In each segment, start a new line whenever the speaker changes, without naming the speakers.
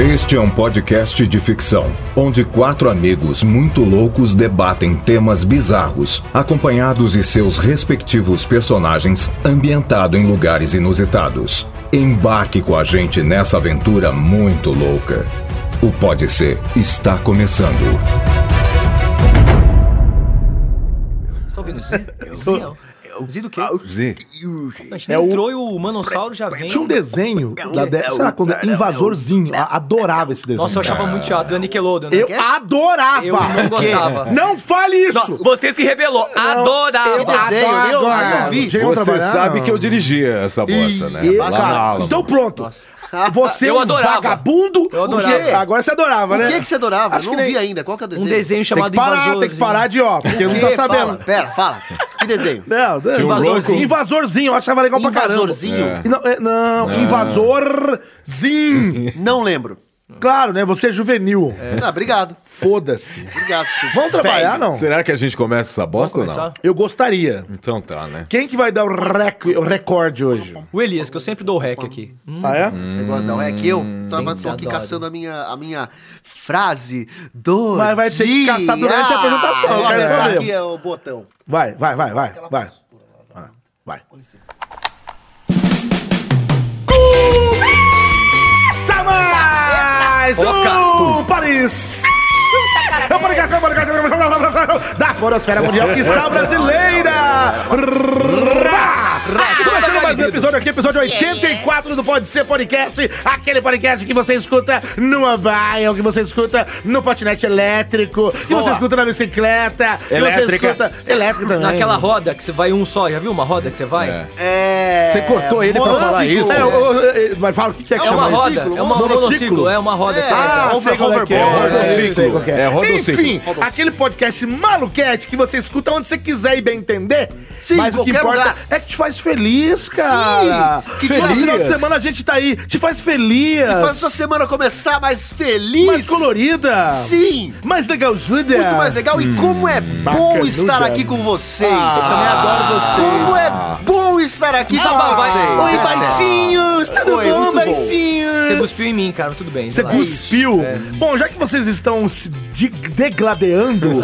Este é um podcast de ficção, onde quatro amigos muito loucos debatem temas bizarros, acompanhados de seus respectivos personagens, ambientado em lugares inusitados. Embarque com a gente nessa aventura muito louca. O Pode Ser está começando.
Tá ouvindo o Zi? Zi, ó. Zi do quê?
Z.
A gente nem
É o-
entrou e o Manossauro já vem.
Tinha um desenho da de... Sei lá, quando Invasorzinho. a- Adorava esse desenho.
Nossa, eu achava muito chato, da Nickelodeon. né?
Eu
Que-
adorava!
Eu não gostava.
Não fale isso!
Não, você se rebelou. Adorava.
eu adorava.
eu- eu vi.
Chega pra
Você
trabalhar,
sabe
não.
que eu dirigia essa bosta, né?
Eu,
Lá na
cara,
Alamo.
então pronto. Você é
Eu
um
adorava.
vagabundo.
Eu
porque-
adorava.
Agora você adorava,
O
né?
que, que você adorava?
Acho
não
que nem-
vi ainda. Qual que é
Um
o desenho?
desenho
Tem que
chamado assim.
parar, tem que parar de ó, porque não tá
Que? Fala,
sabendo.
Pera, fala. Que desenho?
Não,
um Invasorzinho.
Invasorzinho, eu achava legal pra caramba.
Invasorzinho?
É.
Não, é, não, invasorzinho.
Não lembro.
claro, né? Você é juvenil.
Ah, obrigado.
Foda-se.
Obrigado, Chico.
Vamos trabalhar, não?
Será que a gente começa essa bosta ou
começar?
não?
Eu gostaria.
Então tá, né?
Quem que vai dar o, rec- o recorde hoje?
O Elias, que eu sempre dou o rec aqui. Hum,
Ah, é?
Você gosta da REC? Eu
Hum.
tava
Sim,
só aqui
adoro.
caçando a minha, a minha frase do
Mas vai ter que
dia.
caçar durante a apresentação, eu
Vou
quero
apertar
saber.
ah, aqui é o botão.
Vai, vai, vai, vai, vai. Vai, Vai. Começa mais um Paris! É o podcast, é o podcast, é o podcast da Podosfera Mundial que sal brasileira! Rá! Começando mais um episódio aqui, episódio 84 do Pode Ser Podcast, aquele podcast que você escuta numa baia, que você escuta no patinete elétrico, que você escuta na bicicleta, que você
Elétrica.
escuta elétrica também.
Naquela roda que você vai um só, já viu uma roda que você vai?
É.
É...
Você cortou ele pra
monociclo.
falar isso?
É, eu- eu- eu- mas fala o que, que é que
É uma
chama
roda,
isso?
é uma
Monociclo?
monociclo, é uma roda que você vai.
Ah,
É,
sei qual é que é.
hoverboard.
É,
Rodociclo.
sei qual que
É rodociclo.
Enfim, aquele podcast maluquete que você escuta onde você quiser e bem entender.
Sim,
mas o que
qualquer
importa
lugar.
é que te faz feliz, cara.
Sim,
que
que
feliz.
feliz.
final de semana a gente tá aí, te faz feliz.
Faz sua semana começar mais Ah, feliz.
mais colorida.
Sim.
Mais legalzuda.
Muito mais legal.
Hum,
E como é bom
bacanuda.
estar aqui com vocês.
Ah, Eu também adoro vocês.
Como é bom estar aqui com
Ah, vai.
vocês.
Oi,
Essa- é
baixinhos. Tudo
Oi, muito bom.
Você
baixinhos?
cuspiu em mim, cara, tudo bem.
Você
vai lá. é
cuspiu. Bom, já que vocês estão se de- degladeando,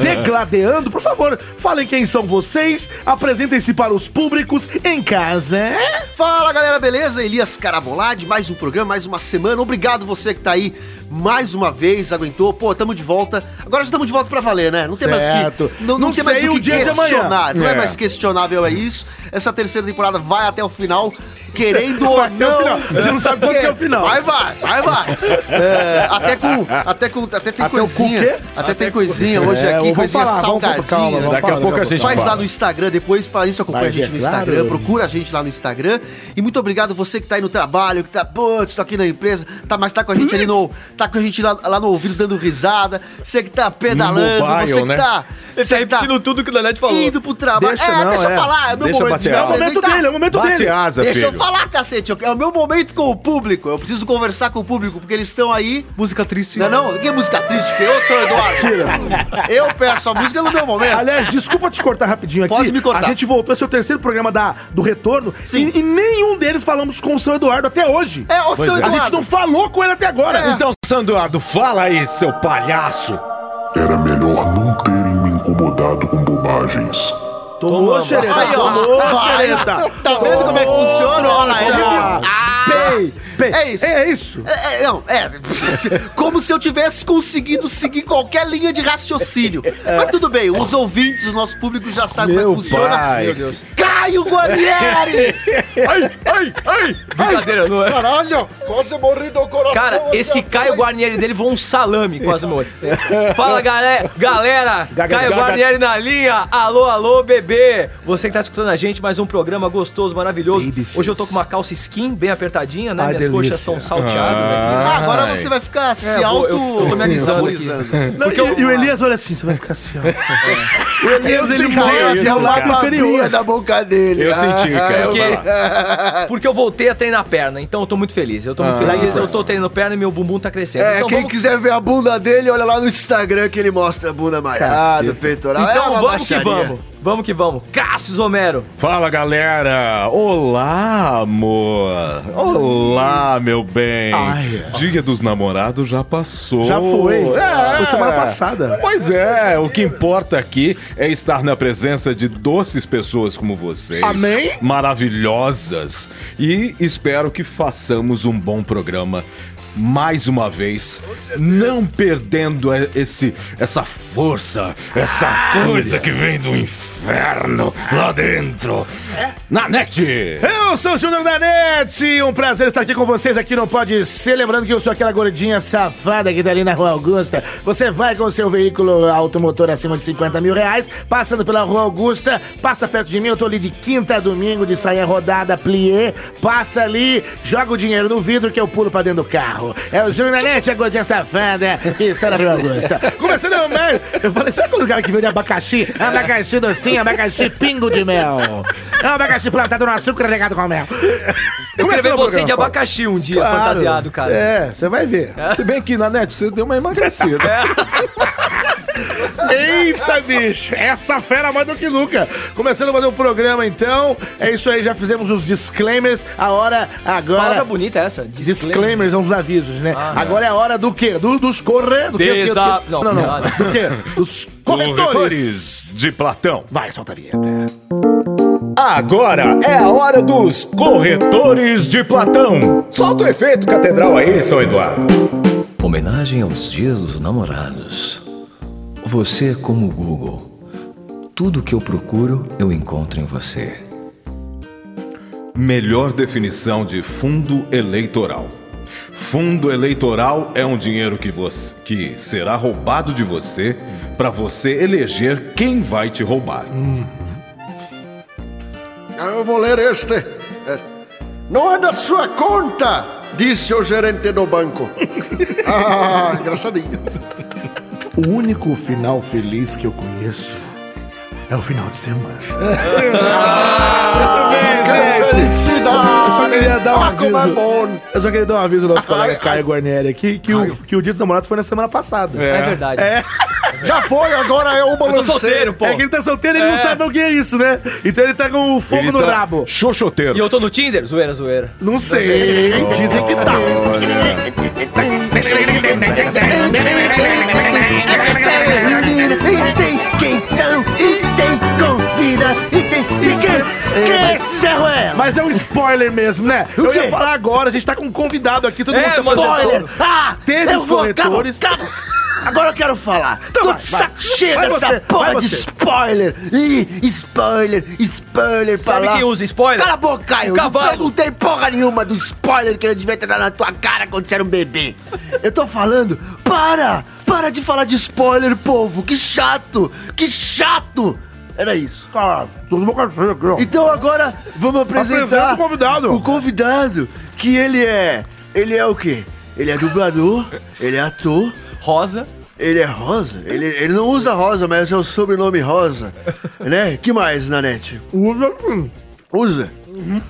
degladeando, por favor, falem quem são vocês, apresentem-se para os públicos em casa.
Fala galera, beleza? Elias Carabolade, mais um programa, mais uma semana. Obrigado você que tá aí mais uma vez, aguentou. Pô, tamo de volta. Agora já estamos de volta pra valer, né? Não tem mais o
Certo.
que. Não, não
Não
tem mais
sei
o que
o dia de
questionar.
amanhã.
Não é.
É.
mais questionável, é isso. Essa terceira temporada vai até o final, querendo ou
até o
não.
final. A gente não sabe quando que é o final.
Vai, vai, vai, vai. É, até com. Até com. Até
Até
tem
o
coisinha.
cu quê?
Até, tem coisinha hoje
É,
aqui,
vamos
coisinha
falar, vamos falar,
salgadinha.
calma, vamos
Daqui a
Fala,
pouco a
Gabriel.
gente
Faz
fala.
lá no Instagram depois, para isso acompanha
Vai
a gente
ver,
no
claro.
Instagram, procura a gente lá no Instagram. E muito obrigado você que tá aí no trabalho, que tá, putz, tô aqui na empresa, tá, mas tá com a gente ali no. Tá com a gente lá, lá no ouvido dando risada. Você que tá pedalando,
Mobile,
você que
né?
tá.
Ele tá
Você que tá
repetindo tudo que o Nanete falou.
indo pro trabalho.
Deixa
é,
não,
deixa
é.
eu falar, é meu
Deixa
momento.
bater
de
É
me
a
o momento
apresentar.
dele, é o momento
Bate
dele.
asa,
Deixa eu
filho.
falar, cacete. É o meu momento com o público. Eu preciso conversar com o público, porque eles estão aí.
Música triste.
Não, é não, que música triste que eu sou, Eduardo. Eu peço a música no meu momento.
Aliás, desculpa te cortar rapidinho aqui.
Pode me cortar.
A gente voltou, esse é o terceiro programa da, do retorno.
Sim.
E, e nenhum deles falamos com o São Eduardo até hoje.
É, o
Pois
seu
é.
Eduardo. É.
A gente não falou com ele até agora.
Então, Sanduardo, fala aí, seu palhaço.
Era melhor não terem me incomodado com bobagens.
Tomou, xereta.
tá
Aí, ó.
Tomou,
Vai,
xereta.
Tá vendo como é que funciona? Olha aí,
Trouxa.
viu? Ah,
Pei, pei.
É isso.
É isso.
É, é, não, é. Como se eu tivesse conseguido seguir qualquer linha de raciocínio. Mas tudo bem, os ouvintes, o nosso público já sabe como é que funciona.
pai.
Caio Guarnieri!
Brincadeira, não é?
Caralho, quase morri do coração.
Cara, esse Caio Guarnieri dele voou um salame quase no olho. Fala, galera. Galera,
Gaga,
Caio
gaga.
Guarnieri na linha. Alô, alô, bebê. Você que tá escutando a gente, mais um programa gostoso, maravilhoso. Hoje eu tô com uma calça skin bem apertadinha, né?
Ah,
Minhas
delícia.
coxas são salteadas
Ah,
aqui. né?
agora
Ai.
você vai ficar se
eu vou-
auto...
eu- eu tô me alisando aqui.
valorizando.
Não, e, e o Elias olha assim, você vai ficar assim, ó. O Elias, ele
senti
morde
isso,
é o lábio
cara.
inferior.
da boca dele.
Eu senti, cara.
ok.
Vai lá.
Porque eu voltei a treinar perna, então eu tô muito feliz. Eu tô muito feliz. Eu tô treinando perna e meu bumbum tá crescendo.
É,
então
quem
vamos,
quiser ver a bunda dele, olha lá no Instagram que ele mostra a bunda malhada,
Caceta.
Ah,
peitoral. é
então
uma
vamos que
baixaria.
vamos. Vamos que vamos. Cassius Homero.
Fala galera! Olá, amor! Olá, meu bem!
Ai.
Dia dos namorados já passou.
Já foi.
É.
Foi semana passada.
Pois é, o que importa aqui é estar na presença de doces pessoas como vocês.
Amém?
Maravilhosas. E espero que façamos um bom programa. Mais uma vez, não perdendo eh, esse, essa força, essa
Ah,
coisa que vem do inferno lá dentro. Na net!
Eu sou o Júnior da NET, um prazer estar aqui com vocês aqui no Pode Ser. Lembrando que eu sou aquela gordinha safada que tá ali na Rua Augusta. Você vai com o seu veículo automotor acima de 50 mil reais, passando pela Rua Augusta, passa perto de mim, eu tô ali de quinta a domingo, de saia rodada, plié, passa ali, joga o dinheiro no vidro que eu pulo pra dentro do carro. É o Júnior da NET, a gordinha safada que está na Rua Augusta. Começando mais, eu falei, sabe quando o cara que vende abacaxi? Abacaxi docinho, abacaxi pingo de mel. É um abacaxi plantado no açúcar regado com mel.
Eu quero ver
Começando o
você
programa,
de
fala.
abacaxi um dia,
Claro.
fantasiado, cara.
É, você vai ver.
Se bem que na net você deu uma emagrecida.
É.
Eita, bicho! Essa fera mais do que nunca. Começando mais um programa, então. É isso aí, já fizemos os disclaimers. A hora
Palavra
agora...
bonita é essa.
Disclaimers são os avisos, né? Agora é a hora do quê? Do- dos corre... Do quê? Do quê?
Desa-
Do quê?
Ah, não,
Não, não,
não.
Do quê? Dos corretores.
Corretores de Platão.
Vai, solta a vinheta.
Agora é a hora dos corretores de Platão. Solta o efeito catedral aí, São Eduardo.
Homenagem aos dias dos namorados. Você é como o Google. Tudo que eu procuro, eu encontro em você.
Melhor definição de fundo eleitoral. Fundo eleitoral é um dinheiro que, você, que será roubado de você para você eleger quem vai te roubar.
Ah, Eu vou ler este. É. Não é da sua conta, disse o gerente do banco. ah, engraçadinho.
O único final feliz que eu conheço é o final de semana. Eu só queria dar um
Ah, como é
aviso.
bom.
Eu só queria dar um aviso ao nosso colega
Ai,
Caio Guarnieri aqui que o, que o Dia dos Namorados foi na semana passada.
É verdade.
É.
Já foi, agora é o
Eu tô
balanceiro.
solteiro, pô.
É que ele tá solteiro e ele
É.
não sabe o que é isso, né? Então ele tá com o fogo
Ele
no
tá
rabo.
Xoxoteiro.
E eu tô no Tinder? Zoeira, zoeira.
Não sei. Dizem que tá.
E tem quentão, e tem convida, e tem... E quem? Quem é esse Zé Ruela?
Mas é um spoiler mesmo, né? Eu ia
quê?
falar agora, a gente tá com um convidado aqui, todo
É,
mundo
mano,
Spoiler! Ah,
Teve
eu
os
vou,
corretores.
Cabo, cabo. Agora eu quero falar.
Então
Tô
vai,
de
vai.
saco cheio
Vai
dessa
você, vai
porra de
você.
spoiler. Ih, spoiler, spoiler pra
Sabe
lá.
quem usa spoiler?
Cala a boca, Caio.
O cavalo.
Eu Não tem porra nenhuma do spoiler que ele devia ter dado na tua cara quando você era um bebê. Eu tô falando, para! Para de falar de spoiler, povo! Que chato! Que chato! Era isso.
Tá, tudo bom com você aqui, ó.
Então agora vamos apresentar
Apresenta o convidado.
O convidado, que ele é. Ele é o quê? Ele é dublador, ele é ator,
Rosa.
ele é rosa. Ele, ele não usa rosa, mas é o sobrenome rosa. Né? Que mais, Nanete?
Usa, hum.
Usa.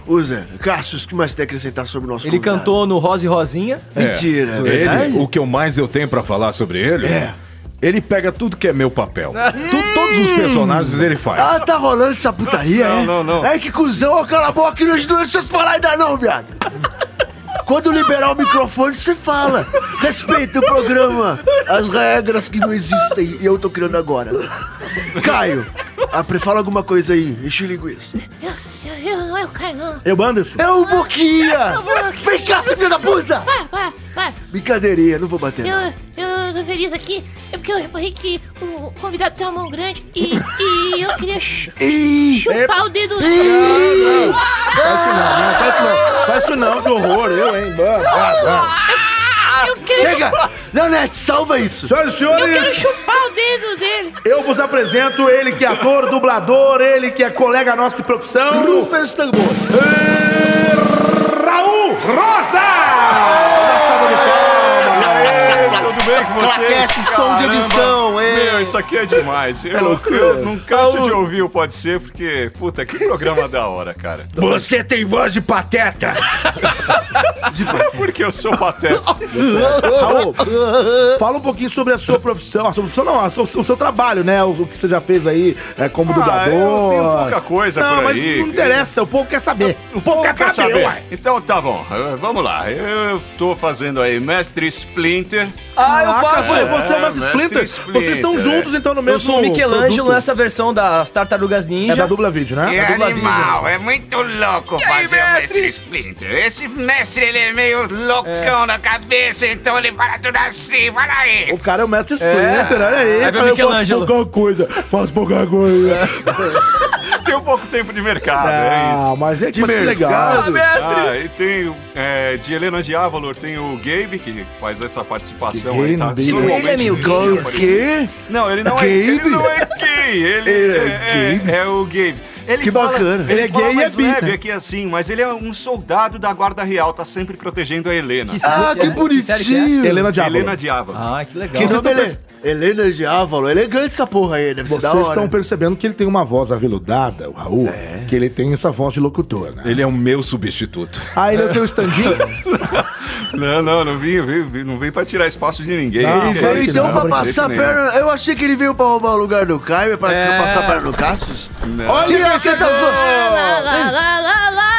Usa. Cassius, o que mais você tem a acrescentar sobre o nosso
Ele
convidado?
cantou no Rosa e Rosinha.
É.
Mentira, é
Ele-
verdade?
o que eu mais eu tenho pra falar sobre ele
É.
Ele pega tudo que é meu papel. Tu- todos os personagens ele faz.
Ah, tá rolando essa putaria,
Não,
é?
não, não.
É que cuzão, ó, cala a boca, não deixa vocês falar ainda não, viado. Quando liberar o microfone, você fala. Respeita o programa. As regras que não existem e eu tô criando agora. Caio, apre- fala alguma coisa aí, enche linguiça.
Eu, eu, eu, Caio.
Eu, Anderson.
É o Boquinha!
Boquinha.
Vem cá, seu filho da puta!
Vai, vai, vai.
Brincadeirinha, não vou bater.
Eu,
não.
Ah, eu tô feliz aqui. É porque eu reparei que o convidado tem uma mão grande e, e eu queria chu-
Ih,
chupar o dedo.
ih,
Faz isso não, não, faz isso não. Faz isso não, que horror, eu, hein. Bah, bah, bah.
Eu quero,
Chega! Nanete, salva isso!
Senhoras e
eu quero
senhores,
chupar o dedo dele.
eu vos apresento ele que é ator, dublador, ele que é colega nosso de profissão. Er,
Rufa esse tambor!
Raul Rosa! Uma salva de palmas.
Tudo bem com
Claquete, som de edição!
Tom, ei.
Meu, isso aqui é demais. Eu, eu não canso de ouvir o Pode Ser, porque, puta, que programa da hora, cara.
Você tem voz de pateta!
é Porque eu sou pateta.
Raul, fala um pouquinho sobre a sua profissão. A sua profissão não, a sua- o seu trabalho, né? O, o que você já fez aí é, como
Ah, eu
dublador.
tenho pouca coisa
Não,
por
mas
aí.
não interessa, o povo quer saber. O povo quer saber, uai.
Então tá bom, eh, vamos lá. Eu tô fazendo aí Mestre Splinter.
Ah, eu
Caraca,
faço.
foi- você é
É,
mais
Mestre
Splinter.
Splinter,
Vocês estão
é.
juntos, então, no mesmo
Eu sou o Michelangelo é
produto.
nessa versão das Tartarugas Ninja.
É da dupla vídeo, né?
É
A dupla
animal, é muito louco
aí,
fazer o
mestre?
Mestre Splinter. Esse mestre, ele é meio loucão na cabeça, então ele fala tudo assim, fala aí.
O cara é o mestre Splinter, olha aí.
Aí vem
Fala, eu faço
Michelangelo.
pouca coisa, faço pouca coisa.
Tem um pouco tempo de mercado, é isso.
Ah, mas é que mas que legal.
Ah, mestre!
Ah, e tem o- é, de Helena de Avalor tem o Gabe que faz essa participação aí, tá?
Gabe.
Normalmente
Ele é meio
não
gay.
aparece.
Quê?
Não, ele não é Ele não é gay. Ele é, é, é o Gabe. Ele
Que bacana.
Ele,
Ele é
fala
gay e é
mais
bi,
leve
né?
aqui assim, mas ele é um soldado da Guarda Real, tá sempre protegendo a Helena.
Ah, que
série que é?
bonitinho.
Helena Então, Diabo.
Helena de Avalor.
Ah, que legal.
Que
Não,
vocês estão
Então, beleza. Helena de Ávalo, elegante essa porra aí, deve ser da
Vocês
hora. É.
estão percebendo que ele tem uma voz aveludada, o Raul, que ele tem essa voz de locutor, né?
Ele é o meu substituto.
Ah, ele é o teu standinho?
Não, não, não vim, vim- vim- não vim pra tirar espaço de ninguém.
Não,
Ele
ele
veio
veio,
Então,
Não,
pra
de jeito
passar a
nenhum.
perna, eu achei que ele veio pra roubar o lugar do Caio, pra
É.
passar a perna no Cassius.
Não.
Olha essa tá
Lá,
zoando.
lá, lá, lá, lá,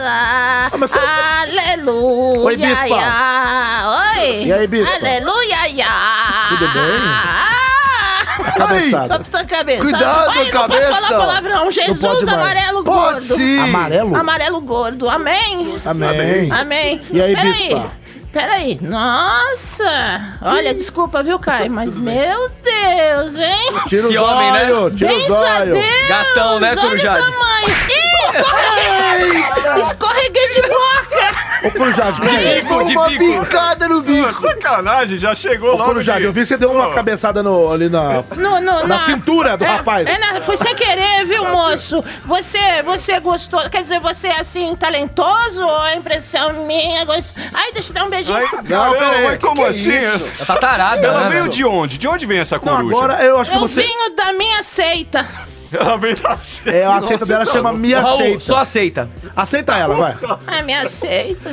lá,
Ah, mas você- tá-
Aleluia!
Oi, bispa.
ia. Oi!
E aí, bispa?
Aleluia! ia.
Tudo bem?
Ah!
Cabeçada.
Tá cabeça.
Cuidado,
Ai, Não
cabeça.
pode falar palavrão.
pode
Jesus
mais.
amarelo gordo.
Pode sim.
Amarelo?
Amarelo gordo. Amém?
Amém.
Amém.
E aí,
Peraí.
bispa?
Peraí, nossa! Olha, desculpa, viu, Caio? Mas meu Deus, hein?
Tira os
Que homem, né?
olhos, tira os
Bens a
olhos.
Deus!
Gatão, né,
Olha
Corujade?
o tamanho! Ih, escorreguei! escorreguei de boca!
Ô, Corujade,
Aí,
Pegou
de
uma
bico.
pincada no
Pô,
bico.
sacanagem, já chegou
ô,
lá.
Corujade, eu vi que você deu uma cabeçada no, ali na...
No, no,
Na cintura do
É,
rapaz.
é na- foi sem querer, viu, moço? Você, você gostou, quer dizer, você é assim, talentoso ou é impressão minha? Gost... Ai, deixa eu dar um beijinho.
Não,
pera aí,
mas
que
como
que é
assim?
isso?
Ela tá tarada,
Ela
né?
veio de onde? De onde vem essa
Não,
coruja?
agora eu acho que
Eu
você...
É um vinho da minha seita.
Ela veio da então. seita.
É, a seita dela chama Me
Raul,
Aceita.
só aceita.
Aceita ela, vai.
A minha seita.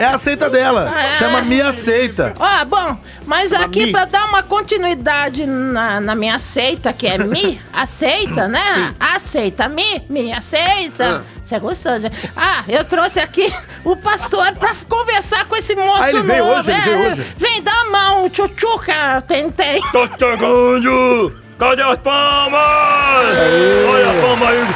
É a seita dela.
Ah, é?
Chama Me Aceita.
Ó, bom, mas aqui pra dar uma continuidade na, na minha seita, que é me aceita, né? Aceita me, me aceita. Você gostou, gente? Ah, eu trouxe aqui o pastor pra conversar com esse moço
Ah, ele
novo.
veio hoje, ele veio
é.
hoje.
Vem dar a mão, tchutchuca, tentei.
Tô chegando! Cadê as palmas? Olha a palma aí,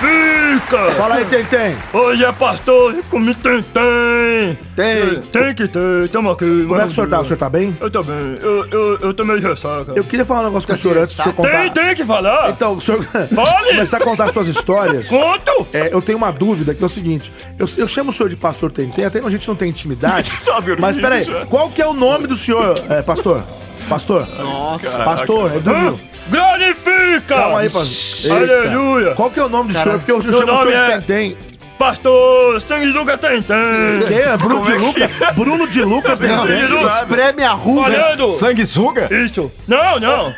glorifica!
Fala aí, Tentem.
Hoje é pastor, me tentei!
Tem.
Tem que ter, tamo aqui.
Como é que o senhor tá? O senhor tá bem?
Eu tô bem, eu, eu, eu tô meio de ressaca.
Eu queria falar um negócio com o
Tá.
senhor antes do senhor
Tem,
contar.
tem que falar!
Então, o senhor
Fale!
começar a contar suas histórias.
Conto!
É, eu tenho uma dúvida que é o seguinte: eu, eu chamo o senhor de pastor Tentem, até a gente não tem intimidade. mas peraí, qual que é o nome do senhor, é, pastor? Pastor? Nossa. Pastor, ele dormiu.
Glorifica!
Calma aí, pastor.
Aleluia!
Qual que é o nome do senhor? Porque eu, eu
Meu
chamo o
nome
senhor
é-
de Tentem.
Pastor, Sanguizuga tem, tem!
Quem é? Bruno de Luca? Bruno de Luca Tentem.
Espreme a ruga.
Falhando!
Sanguessuga?
Isso! Não, não!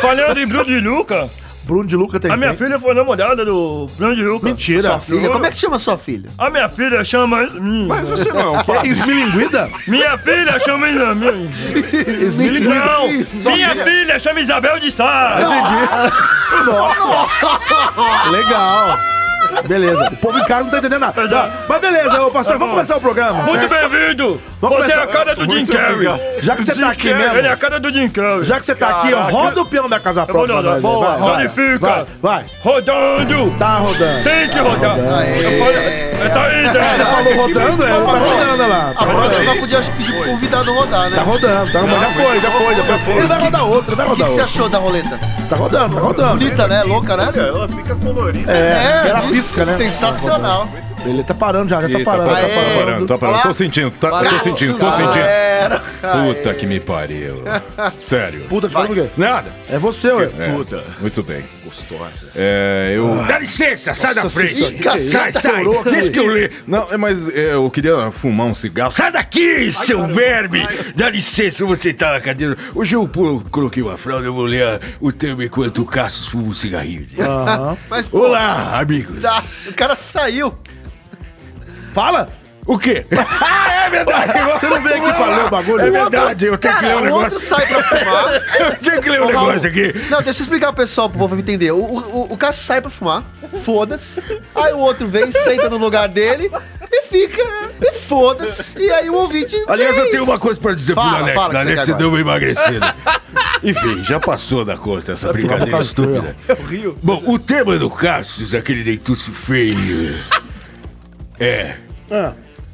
Falhando em Bruno de Luca,
Bruno de Luca Tentem.
a minha filha foi namorada do Bruno de Luca.
Mentira.
Filha, como é que chama sua filha?
A minha filha chama. Hum,
Mas você não é um
É Esmilinguida?
Minha filha chama. Hum,
Esmilinguida.
Não! Minha filha chama Isabel de Sá!
Entendi. Nossa. Legal. Beleza. O povo em casa não tá entendendo nada.
Exato.
Mas beleza, ô pastor, vamos começar o programa.
Tá Muito
certo?
bem-vindo!
Vamos
Você é
começar-
a cara do Jim
Muito
Carrey!
obrigado.
Já que você tá aqui
Ele é
mesmo,
a cara do Jim Carrey!
já que você tá aqui, ó, roda o peão da casa
vou
própria.
rodar.
Vai,
Boa,
vai, vai,
modifica.
Vai, vai.
Rodando!
Tá rodando. É,
Tem que rodar! Eu falei. Tá aí,
Você
Débora.
falou rodando? É, tá rodando olha lá.
A
Tá
próxima podia pedir pro convidado rodar, né?
tá rodando, tá rodando. Já foi, já foi, já foi. Ele vai rodar outro, ele vai
O que,
rodar
que você
outro.
achou da roleta?
Tá rodando, tá rodando.
Bonita, né? Louca, né?
Ela fica colorida.
É, ela
bicho,
pisca, né?
Sensacional.
Ele tá parando já, já tá
Ih,
parando,
tá
já tá
Aê.
parando.
parando, tá parando. Tô sentindo, tá, tô
Parou.
sentindo, tô sentindo.
Era.
Puta que me pariu. Sério.
Puta, te falando o quê?
Nada.
É você, ué.
É, Muito bem.
gostosa.
É, eu.
Ah.
Dá licença, sai da frente.
senhora.
Ih,
é
sai, sai.
Estourou aqui.
Deixa que eu leio.
Não, é, mas é, eu queria fumar um cigarro.
Sai daqui, seu verme! Dá licença, você tá na cadeira. Hoje eu pô, coloquei uma fralda, eu vou ler a- o tema enquanto o Cassius fuma um cigarrinho.
Mas, pô,
Olá, amigos!
tá, o cara saiu.
Fala! O quê? ah, é verdade!
Você não veio aqui pra ler o bagulho?
É verdade, eu tenho que ler um
Cara, o
negócio.
outro sai pra fumar.
Eu tinha que ler um
Ô, Raul,
negócio aqui.
Não, deixa eu explicar pro pessoal, pro povo entender. O, o, o Cássio sai pra fumar, foda-se. Aí o outro vem, senta no lugar dele e fica, e foda-se. E aí o ouvinte.
Aliás,
que
eu
é
tenho
isso?
uma coisa pra dizer
Fala,
pro Alex.
fala que
o
você
Alex
quer
deu
agora.
uma emagrecida. Enfim, já passou da conta essa brincadeira estúpida. Bom, o tema do Cassius, aquele dentuço feio, é...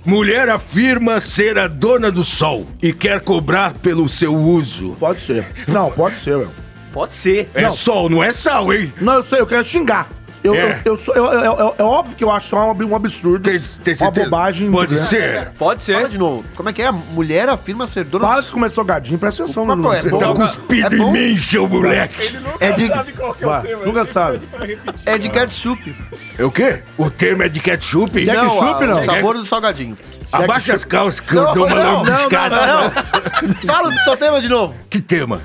Mulher afirma ser a dona do sol e quer cobrar pelo seu uso.
Pode ser. Não, pode ser, meu.
Pode ser.
É
Não.
sol, não é sal, hein?
Não, eu sei, eu quero xingar. Eu,
É.
eu, eu sou- eu- eu- eu- é óbvio que eu acho um, ab- um absurdo.
Tem, tem
uma
certeza?
bobagem.
Pode
né?
ser.
Pode
Fala
ser.
de novo. Como é que é? A mulher afirma ser dona
Para
do
que começou gadinho, presta atenção.
Não, pô, é
Você
bom.
Tá
tá-
cuspido
É
em
bom?
mim, seu moleque.
É de,
Vai, nunca sabe.
é de ketchup.
É o quê? O tema é de ketchup?
Não,
a-
ketchup, não.
O sabor do salgadinho.
Abaixa as calças que eu
Não,
dou uma
não, não,
lambiscada.
Fala do seu tema de novo.
Que tema?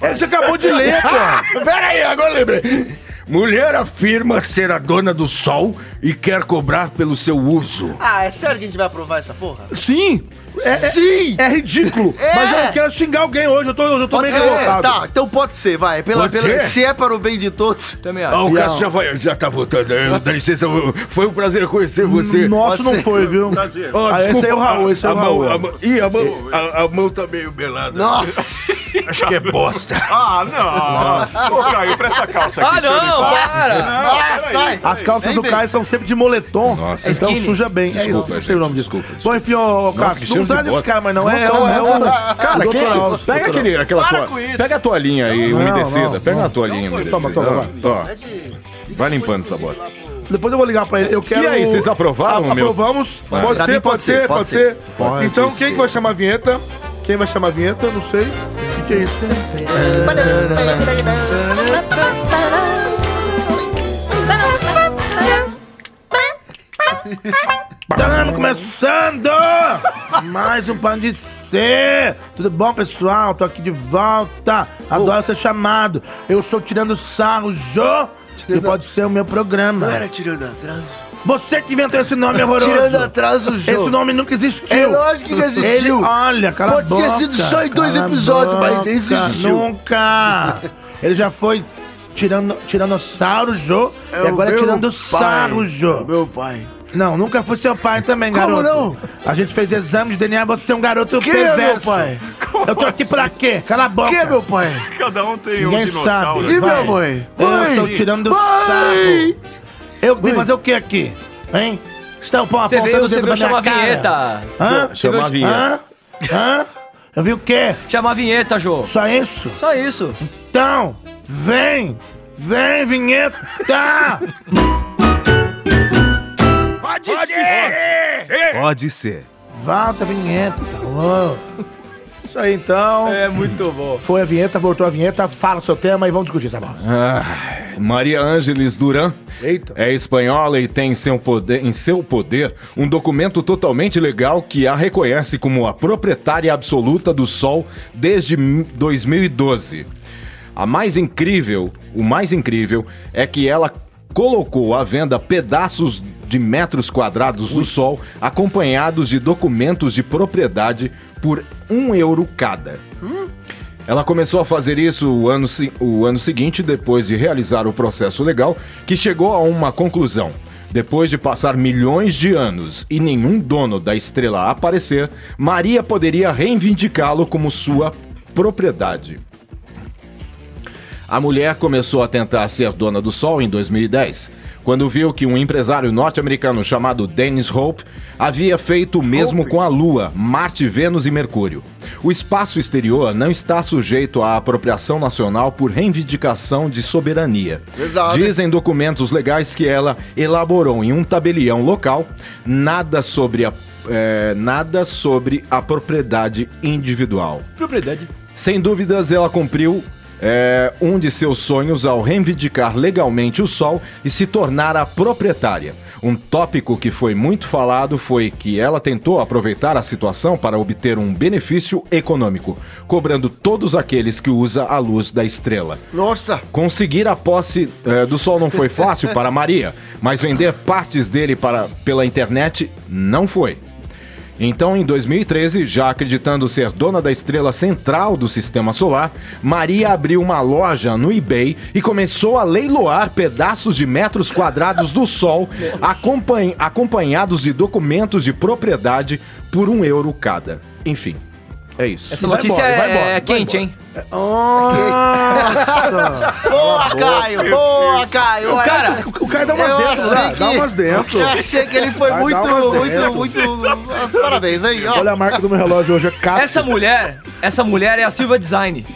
É que você acabou de ler, pô.
Pera aí, agora lembrei. Mulher afirma ser a dona do sol e quer cobrar pelo seu uso.
Ah, é sério que a gente vai aprovar essa porra?
Sim. É, é-
Sim!
é ridículo.
É.
Mas eu quero xingar alguém hoje, eu tô, eu tô
Pode
meio
ser.
revoltado.
Tá, então pode ser, vai. Pela,
Pode
pela-
ser?
Se é para o bem de todos.
Também
Ah,
acho.
o Cássio já, vai, já tá voltando. Eu, dá licença, eu- foi um prazer conhecer você.
Nosso
Pode
não
ser.
foi, viu?
Ó,
Ah, esse
desculpa,
aí é o Raul, esse é
a
o
mão-
Raul.
a mão- Ih, a mão, a, a mão tá meio melada.
Nossa!
Acho que é bosta.
Ah, não! Ô, Caio, presta a calça aqui.
Ah,
deixa eu
não,
limpar.
para!
Ah, sai!
As calças
Vem,
do
vem.
Caio são sempre de moletom,
Nossa.
então
Skinny.
suja bem. é isso,
Desculpa,
não sei o nome, desculpa. Bom, enfim, ô,
que
Cássio,
cheiro
não
de
traz esse
bota.
cara, mas não. É, é, o- é, o-
Cara,
o
quem-
doutor Alves,
pega
doutor
aquele, aquela
Para com
toalha.
isso.
Pega a toalhinha aí,
Não,
umedecida.
não,
pega a toalhinha umedecida.
Toma, toma, vai.
Ó, Vai limpando essa bosta.
Alves. Depois eu vou ligar pra ele. Eu quero. Ah,
E aí, vocês aprovaram o meu?
Aprovamos?
Vai.
Pode,
Pra
ser,
mim
pode ser, pode ser,
Pode
Então, quem
ser.
que vai chamar a vinheta? Quem vai chamar a vinheta? Não sei. O que, que é isso? Estamos começando! Mais um Pano de C! Tudo bom, pessoal? Tô aqui de volta.
Oh.
Adoro ser chamado. Eu sou Tirando Sarro, Jô. E pode ser o meu programa.
Não era tirando atraso?
Você que inventou esse nome horroroso.
Tirando atraso, Jô.
Esse nome nunca existiu.
É lógico que não existiu.
Ele- olha, cara.
Pode ter
boca,
sido só em dois
cala a
episódios,
boca,
mas existiu.
Nunca. Ele já foi tirando, tiranossauro, Jô.
É
e
o
agora
meu
tirando
pai.
sarro, Jô.
Meu pai.
Não, nunca foi seu pai também,
Como
garoto.
não?
A gente fez exame de DNA, você é um garoto
Quem é
perverso.
meu pai?
Eu tô aqui pra quê? Cala a boca.
Quem é meu pai?
Cada um tem um
Ninguém
dinossauro.
sabe.
E
Vai.
minha mãe?
Eu sou
Oi?
tirando do
Mãe!
sarro. Eu vim fazer o que aqui? Hein? Está o pau
Você veio,
apontando o
você
dedo
veio
pra
chamar
minha
a
cara.
vinheta.
Hã?
Chamar a vinheta.
Hã? Hã? Eu vi o quê?
Chamar a vinheta, Jô.
Só isso?
Só isso.
Então, vem! Vem, vinheta!
Pode, ser!
Pode ser.
Volta, vinheta! alô. Isso aí, então.
É muito bom.
Foi a vinheta, voltou a vinheta, fala o seu tema e vamos discutir, tá bom?
Ah, Maria Ângeles Duran
Eita.
é espanhola e tem em seu, poder, em seu poder um documento totalmente legal que a reconhece como a proprietária absoluta do sol desde m- 2012. A mais incrível, o mais incrível é que ela colocou à venda pedaços de metros quadrados do sol acompanhados de documentos de propriedade por um euro cada.
Hum?
Ela começou a fazer isso o ano, se- o ano seguinte, depois de realizar o processo legal, que chegou a uma conclusão. Depois de passar milhões de anos e nenhum dono da estrela aparecer, Maria poderia reivindicá-lo como sua propriedade. A mulher começou a tentar ser dona do sol em 2010, quando viu que um empresário norte-americano chamado Dennis Hope havia feito o mesmo com a Lua, Marte, Vênus e Mercúrio. O espaço exterior não está sujeito à apropriação nacional por reivindicação de soberania.
Verdade.
Dizem documentos legais que ela elaborou em um tabelião local nada sobre a, eh, nada sobre a propriedade individual.
Propriedade.
Sem dúvidas, ela cumpriu é, um de seus sonhos ao reivindicar legalmente o sol e se tornar a proprietária. Um tópico que foi muito falado foi que ela tentou aproveitar a situação para obter um benefício econômico, cobrando todos aqueles que usa a luz da estrela.
Nossa!
Conseguir a posse eh, do sol não foi fácil para Maria, mas vender partes dele para, pela internet não foi. Então, em 2013, já acreditando ser dona da estrela central do sistema solar, Maria abriu uma loja no eBay e começou a leiloar pedaços de metros quadrados do Sol, acompan- acompanhados de documentos de propriedade por um euro cada. Enfim, é isso.
Essa notícia é, é quente, hein?
Nossa!
É,
Boa, Caio! Boa, Caio!
O cara-
o Caio dá
umas dentro, né? Dá umas dentro.
Eu achei que ele foi
Vai
muito,
dar umas dentro.
muito, muito... As Parabéns aí, ó.
Olha a marca do meu relógio hoje, é Cássio.
Essa mulher, essa mulher é a Silva Design.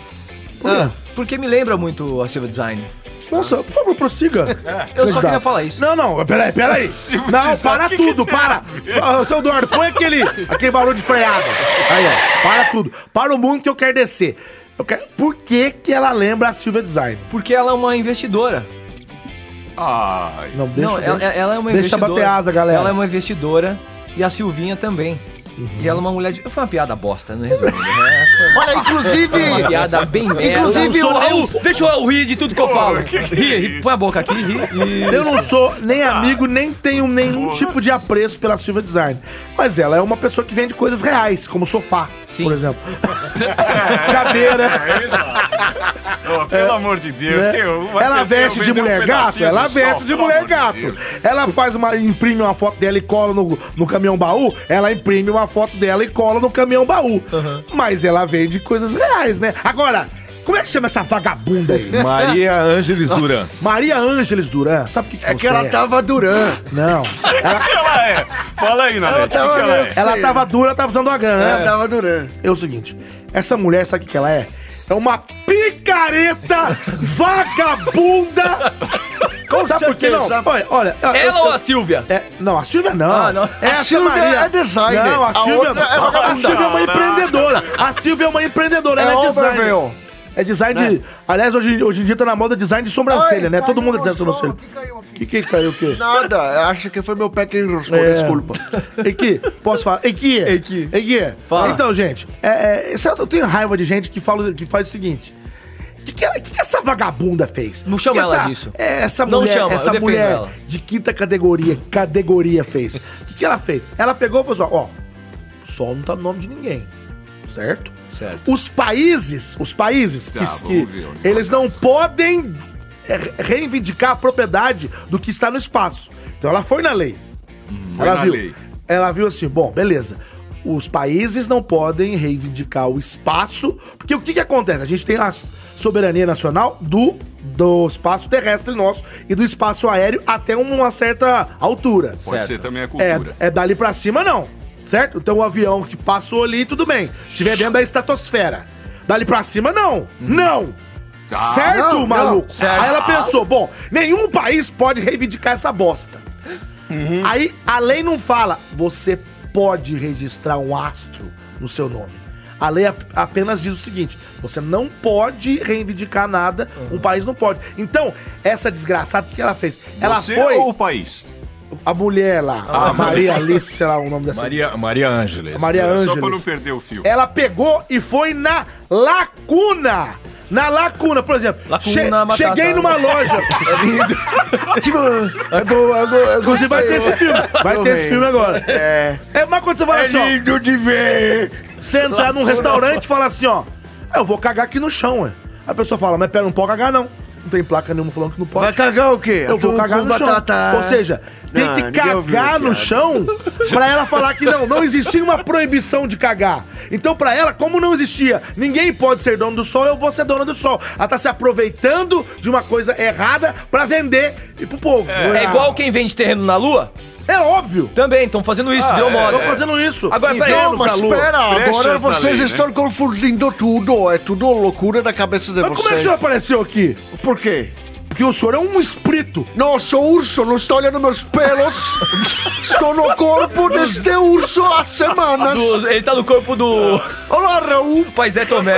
Ah.
Porque me lembra muito a Silva Design. É.
Nossa, por favor, prossiga.
Eu só
Candidato.
queria falar isso.
Não, não, peraí, peraí. Não, para tudo, para. Ah, Seu Eduardo, põe aquele, aquele barulho de freada. Aí, ó, para tudo. Para o mundo que eu quero descer. Eu quero- Por que que ela lembra a Silvia Design?
Porque ela é uma investidora.
Ai.
Não, deixa,
não, ela,
deixa.
ela é uma
Deixa
investidora.
bater asa, galera. Uhum.
Ela é uma investidora e a Silvinha também. E ela é uma mulher de. Foi uma piada bosta, não resumo. né?
Olha, É, inclusive...
Foi Uma piada bem merda.
Inclusive,
eu, não sou-
o-
eu- Deixa eu rir de tudo que eu falo.
é
Ri, ri, põe a boca aqui, ri.
Eu não
Isso. Ah.
sou nem amigo, nem tenho nenhum tipo de apreço pela Silvia Design. Mas ela é uma pessoa que vende coisas reais, como sofá, por exemplo. Cadeira.
é Ô, pelo amor de Deus,
né?
que eu, vai
ela
ter-
veste
eu
de
vender um
mulher gato,
pedacinho
ela
do
veste
sol,
de
pelo
mulher
amor de
gato.
Deus.
ela faz uma. imprime uma foto dela e cola no, no caminhão baú, ela imprime uma foto dela e cola no caminhão baú. Mas ela vende coisas reais, né? Agora, como é que chama essa vagabunda aí?
Maria Ângeles
Nossa.
Duran.
Maria Ângeles Duran, sabe o que, que
É
você
que ela tava Duran.
Não.
O que que ela é? Fala aí,
Ela
Nanete, o que
tava,
que ela é?
ela tava dura, ela tava usando uma grana.
Ela
né?
tava Duran.
É o seguinte, essa mulher, sabe o que que ela é? É uma picareta vagabunda. sabe por quê? Não,
certeza.
olha, olha.
Ela
eu-
ou
eu-
a Silvia?
É, não, a Silvia não.
Ah, não.
Essa
A Silvia
Maria.
é designer.
Não, a
A
Silvia,
outra é
a
vagabunda.
Silvia é uma
Caraca.
empreendedora. A Silvia é uma empreendedora,
É
ela é designer.
overall.
É design de. Aliás, hoje, hoje em dia tá na moda design de sobrancelha,
Ai,
né? Todo
caiu
mundo é design de
o som,
sobrancelha. O que que caiu o quê?
Nada, acho que foi meu pé que enroscou,
É.
desculpa.
Equi, posso falar? Equi, Equi, Equi.
Fala.
Então, gente, é, é, sabe, eu tenho raiva de gente que, fala, que faz o seguinte. O que, que, ela- que que essa vagabunda fez?
Não chama
Que essa,
ela disso.
É, essa
Não
mulher,
chama, eu
essa
defendo
mulher
ela.
de quinta categoria, categoria fez. O que, que ela fez? Ela pegou e falou assim, ó, ó, sol não tá no nome de ninguém, certo? Certo. Os países, os países
Tá,
Ah,
que,
vamos
que
ver onde
eles não podem é, reivindicar a propriedade do que está no espaço. Então ela foi na lei.
Foi
Ela
na
viu.
lei.
Ela viu assim, bom, beleza. Os países não podem reivindicar o espaço, porque o que, que acontece? A gente tem a soberania nacional do, do espaço terrestre nosso e do espaço aéreo até uma certa altura.
Pode ser também a
É,
cultura.
é dali pra cima, não. Certo? Então o avião que passou ali, tudo bem. Estiver dentro da estratosfera. Dali pra cima, não.
Uhum.
Não!
Tá.
Certo,
Não, não.
maluco?
Certo.
Aí ela pensou, bom, nenhum país pode reivindicar essa bosta.
Uhum.
Aí a lei não fala, você pode registrar um astro no seu nome. A lei ap- apenas diz o seguinte: você não pode reivindicar nada,
Uhum.
um país não pode. Então, essa desgraçada, o que que ela fez? Ela
Você
foi.
ou o país?
A mulher lá,
Ah,
a Maria Alice, sei lá o nome dessa.
Maria, Maria Ângeles.
A Maria
É, Só pra não
Ângeles. É,
perder o fio.
Ela pegou e foi na lacuna. Na lacuna, por exemplo.
Tá
Lacuna,
um
Che-
batata.
cheguei numa loja.
É
lindo. tipo, é bom, é bom, é bom. Inclusive vai ter esse filme. Vai ter esse filme agora. É. É mais quando você fala
É
assim, ó.
lindo
de ver. Você entrar num
Lacuna,
restaurante e falar assim, ó. Eu vou cagar aqui no chão, ué. A pessoa fala, mas pera, não pode cagar não. Não tem placa nenhuma falando que não pode.
Vai cagar o quê?
Eu vou
Atum
cagar
com
no
batata.
chão. Ou seja, tem
Não,
que
ninguém ouviu a
cagar no
piada.
chão pra ela falar que não, não existia uma proibição de cagar. Então, pra ela, como não existia, ninguém pode ser dono do sol, eu vou ser dona do sol. Ela tá se aproveitando de uma coisa errada pra vender e pro povo.
É, igual quem vende terreno na lua?
É óbvio.
Também, estão fazendo isso,
Ah,
deu
é,
moda.
tão fazendo isso. é
Agora, peraí.
Inverno
Não, mas espera, agora vocês
né?
estão confundindo tudo. É tudo loucura da cabeça de
Mas
vocês.
como é que o senhor apareceu aqui?
Por quê?
Porque o senhor é um espírito.
Não, sou urso, não está olhando meus pelos. Estou no corpo deste urso há semanas.
Do- ele tá no corpo do.
Olá, Raul.
é,
Paisé Tomé.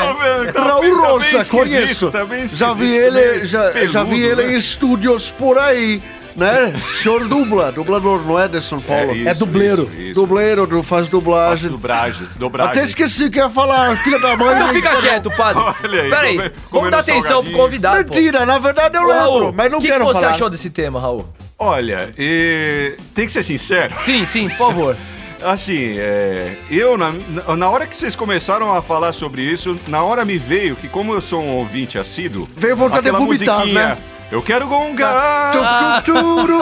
tá
Raul Rosa, conheço. já vi
né?
ele, já, já vi ele em estúdios por aí. Né? Senhor dubla, dublador, não é de São Paulo?
isso, É dubleiro. isso, isso.
Dubleiro, du- faz dublagem.
Dobragem, dobragem.
Até esqueci o que ia falar, filha da mãe.
Então fica quieto, padre.
Olha aí,
Peraí,
come-
vamos
comendo um
dar atenção pro
salgadinho.
convidado. pô.
Mentira, na verdade eu
Ô,
lembro, mas não
o que
quero
que você
falar.
achou desse tema, Raul?
Olha, e... tem que ser sincero.
Sim, sim, por favor.
Assim, é, eu, na, na- na hora que vocês começaram a falar sobre isso, na hora me veio que, como eu sou um ouvinte assíduo.
Veio vontade de
aquela
vomitar,
musiquinha,
né?
Eu quero gongar!
Ah.
Ah.
Tchum, tchum, tchuru.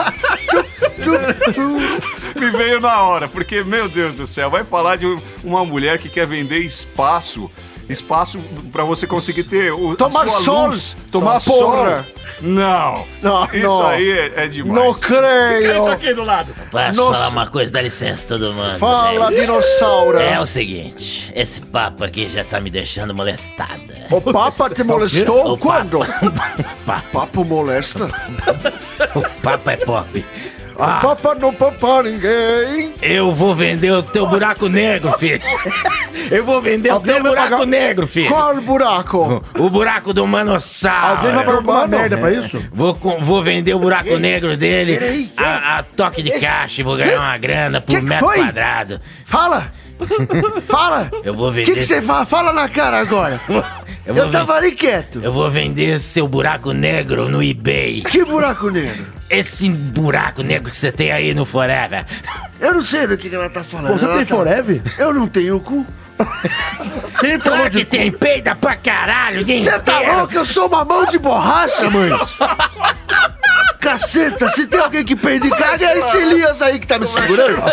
Me veio na hora, porque, meu Deus do céu, vai falar de um- uma mulher que quer vender espaço. Espaço pra você conseguir ter o, a
Tomar
sua
sol.
luz, tomar
Sol.
sol.
Porra.
Não.
Não,
Isso
não.
aí é, é demais. é
Não creio.
do lado.
Posso
Nossa.
falar uma coisa? Dá licença, todo mundo.
Fala,
velho.
dinossauro.
É o seguinte, esse papo aqui já tá me deixando molestada.
O Papa
Tá
te molestou
O
quando? Papo molesta?
O papo é pop. Ah.
O Papa não poupa ninguém.
Eu vou vender o teu buraco negro, filho. Eu vou vender o teu buraco negro, filho.
Qual buraco?
O buraco do Manossauro.
Alguém vai pagar alguma merda pra isso?
Vou, com- vou vender o buraco negro dele a, a toque de caixa e vou ganhar uma grana por
Que que
metro
foi?
quadrado.
Fala! Fala!
Eu vou
O
vender.
que que você fala? Fala na cara agora.
Eu
Eu,
vou
tava ali quieto.
Eu vou vender seu buraco negro no eBay.
Que buraco negro?
Esse buraco negro que você tem aí no Forever.
Eu não sei do que, que ela tá falando.
Você
Ela
tem
tá...
forever?
Eu não tenho cu.
Quem
Claro que tem peida pra caralho, gente.
Você tá louco? Eu sou uma mão de borracha, mãe. Caceta, se tem alguém que peida e caga, é esse Elias aí que tá me segurando.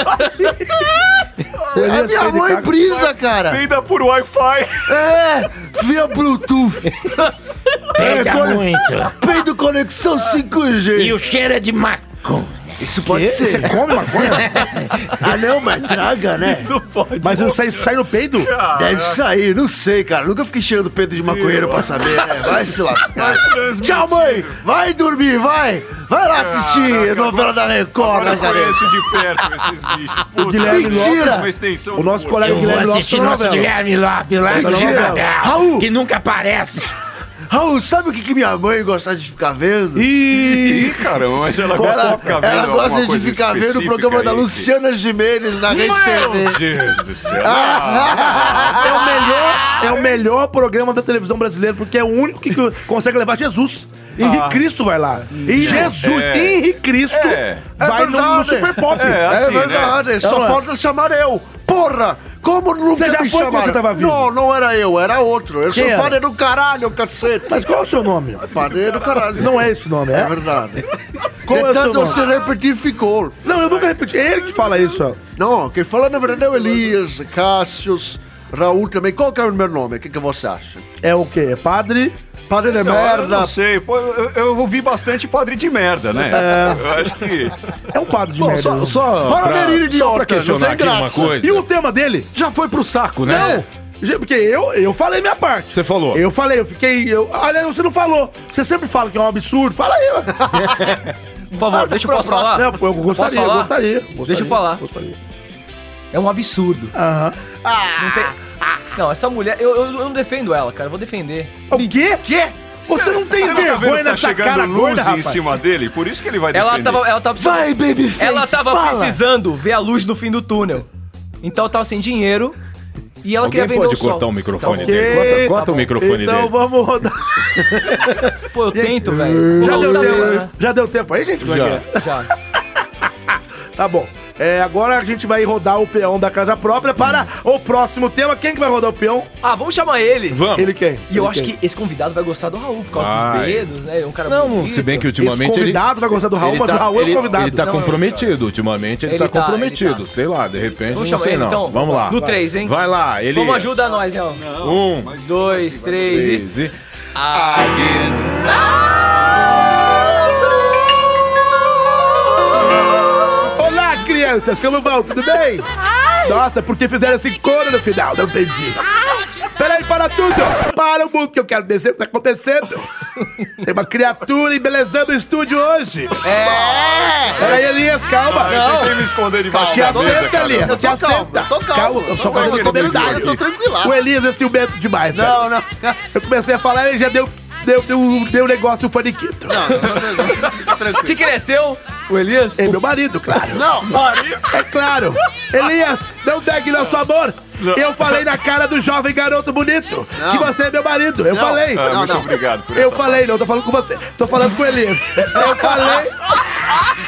A minha mãe brisa, cara.
Venda por Wi-Fi.
É, via Bluetooth.
Peida
É, quando-
muito.
Peido conexão 5G.
E o cheiro é de maconha.
Isso pode ser.
Você come maconha?
Ah, não, mas traga, né?
Mas eu sai, sai no peido?
Deve sair, não sei, cara. Nunca fiquei cheirando peito de maconheiro pra saber, né? Vai se lascar. Tchau, mãe! Vai dormir, vai! Vai lá assistir a novela da Record, né,
Agora eu
Nazaré.
conheço de perto esses bichos. Puta,
Guilherme
Mentira.
Lopes, uma extensão
O
do
nosso
corpo.
colega
Eu vou
Guilherme Lopes
assistir
tá na
nosso
novela.
Guilherme Lopes lá
Tá
de
na novela.
Isabel,
Raul.
que nunca aparece.
Raul, sabe o que, que minha mãe gosta de ficar vendo?
Ih,
Ih, caramba, mas ela gosta
Ela,
de ficar vendo.
ela
alguma
gosta de
coisa
ficar vendo o
específica
programa da
aí,
Luciana Gimenez na Rede TV.
Meu Deus do céu.
Ah,
Ah,
é o melhor, é o melhor programa da televisão brasileira, porque é o único que co- consegue levar Jesus. Henri Cristo vai lá. Jesus,
É.
Henri Cristo
É.
vai no- no,
verdade.
Super Pop.
É,
É
assim, né?
verdade, só
Ela-
falta chamar eu. Porra! Como nunca
Você já
me
foi quando
chamaram?
você tava vivo?
Não, não era eu, era outro. Eu
Quem
sou
era?
padre do caralho, cacete.
Mas qual é o seu nome?
Padre do caralho.
Não é esse nome,
É
é?
verdade.
Qual é o seu
Portanto,
nome?
você repetir ficou.
Não, eu nunca repeti. É ele que fala isso, ó.
Não, quem fala na verdade é o Elias, Cássios, Raul também. Qual que é o meu nome? O que, que você acha?
É o quê? É padre?
Padre de
Não, então, eu
merda.
não sei, pô, eu, eu ouvi bastante padre de merda, né? É. Eu acho que.
É um padre de
Bom,
merda.
só,
né?
só,
Fala,
pra,
Merino,
só
idiota,
pra
não
questionar
tem
aqui uma
graça.
coisa.
E o tema dele?
Já foi pro saco, né?
Não. Já- Porque eu, eu falei minha parte.
Você falou.
Eu falei, eu fiquei. Eu, olha, você não falou. Você sempre fala que é um absurdo. Fala aí, ó.
Por favor, deixa eu posso falar?
Ah, Não, eu gostaria,
falar?
eu gostaria, gostaria.
Deixa eu falar.
Gostaria. Ah,
É um absurdo.
Aham.
Não, tem- Não, essa mulher, eu, eu- eu não defendo ela, cara, eu vou defender.
O quê? Quê? Você não tem
Você não tá vendo
vergonha
que tá
nessa
chegando
cara
luz
gorda,
em
rapaz?
cima dele, por isso que ele vai
Ela
defender.
tava, ela tava precisando,
Vai, babyface,
ela tava
fala.
precisando ver a luz no fim do túnel. Então ela tava sem dinheiro e ela
Alguém
queria vender
pode
o sol. Tá
cortar o microfone
Ok,
dele? Corta,
tá
corta o
bom.
microfone
então
dele.
vamos rodar.
Pô, eu tento, velho.
Já
Não,
deu,
tá
tempo,
bom,
né? já deu tempo aí, gente? Como é
Já.
que é?
Já.
Tá bom. É, agora a gente vai rodar o peão da casa própria para o próximo tema. Quem que vai rodar o peão?
Ah, vamos chamar ele.
Vamos.
Ele quem?
E eu
Ele
acho
quem?
que esse convidado vai gostar do Raul por causa dos
Vai.
dedos, né? É Um cara
Não,
bonito.
se bem que
Esse
ultimamente
convidado vai gostar do Raul,
ele
mas
tá-
o Raul é
ele-
o convidado.
Ele tá
Não,
comprometido, ultimamente ele,
Ele
tá,
tá,
comprometido.
ele tá.
Sei lá, de repente,
Vamos
não
chamar
sei
ele,
não.
então.
Vamos lá.
No três, hein?
Vai lá, ele.
Vamos ajudar nós, Raul.
Um,
Dois, três e...
três e...
Olá, crianças, como vão? Tudo bem? Nossa, por que fizeram esse coro no final? Não entendi. Peraí, para tudo! Para o mundo que eu quero dizer o que tá acontecendo! Tem uma criatura embelezando o estúdio hoje. É! Peraí, Elias, calma.
Ah, eu tentei me esconder debaixo
Te
da mesa,
assenta,
cara.
Elias.
Eu
Te
tô calmo,
assenta.
eu tô calmo.
Eu
Não
só
vai
fazendo
querer
um
dormir
comentário.
aqui. Eu tô
tranquilaço.
O Elias é ciumento demais, velho.
Não, não.
Eu comecei a falar, ele já deu... Deu, deu, deu um negócio um faniquito.
O que, que ele é seu? O Elias?
É meu marido, claro.
Não,
marido. É claro. Elias, não negue nosso amor. Eu falei na cara do jovem garoto bonito que você é meu marido. Eu
Não.
falei.
Ah, muito obrigado por
Eu
essa
falei, não, tô falando com você. Tô falando com o Elias. Eu falei.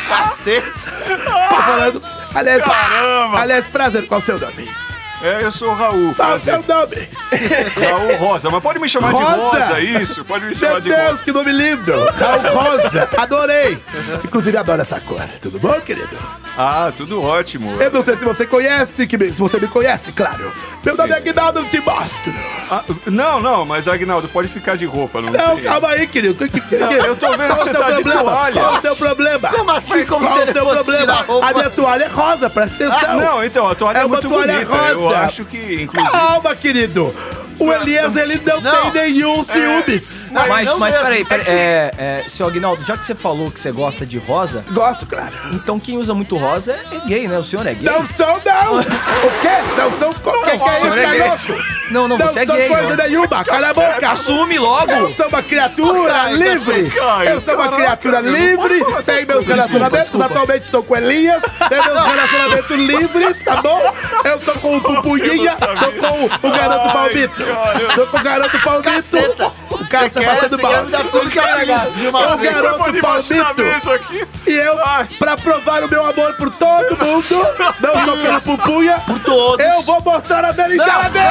Cacete.
Tô falando. Aliás,
Caramba.
aliás prazer, qual é o seu nome?
É, eu sou o Raul.
Qual é o
prazer.
seu nome?
Raul Rosa, mas pode me chamar de Rosa, isso? Pode me chamar
Meu
de
Deus,
Rosa.
que nome lindo! Raul Rosa, adorei! Inclusive, adoro essa cor. Tudo bom, querido?
Ah, tudo ótimo.
Eu não sei se você conhece, que me- se você me conhece, claro. Meu nome é Aguinaldo Timóteo.
Ah, não, não, mas Agnaldo, pode ficar de roupa, não,
Não,
tem-
calma aí, querido. Que- que- que-
Não, eu tô vendo
Qual
que
o
você
seu
tá de
problema?
toalha.
Qual o seu problema?
Como assim, como
Qual
se
o
ele
seu
fosse
problema?
tirar a roupa?
A minha toalha é rosa, presta atenção.
Ah, não, então, a toalha é
uma
muito
toalha
bonita, eu
rosa.
acho que, inclusive-
Calma, querido. O Elias, ele não,
Não.
tem
É,
nenhum um ciúmes.
Mas, mas,
não mesmo,
peraí, peraí.
é que-
É, é, seu Aguinaldo, já que você falou que você gosta de rosa.
Gosto, claro.
Então quem usa muito rosa é é gay, né? O senhor é gay.
Não são, não! O quê? Não são qualquer que é
Nossa, né,
isso,
Messi?
garoto?
Não, não, você é
são
gay,
coisa
né?
nenhuma, cala a boca!
Assume logo.
Eu sou uma criatura
Ai,
livre!
Caio,
eu sou uma
caraca,
criatura
eu não
livre,
posso falar
tenho
essas
meus
coisas.
relacionamentos,
Desculpa, desculpa.
atualmente estou com Elias, tenho meus relacionamentos livres, tá bom? Eu tô com o Pupunhinha,
Eu não
tô com o garoto
Ai,
Palmito!
cara.
Tô com o garoto Palmito!
Caceta.
O cara
Você
tá
quer-
passando
você quer
mal!
me dar tudo que eu preciso de uma
É o
Foi
vez.
garoto
debaixo da
Palmito!
mesa aqui.
E eu, pra provar o meu amor por todo mundo, não só pela pupunha, por
todos.
eu vou mostrar a berinjela dele!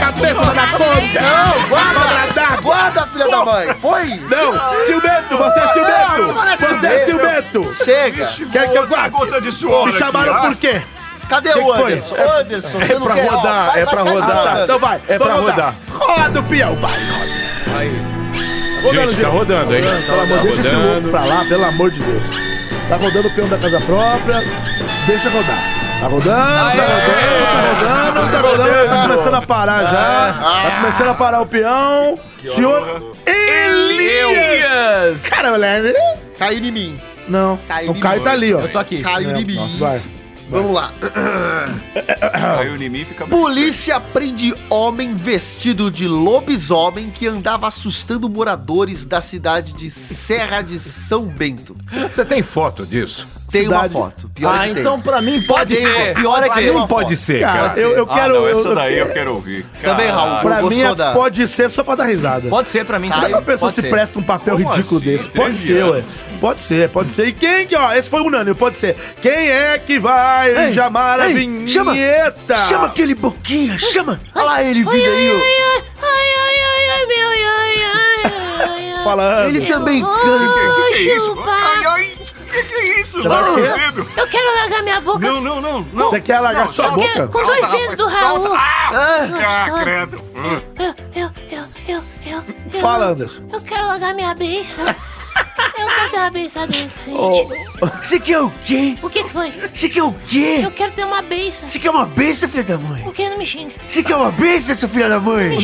Cabeça da conta! Cobra d'água!
Guarda, filha da mãe. Foi.
Não! Silvento, você é
não
Silvento!
parece
Você é
Silvento.
Silvento!
Chega.
Quer que eu guarde?
Gota de suor
Me chamaram
aqui,
por quê?
ah. Cadê
Que que
o
foi?
Anderson? Ô, Anderson, você
É
não
pra
quer? Ó,
rodar,
vai,
é
vai,
pra
vai,
rodar.
vai.
Então vai,
É
vou
pra rodar.
Roda o peão, vai!
Gente, tá rodando, hein?
Pelo amor,
Tá
deixa esse
rodando.
louco pra lá, pelo amor de Deus. Tá rodando o peão da casa própria, deixa rodar. Tá rodando, tá rodando, tá rodando, tá rodando, tá começando a parar já. Tá começando a parar o peão. Senhor Elias! Cara, moleque.
né? Caiu em mim.
Não,
Caiu
o Caio
de
tá ali, ó.
Eu tô aqui.
Caiu em mim.
Vai.
Vamos lá.
Caiu em mim e fica...
Polícia prende homem vestido de lobisomem que andava assustando moradores da cidade de Serra de São Bento.
Você tem foto disso?
Tem uma
Cidade. Ah, então
foto. Pior que tem.
Ah, então pra mim
pode
Tem,
ser.
Pior é que
Pra
tem
mim
uma
pode
foto.
ser, cara. tá
Cara, eu, eu
Ah,
quero.
não,
eu-
essa
eu-
daí eu quero ouvir.
tá
Também, Raul.
Pra
Não
mim,
gostou
é-
da-
pode ser só pra dar risada.
Pode ser pra mim
Caiu.
Como é
também.
que uma pessoa
Pode
se
ser.
presta um papel
Como
ridículo
assim?
desse? Pode
Treze
ser,
anos.
ué. Pode ser, pode ser. E quem que, ó, esse foi unânime, pode ser. Quem é que vai
Ei,
chamar a
ei,
vinheta?
chama- Chama aquele boquinha, chama!
Olha lá ele vindo aí, ó.
Ai, ai, ai, ai, meu, ai, ai, ai, ai, ai.
Falando.
Ele também canta.
O que, que é isso?
chupa.
Ai, ai, o que, que é isso?
Você vai
Larga
o quê?
o dedo.
Eu quero largar minha boca
Não, não, não. não.
Você quer largar sua
eu quero-
boca?
com dois dedos do Raul.
Ah,
Gostoso.
credo.
Eu, eu, eu, eu, eu, eu.
Fala, Anderson.
Eu quero largar minha benção. Eu quero ter uma benção desse.
Você quer é o quê?
O que que foi?
Você quer o quê?
Eu quero ter uma benção.
Você quer uma besta, filha da mãe?
Por que não me xinga?
Você quer uma besta, seu filho da mãe?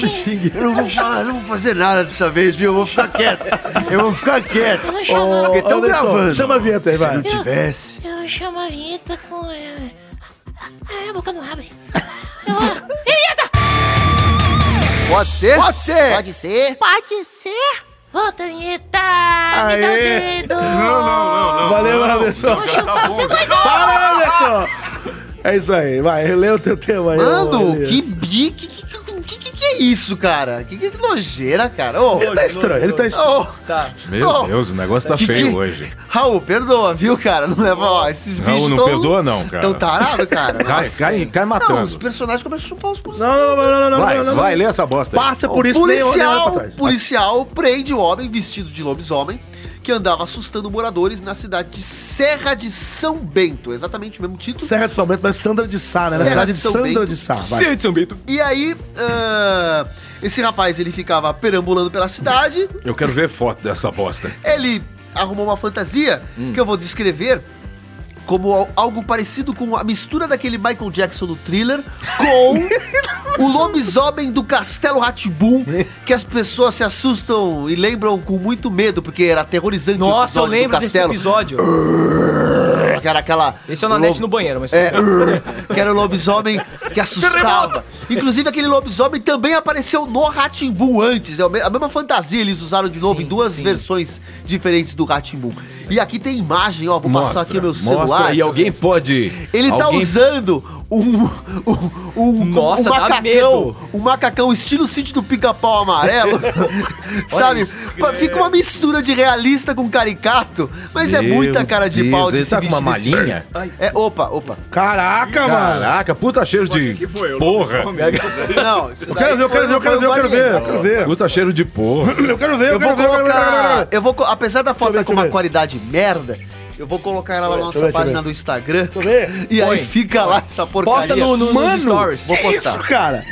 Eu não vou falar, eu não vou fazer nada dessa vez, viu? Eu vou ficar quieto. Eu vou ficar quieto.
Eu vou chamar.
Porque tão
Anderson,
gravando.
chama a vinheta aí,
Se
vai.
não tivesse.
Eu vou chamar a Rita com. eh, Ai, a boca não abre. Eu vou. Rita!
Pode ser? Pode ser. Pode ser.
Pode ser? Volta, Rita! Me dá o
Aê.
dedo! Tá
Não, não, não, não.
Valeu,
não,
Anderson.
Vou chupar você coisa!
Para, Anderson! É isso aí, vai, relê o teu tema aí. ô,
Mano,
Elias.
que bique. Que, que, que, que- que é isso, cara? Que, que nojeira, cara. Ô,
Ele tá estranho, ele tá estranho.
ô,
Tá.
Meu
Oh.
Deus, o negócio tá
Que-
feio
que-
hoje.
Raul, perdoa, viu, cara? Não leva, ó, esses bichos
Raul, não
tão-
perdoa não, cara.
Tão tarado, cara.
Cai,
Nossa.
cai, cai
Não, os
matando.
personagens começam a chupar os policiais.
Não, não, não, não, não,
Vai,
não, não.
vai, lê essa bosta aí.
Passa por isso, nem nem olha pra
policial,
trás.
policial prende o homem vestido de lobisomem que andava assustando moradores na cidade de Serra de São Bento, exatamente o mesmo título.
Serra de São Bento, mas Sandra de Sá, né? Na
Serra
cidade
de
de
São
Sandra
Bento.
de Sá, vai.
Sente, São Bento.
E aí, ah, esse rapaz ele ficava perambulando pela cidade,
Eu quero ver foto dessa bosta.
ele arrumou uma fantasia
Hum.
que eu vou descrever como al- algo parecido com a mistura daquele Michael Jackson do thriller com O lobisomem do Castelo Ratibum, que as pessoas se assustam e lembram com muito medo, porque era aterrorizante
Nossa, eu
episódio do
lembro desse
castelo.
episódio.
Que era aquela.
Esse é o Nanete
lobo-
no banheiro, mas.
É, que era o lobisomem que assustava. Inclusive, aquele lobisomem também apareceu no Ratimbu antes. É o me- a mesma fantasia eles usaram de novo em duas versões diferentes do Ratimbu. E aqui tem imagem, ó. Vou passar aqui o meu
mostra,
celular.
E alguém pode.
Ele tá
alguém-
usando um, um, um,
Nossa,
um
dá
macacão,
medo.
um macacão estilo sítio do pica-pau amarelo, sabe? Pa- Fica uma mistura de realista com caricato, mas é
Meu
muita cara de
Deus,
pau
ele
desse
tá com uma
bicho desse-
malinha?
É, opa, opa.
Caraca,
mano.
Caraca, puta cheiro de porra.
Não, isso
Eu quero ver, eu quero ver, eu quero ver, eu quero ver, um eu quero ver.
Puta cheiro de porra.
Eu quero ver, eu
Eu
quero
vou
ver, eu quero ver, eu quero ver.
colocar, eu vou, co- apesar da foto estar com
eu
uma
ver. Tá
qualidade merda, eu vou colocar ela na
Deixa eu
nossa
ver, deixa eu
página
ver.
do Instagram. E aí
Põe.
fica lá essa porcaria.
Mano,
Vou
que
postar.
isso, cara?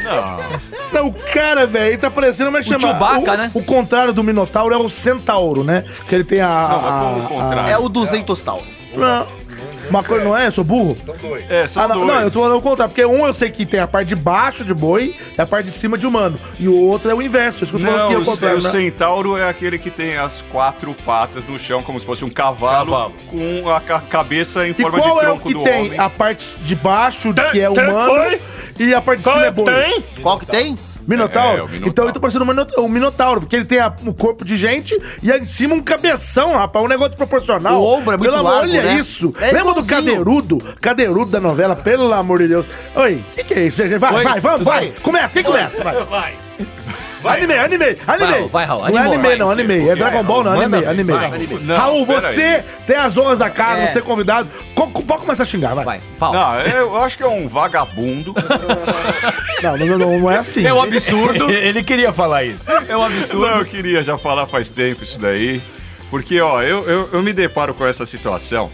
Não, É o cara, velho, ele tá parecendo mais
O
chamar.
Chewbacca,
o,
né?
O contrário do Minotauro é o Centauro, né? Que ele tem a. a- a-
Ah, É o 200 tal.
Não. Uma coisa não é? Eu sou burro? São
dois. É, são
ah, não,
dois.
Não, eu tô falando o contrário, porque um eu sei que tem a parte de baixo de boi e a parte de cima de humano. E o outro é o inverso. Isso que eu tô falando
Não,
aqui é
o,
o contrário.
o
né?
centauro é aquele que tem as quatro patas no chão, como se fosse um cavalo, com a ca- cabeça em
E
forma
qual
de
é o
tronco
que
do
tem
homem.
a parte de baixo de que é
tem
humano
boi?
e a parte de
Qual
cima é
é que
boi?
tem?
Qual que tem?
Minotauro.
É, o Minotauro.
Então ele tá parecendo um minota- um minotauro, porque ele tem a- um corpo de gente e aí em cima um cabeção, rapaz, um negócio proporcional.
O ombro é muito
Pelo amor,
largo,
olha
né?
isso.
É
Lembra do
igualzinho.
cadeirudo? Cadeirudo da novela, pelo amor de Deus. Oi, o que, que é isso? gente? Vai,
Oi,
vai, vamos,
tudo
vai.
bem?
Começa, quem começa? Vai.
Vai.
Anime, anime, anime.
Raul, vai, Raul,
Não é
animou,
anime,
vai.
não, anime. É Dragon Ball, não,
Manda
anime,
ver,
anime.
vai. Não,
Raul,
pera
você
aí.
tem as honras da casa,
É.
você é convidado. Co- co- Pode começar a xingar, vai. Vai,
Não, eu acho que é um vagabundo.
Não, não, não, não é assim.
É um absurdo.
Ele queria falar isso.
É um absurdo. Não, eu queria já falar faz tempo isso daí. Porque, ó, eu, eu, eu me deparo com essa situação.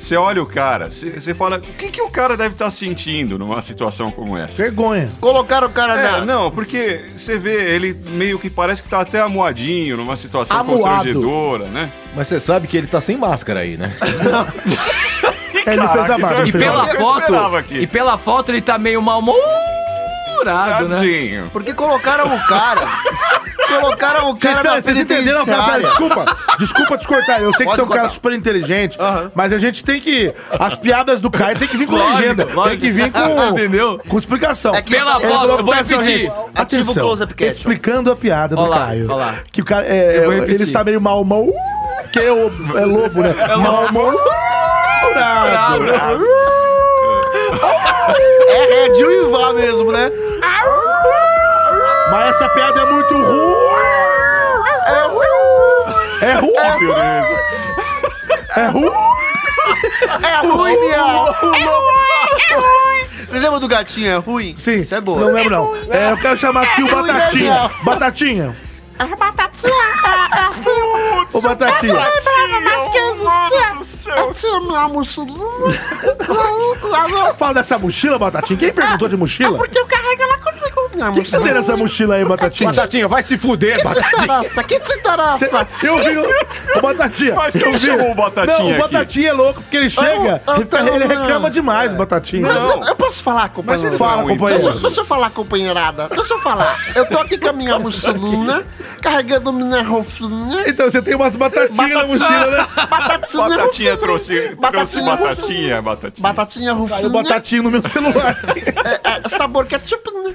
Você olha o cara, você você fala, o que, que o cara deve estar sentindo numa situação como essa?
Vergonha.
Colocaram o cara
É,
na.
não, porque você vê, ele meio que parece que tá até amuadinho numa situação
Amuado.
constrangedora, né?
Mas você sabe que ele tá sem máscara aí, né?
ele fez a barba.
E
fez a
pela
barba.
foto. E pela foto ele tá meio mal-humorado, né?
Tadinho.
Porque colocaram o cara. colocaram
é um
o cara na
Vocês, vocês entenderam? Pera, pera,
penitenciária.
desculpa. Desculpa te cortar. Eu sei que
Pode
você é um cara
cortar.
super inteligente, mas a gente tem que. As piadas do Caio tem que vir com
Lógico,
legenda. Tem
lógico.
que vir com.
Entendeu?
Com explicação.
É que Pela
Ele
voz,
falou
eu É vou
pro Caio,
repetir.
gente,
Ativa
o
Atenção.
close-up caption.
explicando a piada
Ó
do
lá,
Caio.
ó lá.
Que o cara. é,
Eu vou repetir.
ele está meio mal humor. Que é, o, é lobo, né?
É lobo.
mal humor.
É, é de uivar mesmo, né?
Mas essa piada é muito ruim. É ruim. É ruim.
É ruim, minha.
É
Vocês lembram do gatinho? É ruim? Sim. Isso é boa.
Não lembro, não. É, eu quero chamar aqui o
É ruim,
Batatinha.
legal.
Batatinha.
A É batatinha. a- a-
Ô, Batatinha.
Eu não lembrava mais que eu existia. Eu tinha minha mochilinha. e
Por que você fala dessa mochila, Batatinha? Quem perguntou de mochila?
Porque eu carrego ela comigo. Minha
O que, que você tem nessa mochila aí, Batatinha?
Batatinha, vai se fuder,
Que te interessa? Que te interessa?
Cê- eu vi o, o Batatinha.
Mas quem
eu vi-
chamou o Batatinha
Não, o
aqui?
Batatinha é louco, porque ele chega,
eu
ele, tá-
tô-
ele reclama demais, Batatinha.
Mas eu, eu posso falar, companheiro?
ele fala, companheiro.
Deixa, eu- deixa eu falar, companheirada. Deixa eu falar. Eu tô aqui com a minha mochilinha, carregando minha roupinha.
Então você tem umas batatinhas na mochila, né?
Batatinha,
Batatinha
roupinha.
trouxe, trouxe
Batatinha,
batatinha, batatinha.
Batatinha rufinha.
Caiu batatinha no meu celular.
É, é, sabor ketchupinha.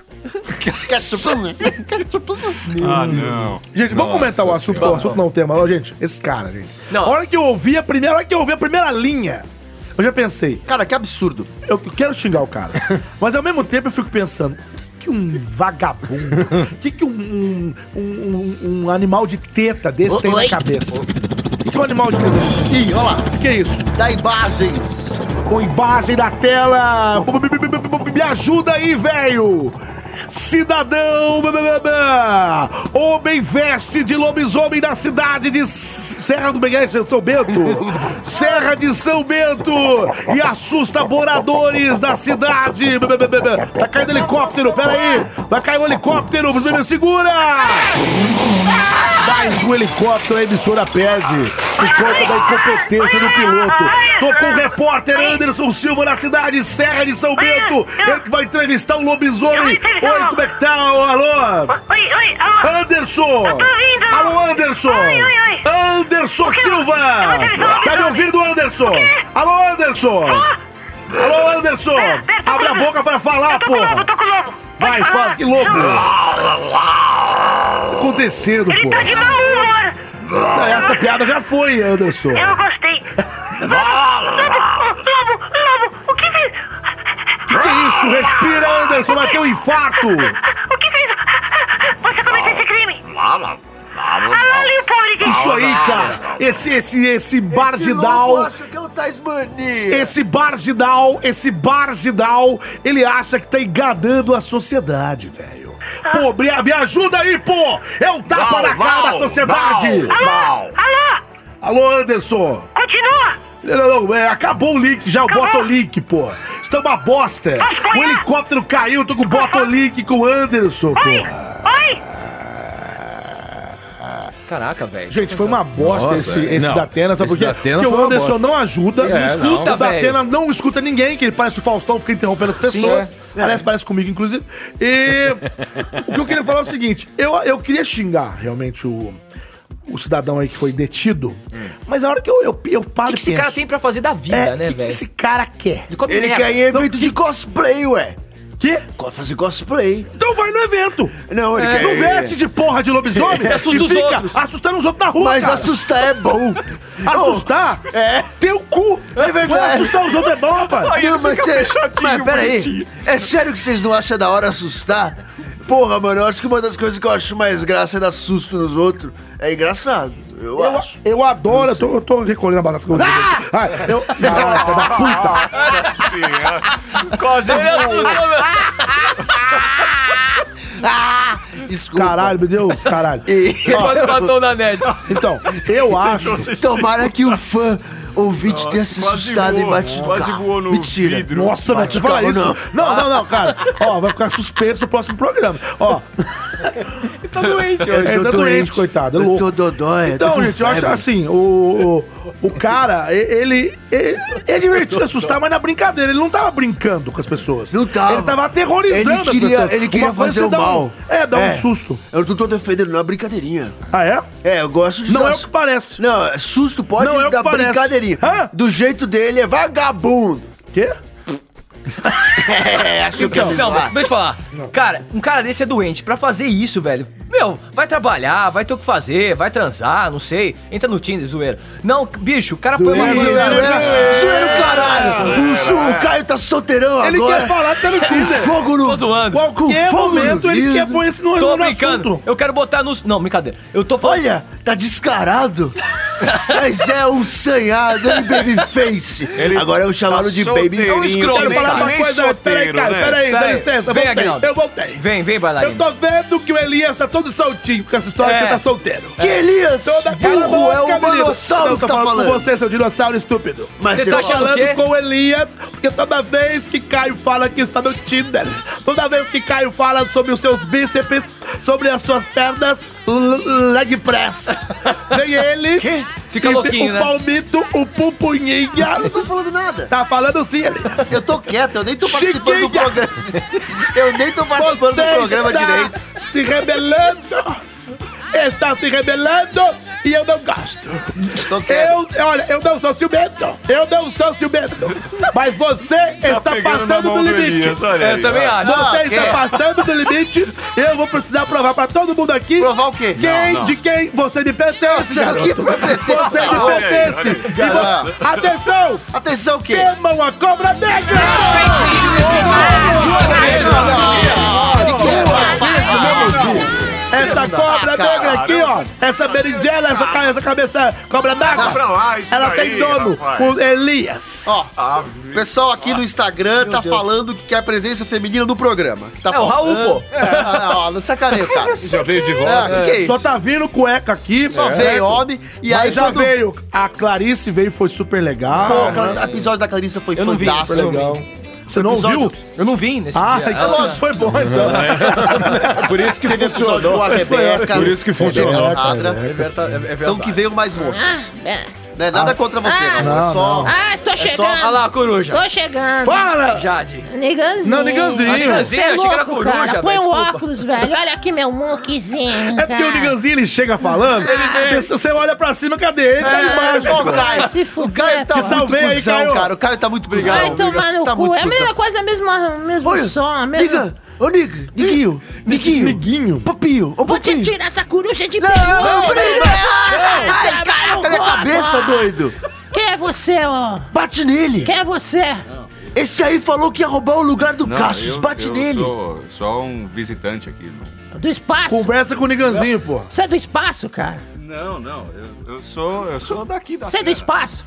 Ketchupinha. Ketchupinha.
Ah, não.
Gente, vamos comentar o assunto, o assunto não, o tema. Ó, gente, esse cara, gente. A hora que eu ouvi a primeira, a hora que eu ouvi a primeira linha, eu já pensei.
Cara, que absurdo.
Eu quero xingar o cara. mas ao mesmo tempo eu fico pensando, o que, que um vagabundo, o que, que um, um, um- um- um animal de teta desse
O-
tem
oi?
na cabeça? O que, que um animal de teta Ih, olha lá. O que, que é isso?
Dá imagens.
Com imagem da tela. Me ajuda aí, velho. Cidadão, homem veste de lobisomem da cidade de S- Serra do Benguete, São Bento. Serra de São Bento e assusta moradores da cidade. Tá caindo helicóptero, peraí. Vai cair um helicóptero, segura. mais um helicóptero, a emissora perde por conta da incompetência do piloto. Tô com o repórter Anderson Silva na cidade, Serra de São Bento. Ele que vai entrevistar o lobisomem. Oi, como é que tá? Alô?
Oi, oi, alô?
Anderson!
Eu tô ouvindo!
Alô, Anderson!
Oi, oi, oi!
Anderson Silva! Tá me ouvindo, Anderson? Alô, Anderson! Alô, Anderson! Abre a boca pra falar, pô! Vai, fala, que louco! O que tá acontecendo, pô?
Tá de mau humor!
Ah, Essa piada é já foi, Anderson.
Eu gostei! Lobo, lobo, lobo! O que fez?
Que que é isso? Respira, Anderson, vai ter um infarto!
O que fez? Você
é
cometeu esse crime! Alô, Leopold!
Isso aí, cara! Esse, esse, esse bar de
Lobo
Down,
acha que é o Tasmania.
esse bar de Down, esse bar de Down, ele acha que tá enganando a sociedade, velho. Pô, me, me ajuda aí, pô! É um tapa
Val,
na cara
Val,
da sociedade! Ah!
Val, Val. Alô,
Alô, Anderson!
continua!
Não, não, não, é, acabou o link já, o Botolink, pô. Isso tá uma bosta. O helicóptero caiu, eu tô com o Botolink com o Anderson, pô.
Oi!
Caraca, velho.
Gente, foi uma bosta
Nossa,
esse, é. esse
não.
da Atena, sabe por
Esse
quê?
da Atena
Porque
foi
o
uma
Anderson
bosta.
não ajuda,
É,
não escuta.
não,
o da
velho.
Atena não escuta ninguém, que ele parece o Faustão, fica interrompendo as pessoas.
é.
Aliás, parece comigo, inclusive. E o que eu queria falar é o seguinte: eu, eu queria xingar realmente o, o cidadão aí que foi detido, mas a hora que eu, eu, eu paro
O que esse cara tem pra fazer da vida,
É,
né,
que que
velho?
esse cara quer?
Ele come
Ele
merda.
quer ir em evento de cosplay, ué.
Quê?
Fazer cosplay.
Então vai no evento! É.
Não, ele quer
Não
ir-
veste de porra de lobisomem
É, assusta
e
os
fica
outros.
assustando os outros na rua,
Mas
cara.
assustar é bom.
Assustar?
É.
Teu cu.
É verdade.
Assustar os outros é bom, rapaz.
Não, mas você... Mas peraí. É sério que vocês não acham da hora assustar? Porra, mano, eu acho que uma das coisas que eu acho mais graça é dar susto nos outros. É engraçado. Eu,
Eu,
acho. Ah!
eu adoro, eu tô, eu tô recolhendo a batata que eu Ai, eu, Nossa, da puta.
Nossa senhora. Quase voou.
Ah, desculpa.
Caralho, me deu. Caralho.
Quase matou na net.
Então, eu acho.
Tomara que o fã ouvinte tenha se
quase
assustado
voou,
e bate no
quase
carro.
voou no
Mentira.
vidro.
Nossa, vai te
Bate
falar
carro,
isso. Não, não, não, cara. Ó, vai ficar suspenso no próximo programa. Ó,
Tá doente hoje.
ele tá doente, coitado. É
eu
louco.
tô dodói. eu tô
Então,
com
gente, eu acho
febre.
assim, o, o, o cara, e- ele, ele. É divertido assustar, mas na brincadeira. Ele não tava brincando com as pessoas.
Não tava.
Ele tava aterrorizando
Ele
as
queria,
pessoas.
ele queria
Uma coisa
fazer
você
o
dá um-
mal.
é, dá um susto.
Eu não tô defendendo, não é brincadeirinha.
Ah, é?
É, eu gosto de
Não
dar-
é o que parece.
Não, é susto pode
Não é o que
dar
parece.
brincadeirinha.
Hã?
Do jeito dele é vagabundo.
Quê?
é, acho que é
Não, não, mas deixa eu falar. Cara, um cara desse é doente. Pra fazer isso, velho, meu, vai trabalhar, vai ter o que fazer, vai transar, não sei. Entra no Tinder, zoeiro. Não, bicho, o cara põe uma né?
Zoeira,
coisa.
zoeira, zoeira, caralho! O, su- o Caio tá solteirão
Ele
agora.
quer falar até no
Com
Tinder.
fogo no...
Tô zoando.
Qualquer
fogo no
momento ele
vidro.
quer pôr esse no,
Tô
no
brincando.
assunto.
Eu quero botar nos. Não, brincadeira. Eu tô falando.
Olha, tá descarado. Mas é um sanhado, ele babyface.
Ele
é
Agora
um
eu chamaram de baby...
solteirinho,
É um escroto,
tá
Quero falar
que
uma
nem
coisa. Peraí,
solteiro,
cara,
né?
peraí, dá
Peraí.
licença, eu
Vem,
voltei.
Aguinaldo.
Eu voltei.
Vem, vem, bailarina.
Eu tô vendo que o Elias tá todo soltinho com essa história
É.
que você tá solteiro.
Que Elias,
Toda aquela
burro,
um
é o
boca, menino.
manossauro
Eu
que
tô
tá falando.
com você, seu dinossauro estúpido.
Mas
Você
você
tá
Tô
achando-
fala-
o quê?
falando com o Elias, porque toda vez que Caio fala que está no Tinder, toda vez que Caio fala sobre os seus bíceps, sobre as suas pernas, l- leg press. Vem ele.
Fica
e
louquinho,
o
né?
palmito, o pupunhinha.
Eu não tô falando nada.
Tá falando sim, Elias.
Eu tô quieto, eu nem tô participando do
Chiquinha.
programa. Eu nem tô participando
Você
do programa
está
direito.
se rebelando. Está se rebelando e eu não gosto.
Tô quieto.
Eu, olha, eu não sou ciumento. Eu não sou ciumento. Mas você está
Tá pegando na
passando do
mão do
limite.
Elias, olha
Eu
aí,
também
ó.
acho.
Você
Ah,
está
quer?
passando do limite. Eu vou precisar provar pra todo mundo aqui.
Provar o quê?
Quem,
Não, não.
de quem você me pertence,
Nossa,
garoto.
que profeta.
Você me
Olha
aí,
pertence.
olha aí.
E vo- Atenção!
Atenção o quê?
Temam a cobra negra! Essa
Ah,
cobra negra aqui, ó. Essa berinjela, essa, ca- essa cabeça cobra
Pra
d'água.
lá, isso
Ela
daí,
tem dono,
rapaz.
o Elias.
Ó, o pessoal aqui no Instagram tá falando que quer presença feminina no programa. Que tá
É, o Raul,
faltando.
pô.
É, ah, ó, não sacaneia o cara.
Já veio de volta.
É, que que é
Só
isso?
tá vindo cueca aqui,
Só
é.
veio homem e aí
Mas já
quando-
veio. A Clarice veio, foi super legal.
Pô, o episódio da Clarissa foi
tá- Ah, Eu não vi,
fantástico.
super legal.
Você não ouviu?
Eu não vim nesse
Ah,
dia.
então isso foi bom, então.
é. Por isso que
Teve episódio
funcionou.
com a Rebeca.
Por isso que funcionou.
Teve a Adra.
É verdade, é verdade.
Então que venham mais moças. Não é nada contra você,
Ah,
não. É só...
Ah, tô
é só-
chegando.
Olha lá,
coruja.
Tô chegando.
Fala! Ah, Jade.
Niganzinho.
Não, Niganzinho. Ah, Niganzinho,
Você é
achei que era
louco,
coruja,
cara.
velho,
Põe o
desculpa.
óculos, velho. Olha aqui meu muquezinho.
É porque o Niganzinho ele chega falando, você você olha pra cima, cadê ele? Tá ali embaixo.
Ô,
pô.
Caio, É, o Caio tá
Te
muito
salvei aí,
cuzão,
Caio.
cara. O Caio tá muito obrigado.
Vai tomar no
tá
cu.
muito
É a
cuzão.
mesma coisa, mesma, mesmo som. Mesmo...
Niga, ô Niga, Niguinho, Niguinho, Niguinho, Papinho, ô
Vou te
Papinho.
tirar essa coruja é de
Não,
peluche,
não,
velho.
briga.
Ah,
Não.
vai tomar no
Tá na
cu,
cabeça,
rapaz.
doido.
Quem é você, ó?
Bate nele.
Quem é você?
Esse aí falou que ia roubar o lugar do
Não,
Cassius,
eu-
bate
eu
nele.
sou só um visitante aqui. Não,
Do espaço?
Conversa com o Niganzinho, pô.
Você é do espaço, cara?
não, não eu, eu sou eu sou daqui da
Você é do
terra.
espaço?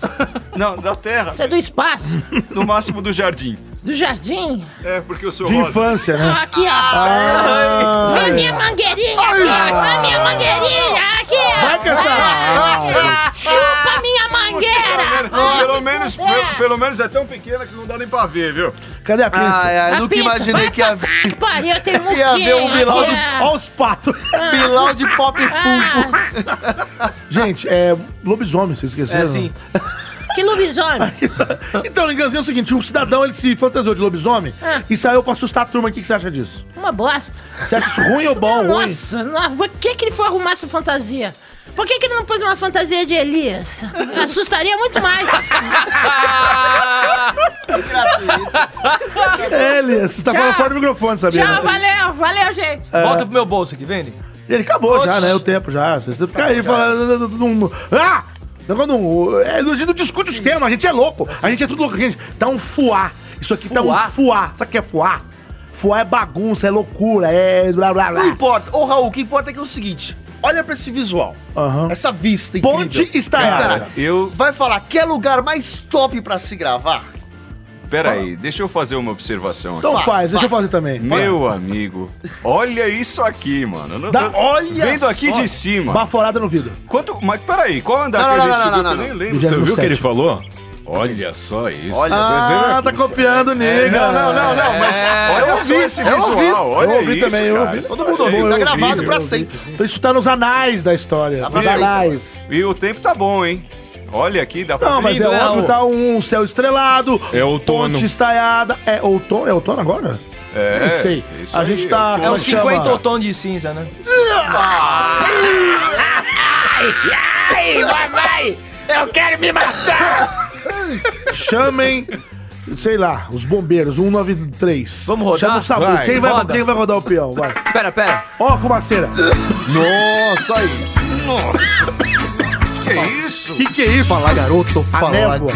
Não, da terra.
Você é do espaço?
No máximo do jardim.
Do jardim?
É, porque eu sou
De
rosa.
infância, né?
Aqui, ó.
Ah.
Vem minha mangueirinha aqui, ó. Vem minha mangueirinha aqui, ó.
Vai com essa-
Ah, Chupa minha mangueira.
Pelo menos, pelo, pelo menos é tão pequena que não dá nem pra ver, viu?
Cadê a pinça?
Ai, ai, nunca
pinça.
imaginei que ia,
Que pariu, eu tenho um
ia haver um Bilal, dos,
É.
Olha os patos.
Ah.
Bilal de Pop Funko.
Gente, é lobisomem, vocês esqueceram.
É, sim.
Que lobisomem.
Então, Niganzinho, é o seguinte, um cidadão, ele se fantasiou de lobisomem
Ah.
e saiu pra assustar a turma. O que que você acha disso?
Uma bosta.
Você acha isso ruim ou bom? Ruim?
Nossa, não, por que, que ele foi arrumar essa fantasia? Por que, que ele não pôs uma fantasia de Elias? Assustaria muito mais.
Ele, você tá falando fora do microfone, sabia?
Tchau,
né?
valeu, valeu, gente.
Volta pro meu bolso aqui, vende.
É. Ele acabou já, né? O tempo já. Você fica aí falando. Não, ah! Não, não, é, a gente não discute os temas, a gente é louco. A gente é tudo louco. Gente, tá um fuá. Isso aqui tá
Fuá?
um fuá. Sabe o que é fuá? Fuá é bagunça, é loucura, é blá blá blá.
Não importa. Ô, Raul, o que importa é que é o seguinte. Olha pra esse visual. Essa vista incrível.
Ponte estaiada.
Cara,
Eu.
Vai falar, quer lugar mais top pra se gravar?
Peraí, deixa eu fazer uma observação aqui.
Então
faz,
faz, deixa eu
faz.
fazer também.
Meu amigo, olha isso aqui, mano. Não-
Dá-
olha
Vendo aqui
só.
de cima.
Baforada no vidro.
Quanto, mas peraí, qual andar
Não,
que
não,
a gente
não,
subiu? que
não, não,
eu nem
não.
lembro.
Você viu o que ele
27.
falou? Olha só isso. É,
Olha
Ah, tá copiando, nega.
Não, não, não, não, mas olha
eu
só
ouvi,
esse
eu
visual,
ouvi.
olha
eu ouvi
isso,
também, eu
cara.
ouvi.
Todo mundo ouviu,
Eu
tá
ouvi,
gravado
eu
pra
ouvi.
sempre.
Então Isso tá nos anais da
Tá
história.
pra
Nos
sempre.
anais.
E o tempo tá bom, hein? Olha aqui, dá pra
Não, mas é
né,
óbvio,
o-
tá um céu estrelado.
É outono.
Ponte estaiada. É outono? É outono agora?
É,
Nem sei.
isso
A
aí,
gente tá.
É
como
uns
que chama?
50 tons de cinza, né?
Ai, mamãe! Eu quero me matar!
Chamem. Sei lá, os bombeiros, 193.
Vamos rodar?
Chama o SAMU.
Vai,
quem, vai,
roda.
quem vai rodar o peão? Vai.
Pera, pera.
Ó, a fumaceira.
Nossa, aí.
Que isso?
Que que é isso?
Fala, garoto. Fala,
névoa.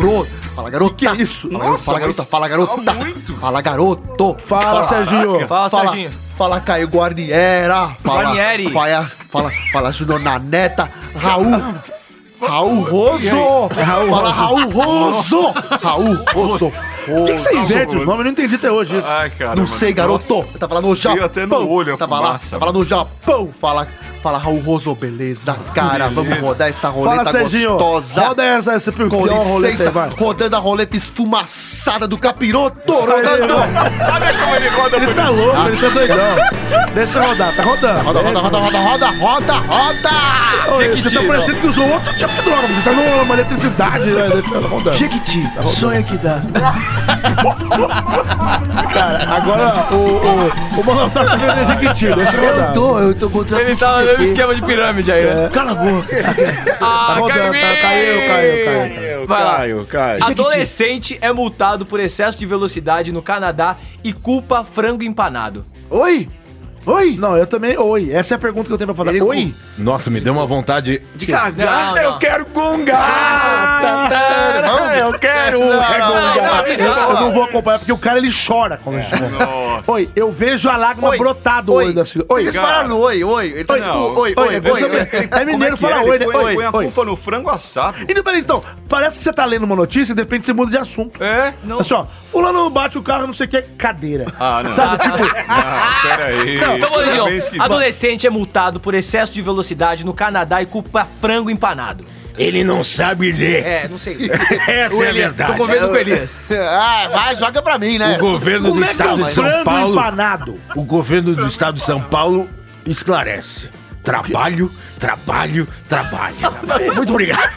garoto. Fala, garoto.
Que isso? Tá.
Fala, garoto, fala, garota, fala, garota. Fala, garoto.
Fala, Serginho.
Fala,
Fala,
Serginho.
fala Caio Guarniera. Fala,
Guarnieri.
Fala, fala, fala Júnior Naneta. Raul. Raul Rosso. Fala Raul Rosso. Raul Rosso.
O que, que você inventa
Nossa,
os nomes? Eu não entendi até hoje isso.
Ai, cara.
Não
mano,
sei,
nossa.
garoto. Eu tava lá no Japão.
até no olho a
tava lá,
fumaça,
tava lá no Japão. Fala, fala Raul Rosso. Beleza, cara. Vamos rodar essa roleta
Fala, Serginho.
gostosa.
Roda essa, essa pior
Com licença,
roleta. Vai.
rodando a roleta esfumaçada do capiroto, rodando.
Olha como ele roda
Ele
bonito.
tá louco, ele tá doidão. Deixa eu rodar, tá rodando.
Ah. Roda, roda, roda, roda, roda, roda, roda!
Ô,
Jequiti,
você tá parecendo que usou outro tipo de droga, você tá numa eletricidade, né? Deixa eu Tá rodar.
Jequiti, sonha que dá.
Cara, agora o, o, o Manossauro tá vendo Jequiti, deixa eu
Eu
rodar.
tô, eu tô contra
Ele
esse
tá no
PT.
esquema de pirâmide aí,
É.
né?
Cala a boca.
Tá
Ah,
rodando, tá, caiu, caiu, caiu. caiu.
Vai lá.
Caio, Caio.
Adolescente é multado por excesso de velocidade no Canadá e culpa frango empanado.
Oi? Oi?
Não, eu também. Oi, essa é a pergunta que eu tenho pra fazer.
Ele
Oi?
Nossa, me deu uma vontade.
De cagar?
Não, não.
quero gungar! Eu quero
Não, não,
regungar!
não,
Eu, eu
não.
não vou acompanhar porque o cara ele chora quando ele chora.
Nossa.
Oi, eu vejo a lágrima
Oi,
brotar do olho da senhora. Oi,
Vocês pararam no oi, oi. Ele tá
Oi,
tipo,
não.
oi,
Oi,
oi,
eu
oi,
sou
oi.
bem- É
Como é
mineiro
que
fala
é?
oi,
Ele
né?
põe,
Oi,
põe a
oi.
culpa no frango assado.
Então, peraí, então, parece que você tá lendo uma notícia e de repente você muda de assunto.
É?
Não. Assim, ó, fulano bate o carro, não sei o que, cadeira.
Ah, não.
Sabe, tipo,
Ah, peraí.
Não, então,
isso
olha,
é
ó,
bem esquisito.
adolescente é multado por excesso de velocidade no Canadá e culpa frango empanado.
Ele não sabe ler.
É, não sei.
Essa
O
é a
Elias,
verdade.
Tô com medo do Elias.
ah, vai, joga pra mim, né?
O governo
Como
do
é que
estado
é o
de São
frango
Paulo.
empanado?
O governo do estado de São Paulo esclarece. Trabalho, trabalho, trabalho. Muito obrigado.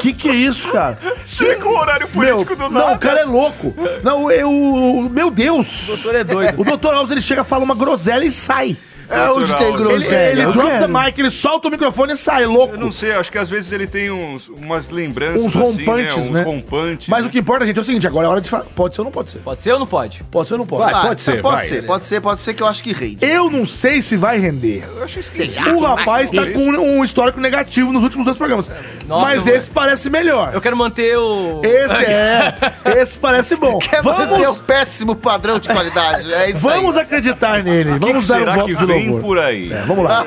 Que que é isso, cara?
Chega o horário
político
meu,
do nada.
Não, o cara é louco. Não, eu, o- meu Deus. O doutor
é doido.
O doutor Alves, ele chega, fala uma groselha e sai.
É onde Doutor tem Alves. groselha,
Ele, ele
eu
drop
quero.
the mic, ele solta o microfone e sai, louco.
Eu não sei, acho que às vezes ele tem uns, umas lembranças.
Uns rompantes,
assim,
né?
Uns rompantes.
Mas o que importa, gente, é o seguinte, agora é hora de falar. Pode ser ou não pode ser?
Pode ser ou não pode?
Pode ser ou não pode?
Vai, pode
né?
ser, pode ser, pode ser que eu acho que rende.
Eu não sei se vai render.
esquisito.
O rapaz tá com um histórico negativo nos últimos dois programas.
Nossa,
Mas
mano.
esse parece melhor.
Eu quero manter o.
Esse é. Esse parece bom.
Quer manter o péssimo padrão de qualidade. É isso aí.
Vamos acreditar nele.
que
Vamos dar
será
um voto
que
de
vem
louvor.
por aí?
É, vamos lá.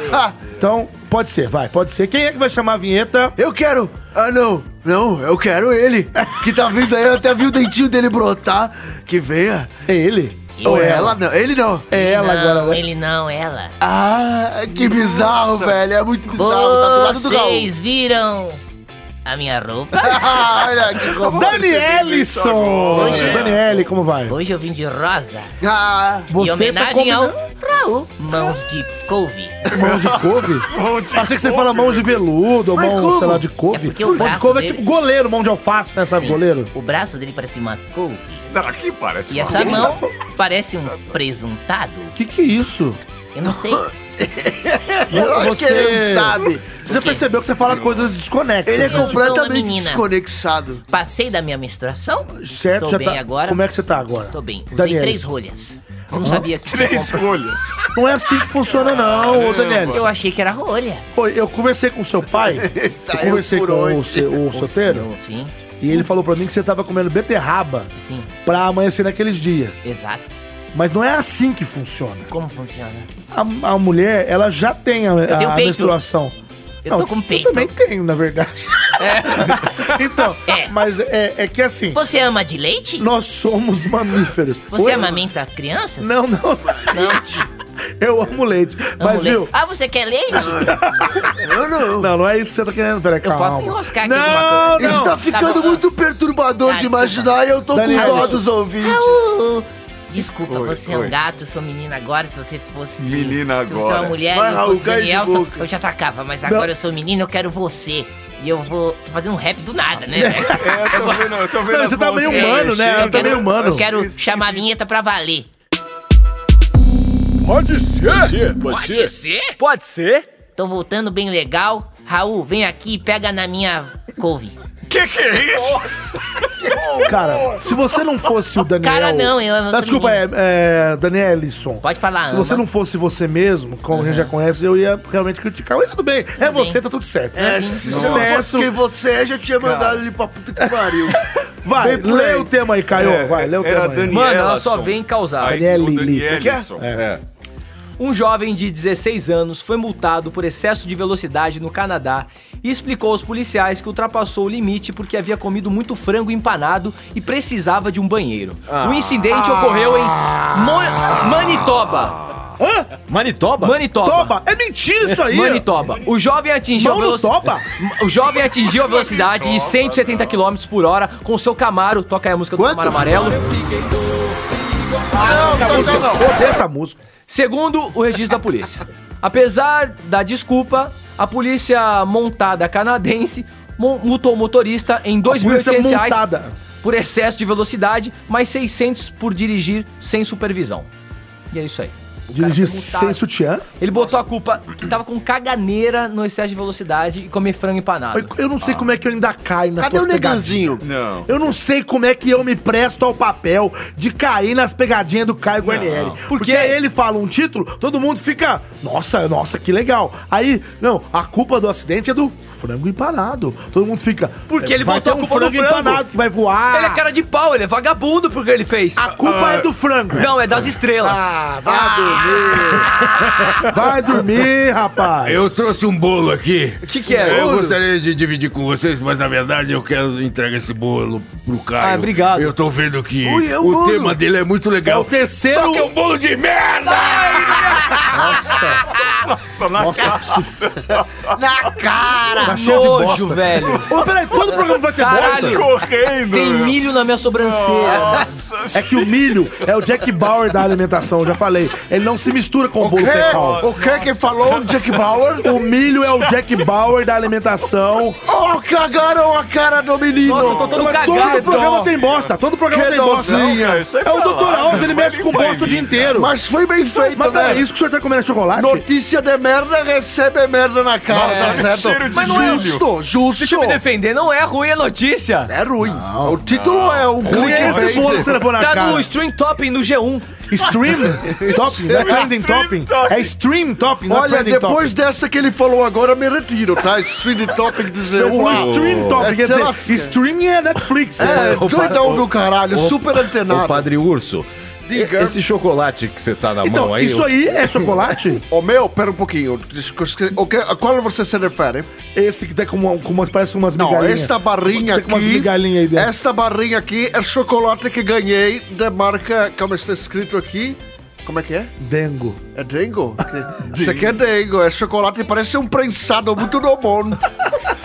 então, pode ser, vai, pode ser. Quem é que vai chamar a vinheta?
Eu quero. Ah, não. Não, eu quero ele. Que tá vindo aí, eu até vi o dentinho dele brotar. Que venha.
É ele?
Ou ela? não. Ele não.
É
ela agora. né?
Não, ele não, ela.
Ah, que bizarro,
Nossa.
velho. É muito bizarro. Tá do lado do Raul.
Vocês viram a minha roupa?
Olha
que
Danielison!
Hoje,
Daniele, como vai?
hoje eu vim de rosa.
Ah,
em
você tá
homenagem ao
combinando...
Raul. Mãos de couve.
Mão de couve? Achei que você fala mão de veludo ou
Mas
mão,
como?
sei lá, de
É
couve.
porque o
mão de
braço
couve é
dele-
tipo goleiro, mão de alface, né? Sabe,
Sim.
goleiro?
O braço dele parece uma couve.
Não, aqui parece
E
uma
essa
coisa.
mão parece um presuntado.
Que que é isso?
Eu não sei.
Eu acho que ele não sabe.
Você já percebeu que você fala coisas desconexas.
Ele é
Eu sou uma
completamente
menina.
desconexado.
Passei da minha menstruação.
Certo,
Estou
já
bem
tá.
agora.
Como é que você tá agora?
Tô bem. Usei
Daniele.
três rolhas. Eu não
Hã?
sabia que
Três
rolhas.
Não é assim que funciona, não, ô Daniel.
Eu achei que era rolha.
Pô, eu conversei com seu pai, eu conversei com o, seu, o solteiro,
Sim.
e ele falou pra mim que você tava comendo beterraba
Sim.
pra amanhecer naqueles dias.
Exato.
Mas não é assim que funciona.
Como funciona?
A, a mulher, ela já tem a,
Eu tenho
a
peito.
menstruação.
Eu tô com peito.
Eu também tenho, na verdade.
É.
então, mas é, é que assim...
Você ama de leite?
Nós somos mamíferos.
Você
Oi?
amamenta crianças?
Não, não. Eu amo leite. mas,
Vamos ler.
viu...
Ah, você quer leite?
Eu não. Não, não é isso que você tá querendo. Peraí,
Eu
calma.
posso enroscar aqui
não,
Ah, alguma coisa.
Não, Tá
Isso tá ficando muito perturbador
Ah,
de
desculpa.
imaginar e eu tô
Daniel,
com dó
isso- É
dos ouvintes.
Raul, Desculpa, você é
oi.
um gato, eu sou menina agora. Se você fosse.
Menina
Se você é
agora.
uma mulher,
Vai,
e eu
Raul,
fosse
cai de
Daniel,
boca.
eu já atacava, mas
Não.
agora eu sou menina, eu quero você. E eu vou tô fazendo um rap do nada, né?
É, eu tô vendo, eu tô vendo
Não,
as
você tá
mãos
meio
dele
humano, né?
mexendo.
Eu tô meio humano.
Eu quero chamar a vinheta pra valer.
Pode ser.
Pode ser?
Pode ser?
Tô voltando bem legal. Raul, vem aqui e pega na minha couve.
Que que é isso?
Cara, se você não fosse o Daniel...
Cara, não, eu- eu sou
Desculpa, é,
menino.
é, Danielison.
Pode falar, Uhum.
Se você
ama.
não fosse você mesmo, como a gente já conhece, eu ia realmente criticar. Mas tudo bem, é você, tá tudo certo.
É,
né?
se eu não fosse quem você é, já tinha mandado ele pra puta que pariu.
Vai,
Vem por
lê
aí.
o tema aí, Caio.
É,
vai, lê o
era
tema aí.
Daniel.
Mano, ela só
Danielson.
vem causar.
Aí,
Daniele.
o Danielson.
Como
É.
Um jovem de 16 anos foi multado por excesso de velocidade no Canadá e explicou aos policiais que ultrapassou o limite porque havia comido muito frango empanado e precisava de um banheiro. o
Ah.
incidente ocorreu em Mo- Manitoba.
Manitoba?
Manitoba.
Toba, é mentira isso aí.
Manitoba. O jovem atingiu
Mão no toba?
O jovem atingiu a velocidade de 170 km por hora com seu Camaro. Toca aí a música do Camaro Amarelo.
Essa música,
não.
Odeio essa música.
Segundo o registro da polícia. Apesar da desculpa, a polícia montada canadense mon- multou o motorista em
polícia
2.800 reais
montada.
por excesso de velocidade, mais 600 por dirigir sem supervisão. E é isso aí.
Dirigir
foi multado.
sem sutiã?
Ele botou a culpa que tava com caganeira no excesso de velocidade e comer frango empanado.
Eu não sei como é que eu ainda caio na
Cadê o
pegadinhas.
neganzinho?
Não.
Eu não sei como é que eu me presto ao papel de cair nas pegadinhas do Caio Guarnieri. Porque aí ele fala um título, todo mundo fica, nossa, nossa, que legal. Aí, não, a culpa do acidente é do frango empanado. Todo mundo fica,
Porque
"É,
ele
vai
botou a
ter
culpa no frango."
empanado que vai voar.
Ele é cara de pau, ele é vagabundo porque ele fez.
A culpa é do frango.
Não, é das estrelas.
Ah, vai dormir. vai dormir, rapaz.
Eu trouxe um bolo aqui. O
que que é?
Eu
Bolo?
gostaria de dividir com vocês, mas na verdade eu quero entregar esse bolo pro Caio.
Ah, obrigado.
Eu tô vendo que
Ui, é um
o
bolo.
tema dele é muito legal.
É o terceiro-
Só que é um bolo de merda!
Nossa, na
Nossa,
cara.
Na cara!
Tá cheio de
Nojo,
bosta.
velho.
Ô, peraí, todo programa vai ter bosta?
Caralho, Tem milho na minha sobrancelha.
É que o milho é o Jack Bauer da alimentação, eu já falei. Ele não se mistura com o bolo fecal.
O que que falou o Jack Bauer?
O milho é o Jack Bauer da alimentação.
Oh, cagaram a cara do menino!
Nossa, eu tô todo
Mas
Todo programa tem bosta, todo programa
Que
tem bosta.
dozinha. Não, cara, isso é
É o
pra
Dr.
lá,
House, ele
não
mexe
vai
com
nem
bosta o dia inteiro.
Mas foi bem feito,
Mas
né?
peraí, isso que o senhor tá comendo é chocolate?
Notícia de merda, recebe merda na cara,
Nossa,
tá
que
certo?
cheiro de Mas não é-
justo, justo.
Deixa eu me defender, não é ruim a notícia.
É ruim. o título é
um
o
ruim
clickbait.
esse bolo que você levou na
Tá
cara.
no
Stream Topping no G1.
Stream? topping? Não é trending topping? É stream topping, não é
Olha,
trending
depois
topping.
dessa que ele falou agora, eu me retiro, tá? Stream topic dizer.
O stream topping, quer dizer, streaming é Netflix.
É,
Ô,
doidão
ô,
do caralho,
ô,
super antenado.
Ô, Padre Urso,
Diga.
esse chocolate que você tá na mão
é
aí... eu-
chocolate? Então, Ô meu, pera um pouquinho. Desco- esque- O que, a qual você se refere?
Esse que tem com, uma- com umas, parece umas
Não,
migalhinhas.
esta barrinha
Tem com umas
aqui.
migalhinhas aí dentro.
Esta barrinha aqui é chocolate que ganhei da marca. Como está escrito aqui? Como é que é?
Dengo.
É Dengo? Que- Isso aqui é Dengo, é chocolate, parece um prensado muito do bom.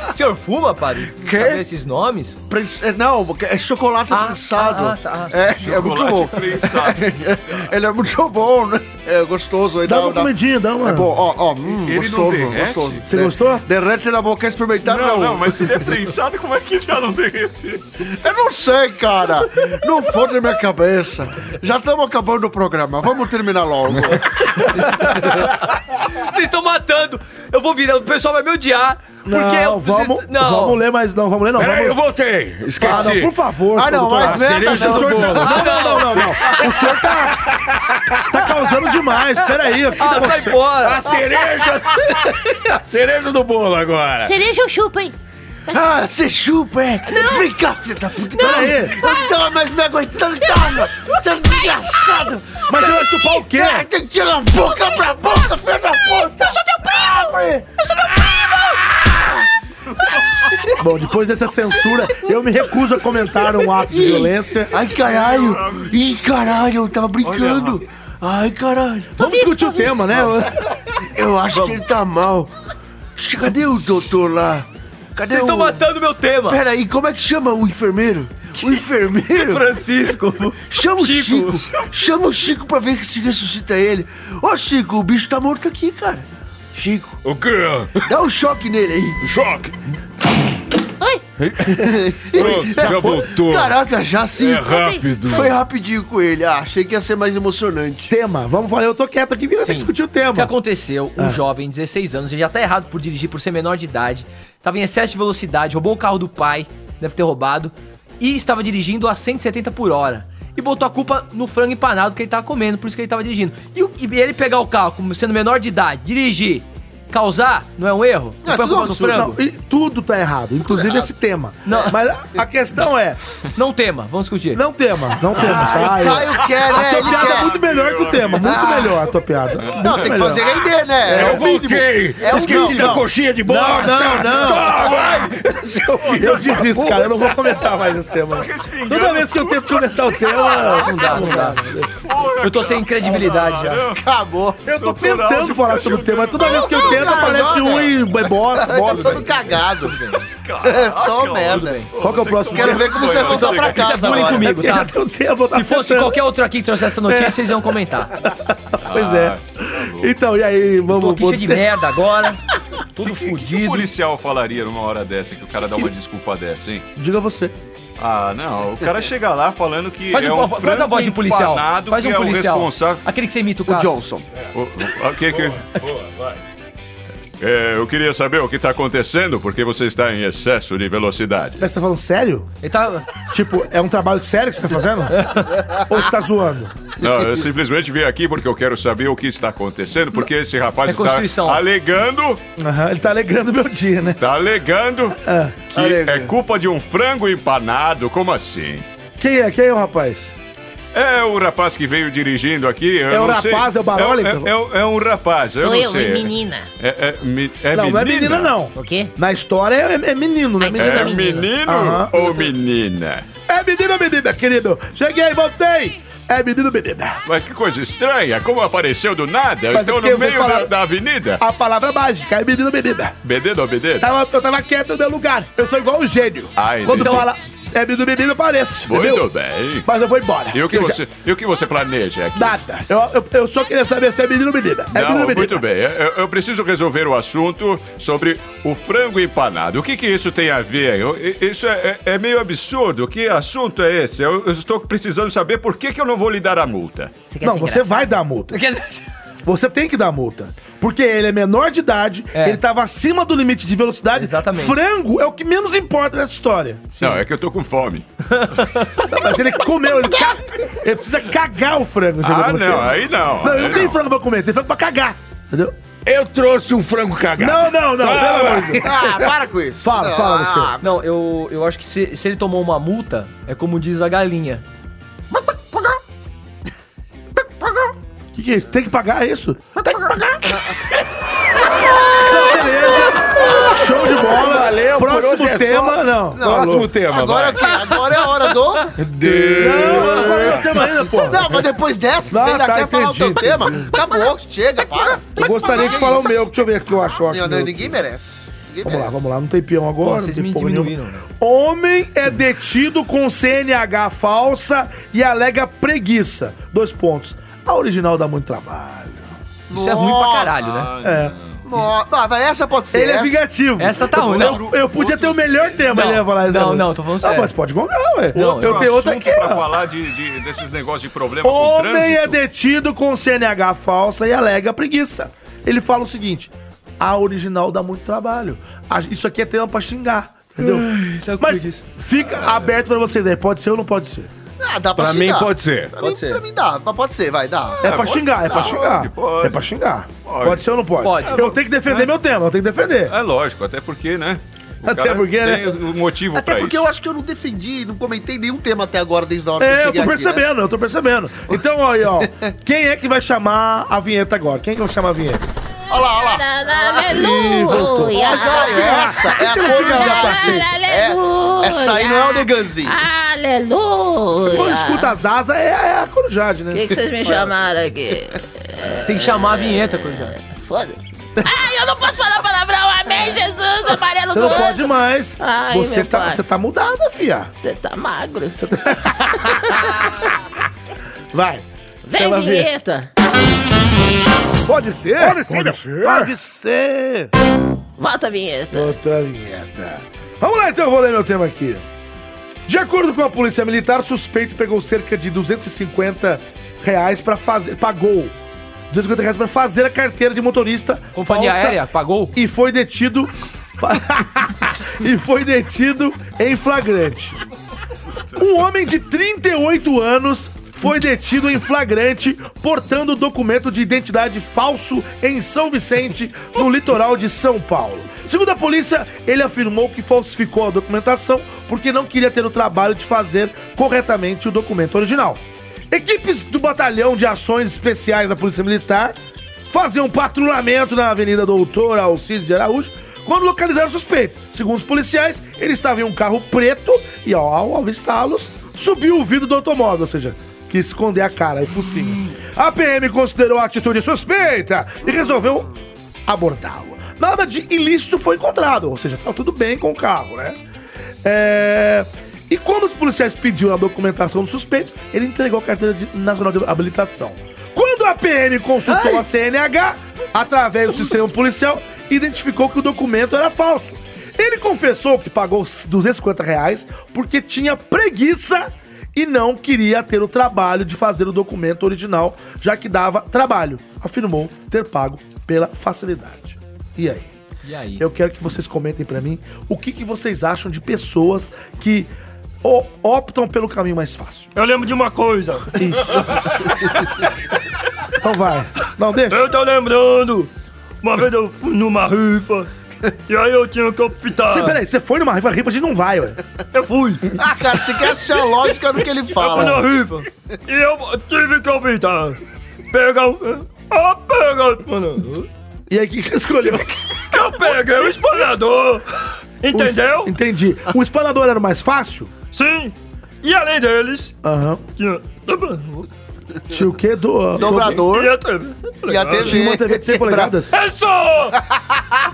O senhor fuma, padre?
Quê?
Sabe esses nomes?
Prens- é, Não, porque é chocolate prensado.
ah, tá.
É, é muito
Chocolate
bom. Ele é muito bom, né? É gostoso. aí
Dá uma comidinha, dá uma.
É bom, ó, ó, hum,
Ele não
gostoso,
derrete?
gostoso.
Você
De-
gostou?
Derrete na boca, quer experimentar?
Não, não, mas se ele é prensado, como é que já não derrete?
Eu não sei, cara. Não fode minha cabeça. Já estamos acabando o programa. Vamos terminar logo.
Vocês estão matando. Eu vou virar, o pessoal vai me odiar.
Não,
porque eu,
vamos,
vocês- não.
vamos ler, mas não, vamos ler não.
Peraí, eu
vamos...
voltei. Esqueci.
Ah, não, por favor.
Ah, não,
doutor.
mas merda,
cereja
não.
do bolo.
Ah,
tá- Não,
não,
não, não, não, não. O senhor tá, tá causando demais. Peraí. o que tá
Ah, sai
acontecendo?
fora.
A cereja... a cereja do bolo agora.
Cereja ou chupa, hein?
Ah, você chupa, é? Vem cá, filha da puta.
Não.
Peraí. Não tava mais me aguentando, tava. Tá desgraçado.
Mas você vai chupar o quê?
Ah, tem que tirar a boca pra boca, filha da puta. Ah, Eu sou teu primo. Eu sou teu
Bom, depois dessa censura, eu me recuso a comentar um ato de violência.
Ai, caralho. Ih, caralho, eu tava brincando. Ai, caralho.
Vamos discutir o tema, né?
Eu acho que ele tá mal. Cadê o doutor lá? Cadê
Vocês estão
o-
matando meu tema.
Peraí, como é que chama o enfermeiro? O enfermeiro?
Francisco.
Chama o Chico. Chama o Chico pra ver se ressuscita ele. Ô, Chico, o bicho tá morto aqui, cara. Chico.
O quê?
Dá um choque nele aí.
Choque.
Oi.
Pronto, já voltou.
É, Caraca, já sim.
É rápido.
Foi rapidinho com ele. Ah, achei que ia ser mais emocionante.
Tema, vamos falar. Eu tô quieto aqui, porque
Sim.
tem que discutir o
O que
tema.
aconteceu?
Ah.
Um jovem, 16 anos, ele já tá errado por dirigir por ser menor de idade, tava em excesso de velocidade, roubou o carro do pai, deve ter roubado, e estava dirigindo a 170 por hora. E botou a culpa no frango empanado que ele tava comendo, por isso que ele tava dirigindo. E, o- e ele pegar o carro como sendo menor de idade, dirigir, causar, não é um erro? Não,
É,
foi a
tudo,
culpa do
absurdo.
frango?
Não, e tudo tá errado, inclusive esse tema.
Não.
Mas a- a questão é.
Não tema, vamos discutir.
Não tema, não tema.
Ah,
sai.
o Caio quer, né?
A tua
Ele
piada
quer.
é muito melhor que o tema, muito
Ah.
melhor a tua piada.
Não, tem que fazer render, né?
É
É
o
o mínimo. É o
Esqueci
mínimo.
da coxinha de bosta.
Não, não,
Toma,
não.
vai. Seu filho
Eu desisto, cara. Eu não vou comentar mais esse
Tá
tema. Toda vez que eu tento comentar o tema, não dá, não dá.
Eu tô sem credibilidade já.
Acabou.
Eu tô tentando falar sobre o tema, mas toda vez que eu
Não,
tento
cara,
aparece
joga.
um e é bosta,
Tá
bosta.
todo cagado. É só merda.
Qual que é o próximo?
Quero ver como você vai voltar pra
Vocês
casa
é bullying
agora.
comigo,
Eu É. já
tá?
tenho um tema, tá
Se fosse
tentando.
qualquer outro aqui que trouxesse essa notícia, vocês iam comentar.
Pois
Ah,
é.
tá
Então, e aí,
Tô
vamos...
aqui cheio de merda agora, tudo
O que, que o
fudido.
policial falaria numa hora dessa que o cara dá uma desculpa dessa, hein?
Diga você.
Ah, não. O cara chega lá falando que
Faz,
é
um,
um
faz
frango
a voz de policial.
empanado
Faz
que
um
é o
policial.
responsável.
Aquele que você imita o
O
cara.
Johnson.
O, o- o que que... É, eu queria saber o que está acontecendo porque você está em excesso de velocidade.
Mas você tá falando sério?
Ele tá...
Tipo, é um trabalho sério que você tá fazendo? Ou você tá zoando?
Não, eu simplesmente vim aqui porque eu quero saber o que está acontecendo porque esse rapaz
É
está
Constituição.
alegando,
Aham, ele tá alegrando meu dia, né?
Tá
está alegando
Ah,
que é culpa de um frango empanado. Como assim?
Quem é? Quem é o rapaz?
É o rapaz que veio dirigindo aqui. eu
É o
não sei.
rapaz, é o Baroli,
É,
pelo-
é, é- é um rapaz, eu
Sou
não
eu,
sei.
é menina.
É, é me- é
não, não é menina, não.
O quê?
Na história é, é menino, não é menina.
É menino
Aham.
ou menina?
É menino, menina, querido. Cheguei, voltei.
É menino bebida. Mas que coisa estranha, como apareceu do nada? Eu
Mas
estou
porque
no
vocês
meio da,
falaram-
da avenida.
A palavra mágica é menino bebida.
Bededo ou bededo?
Tava, eu tava quieto no meu lugar. Eu sou igual um gênio.
Ah, entendi.
Quando
Então-
fala é menino bebida, eu pareço.
Muito
entendeu?
bem.
Mas eu vou embora.
E o que,
Eu já-
você, e o que você planeja aqui?
Nada. Eu, eu, eu só queria saber se é menino ou menina. É menino
Não,
ou menina?
muito bem. Eu, eu preciso resolver o assunto sobre o frango empanado. O que, que isso tem a ver? Eu- i- isso é, é- é meio absurdo. Que assunto é esse? Eu, eu estou precisando saber por que, que eu não vou lhe dar a multa.
Não, você vai dar multa. Você tem que dar multa. Porque ele é menor de idade, ele tava acima do limite de velocidade. Exatamente. Frango é o que menos importa nessa história.
Não, é que eu tô com fome.
Não, mas ele comeu, ele, ca- ele precisa cagar o frango, entendeu?
Ah,
como que
não,
é?
aí não,
Não, eu
aí
não tenho
não.
frango pra comer, tem frango pra cagar. Entendeu?
Eu trouxe um frango cagado.
Não, não, não.
Ah,
pelo amor de Deus.
ah, para
com isso.
Fala, fala,
Ah.
Luciano.
Não, eu, eu acho que se, se ele tomou uma multa, é como diz a galinha.
O que, que é isso? Tem que pagar isso? Tem que pagar. Show de bola.
Valeu, por
Próximo
hoje é
tema,
só.
não.
Não, Próximo tema,
Agora,
vai.
o quê? Agora é a hora do.
Não, não falei meu tema ainda, porra.
Não, mas depois dessa,
Ah,
Não,
você ainda
tá,
quer falar o seu
entendi,
tema? Acabou, chega,
Tá
para.
Eu gostaria de falar o meu, deixa eu ver o que eu acho. eu acho
Não,
o meu.
não, ninguém merece. Ninguém
Vamos lá,
merece.
vamos lá. Não tem peão agora,
Pô, vocês
não
me
tem porra
diminuíram, né?
nenhuma. Homem é detido com CNH falsa e alega preguiça. Dois pontos. A original dá muito trabalho.
Isso é ruim pra caralho, né?
É.
Nossa, ah, mas essa pode ser.
Ele é
essa. tá né?
vingativo.
Eu-
ruim. Eu, eu podia ter o melhor tema,
Não,
ele ia falar isso.
não, não, tô falando sério.
Ah, mas pode gongar, ué.
Outro
eu tenho outra
assunto
aqui,
pra
ó.
falar de, de- desses negócios de problema com
Homem
trânsito.
é detido com CNH falsa e alega preguiça. Ele fala o seguinte: a original dá muito trabalho. A- isso aqui é tema pra xingar, entendeu? Mas fica aberto pra vocês aí. Pode ser ou não pode ser?
Ah, dá pra
Pra mim
xingar.
pode ser.
Pra,
Pode
mim,
ser.
pra mim dá, mas pode ser, vai, dá.
É pra xingar, é pra xingar. É pra xingar.
Pode.
Pode ser ou não pode?
Pode.
Eu tenho que defender meu tema, eu tenho que defender.
Né? É lógico, até porque, né? O
Até
cara
porque, né?
tem um motivo
Até
pra
porque
isso.
eu acho que eu não defendi, não comentei nenhum tema até agora desde a hora que
É, eu
cheguei
tô
aqui, né?
percebendo, eu tô percebendo. Então, ó, aí, ó. Quem é que vai chamar a vinheta agora? Quem é que vai chamar a vinheta?
Olha lá, olha
lá.
Ih, voltou.
Aleluia.
Mas não é essa,
Por que
é
você
a
não
coisa
É fica
da
lá, né?
parceira.
Aleluia.
Essa aí não é o Neganzinho.
Aleluia.
Quando escuta as asas, é, é a corujade, né?
O que que vocês me chamaram aqui?
Tem que chamar a vinheta, Corujade.
Foda-se. Ai, eu não posso falar palavrão. Amém, Jesus, amarelo
Você não
do
pode mais.
Ai,
você,
meu
tá,
pai.
você tá mudada, fia.
Você tá magro.
Vai.
Vem,
Chama a
vinheta.
Pode ser?
Pode ser,
Pode ser. Pode ser.
Volta a vinheta.
Outra vinheta. Vamos lá então, eu vou ler meu tema aqui. De acordo com a polícia militar, o suspeito pegou cerca de 250 reais para fazer. Pagou 250 reais para fazer a carteira de motorista.
Companhia aérea,
pagou? E foi detido. e foi detido em flagrante. Um homem de 38 anos foi detido em flagrante portando documento de identidade falso em São Vicente, no litoral de São Paulo. Segundo a polícia, ele afirmou que falsificou a documentação porque não queria ter o trabalho de fazer corretamente o documento original. Equipes do Batalhão de Ações Especiais da Polícia Militar faziam um patrulhamento na Avenida Doutor Alcides de Araújo quando localizaram o suspeito. Segundo os policiais, ele estava em um carro preto e, ao, ao avistá-los, subiu o vidro do automóvel, ou seja, quis esconder a cara e focinho. A PM considerou a atitude suspeita e resolveu abordá-lo. Nada de ilícito foi encontrado, ou seja, tá tudo bem com o carro, né? É... E quando os policiais pediram a documentação do suspeito, ele entregou a carteira de- nacional de habilitação. Quando a PM consultou a CNH, através do sistema policial, identificou que o documento era falso. Ele confessou que pagou R$ 250 reais porque tinha preguiça e não queria ter o trabalho de fazer o documento original, já que dava trabalho. Afirmou ter pago pela facilidade. E aí?
E aí?
Eu quero que vocês comentem pra mim o que, que vocês acham de pessoas que o- optam pelo caminho mais fácil.
Eu lembro de uma coisa.
Então vai. Não, deixa.
Eu tô lembrando. Uma vez eu fui numa rifa. E aí eu tinha que optar.
Você, peraí, você foi numa rifa, rifa a gente não vai, ué.
Eu fui.
Ah, cara, você quer achar a lógica do que ele fala.
Eu fui na rifa. E eu tive que optar. Pegar o... Ah, pegar o... mano.
E aí, o que você escolheu?
Eu peguei o espalhador.
O es-
Entendeu?
entendi. O espanador era o mais fácil?
Sim. E além deles,
Aham.
tinha.
Tinha o quê? Do...
E a TV.
Tinha uma TV de 100 polegadas.
É só!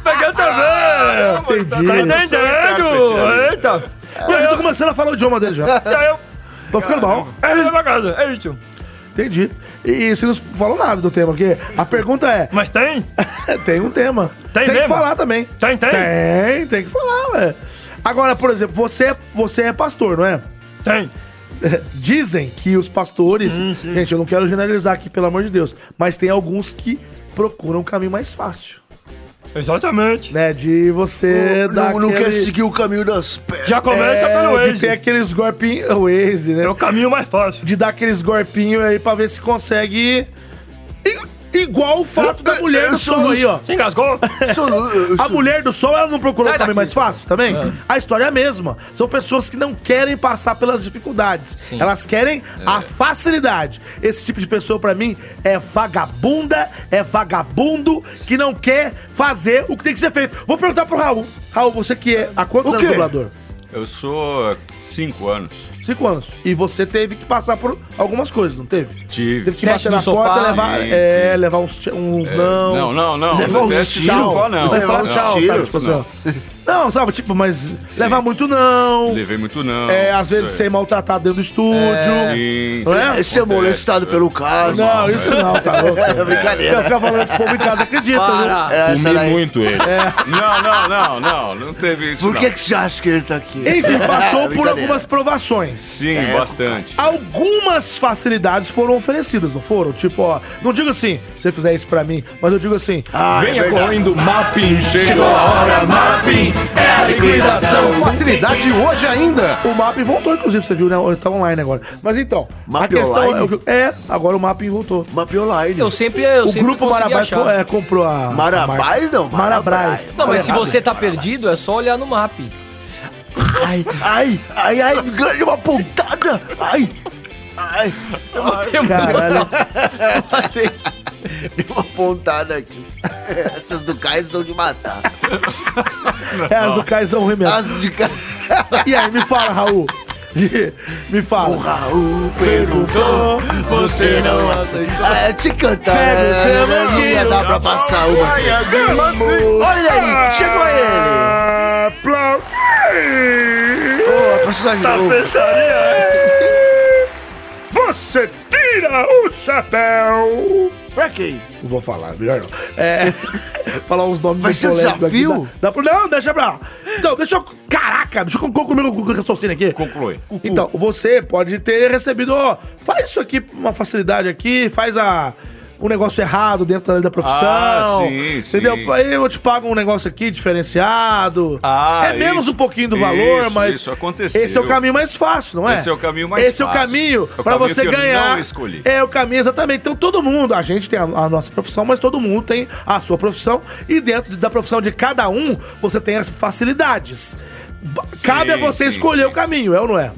Peguei a TV!
Entendi.
Tá entendendo? Eita!
Não, eu tô começando a falar o idioma dele já. Tô ficando bom.
É, é isso.
Entendi. E você não falou nada do tema, porque a pergunta é...
Mas tem?
tem um tema. Tem
Tem
que
mesmo?
falar também.
Tem, tem?
Tem, tem que falar, ué. Agora, por exemplo, você, é- você é pastor, não é?
Tem.
Dizem que os pastores... Gente, eu não quero generalizar aqui, pelo amor de Deus. Mas tem alguns que procuram o caminho mais fácil.
Exatamente.
Né, de você
Não-
dar
não- não quer
seguir
o caminho das pedras.
Já começa pelo
de
Waze.
ter aqueles golpinhos... O Waze, né? É o
caminho mais fácil.
De dar aqueles golpinhos aí pra ver se consegue... I- Igual o fato da mulher do sol aí, ó.
Se engasgou?
A mulher do sol, ela não procurou o caminho mais fácil também?
É.
A história é a mesma. São pessoas que não querem passar pelas dificuldades. Elas querem
É.
a facilidade. Esse tipo de pessoa, pra mim, é vagabunda, é vagabundo que não quer fazer o que tem que ser feito. Vou perguntar pro Raul. Raul, você que é há quantos
O
anos
quê?
dublador?
Eu sou cinco anos.
Cinco anos. E você teve que passar por algumas coisas, não teve?
Tive.
Teve que
Teste
bater na
no sofá.
porta, levar,
Sim,
é, levar uns, uns
É,
não.
não, não, não.
Levar uns
Teste no
tchau.
sofá, não.
Levar um
Não,
tchau,
tiro,
sabe, tipo assim, ó. Não, sabe, tipo, mas levar muito não.
Levei muito não.
é, às vezes ser maltratado dentro do estúdio.
É,
não é?
sim, Ser acontece, molestado é. pelo carro.
carro. Não, isso não, tá louco.
É brincadeira.
Eu ficava falando pro povo em casa, é acredita,
Para.
viu?
Ah, Comi muito ele.
É.
Não, não, não, não. Não teve isso.
Por que
não.
que
Você acha que ele tá aqui?
Enfim, passou por
Brincadeira. É.
algumas provações.
Sim, bastante.
Algumas facilidades foram oferecidas, não foram? Tipo, ó, não digo assim, se você fizer isso pra mim, mas eu digo assim,
Ah, é
Venha correndo, mapping,
Chegou
chegou a hora, mapping, é a liquidação.
Facilidade hoje ainda. O MAP voltou, inclusive, você viu, né? Tá online agora. Mas então, a
MAP
questão
online?
é, é, agora o MAP voltou.
MAP online.
Eu sempre- eu
o
sempre
grupo
consegui
Marabás
achar.
co- é, comprou a.
Marabás,
a marca.
não,
Marabras.
Não,
Falei
mas se
errado.
você tá perdido, é só olhar no mapa.
Ai, ai, ai, ai, me ganha uma pontada. Ai, ai.
Eu matei
Caralho.
matei.
Deu uma pontada aqui. Essas do Caio são de matar.
É, as do Caio são ruim mesmo. As
de Caio.
E aí, me fala, Raul. me fala. O
Raul perguntou,
você não
aceitou. É, te cantar.
Pega o seu
não ia
banquinho.
dar pra passar uma.
Ai,
Olha aí, chegou ele.
Ô, a personagem
da
novo.
Tá pensaria Você tira o chapéu!
Pra quem?
Não vou falar, melhor não. É, falar uns nomes
Vai
bem
ser um
polêmicos aqui,
desafio?
dá- dá pro- não, deixa pra lá. Então, deixa eu... Caraca, deixa eu concluir comigo com o raciocínio aqui.
Conclui.
Então, você pode ter recebido, ó, faz isso aqui com uma facilidade aqui, faz a... Um negócio errado dentro da, da profissão.
Ah, sim, sim.
Entendeu? Aí eu te pago um negócio aqui diferenciado.
Ah,
é menos
isso,
um pouquinho do valor,
isso,
mas.
isso aconteceu.
Esse é o caminho mais fácil, não é?
Esse é o caminho mais
Esse é o
fácil.
caminho
É o
pra
caminho
você
que eu
ganhar.
não escolhi.
É o caminho, exatamente. Então todo mundo, a gente tem a, a nossa profissão, mas todo mundo tem a sua profissão. E dentro de- da profissão de cada um, você tem as facilidades. B- Cabe a você
sim,
escolher o caminho, é ou não é?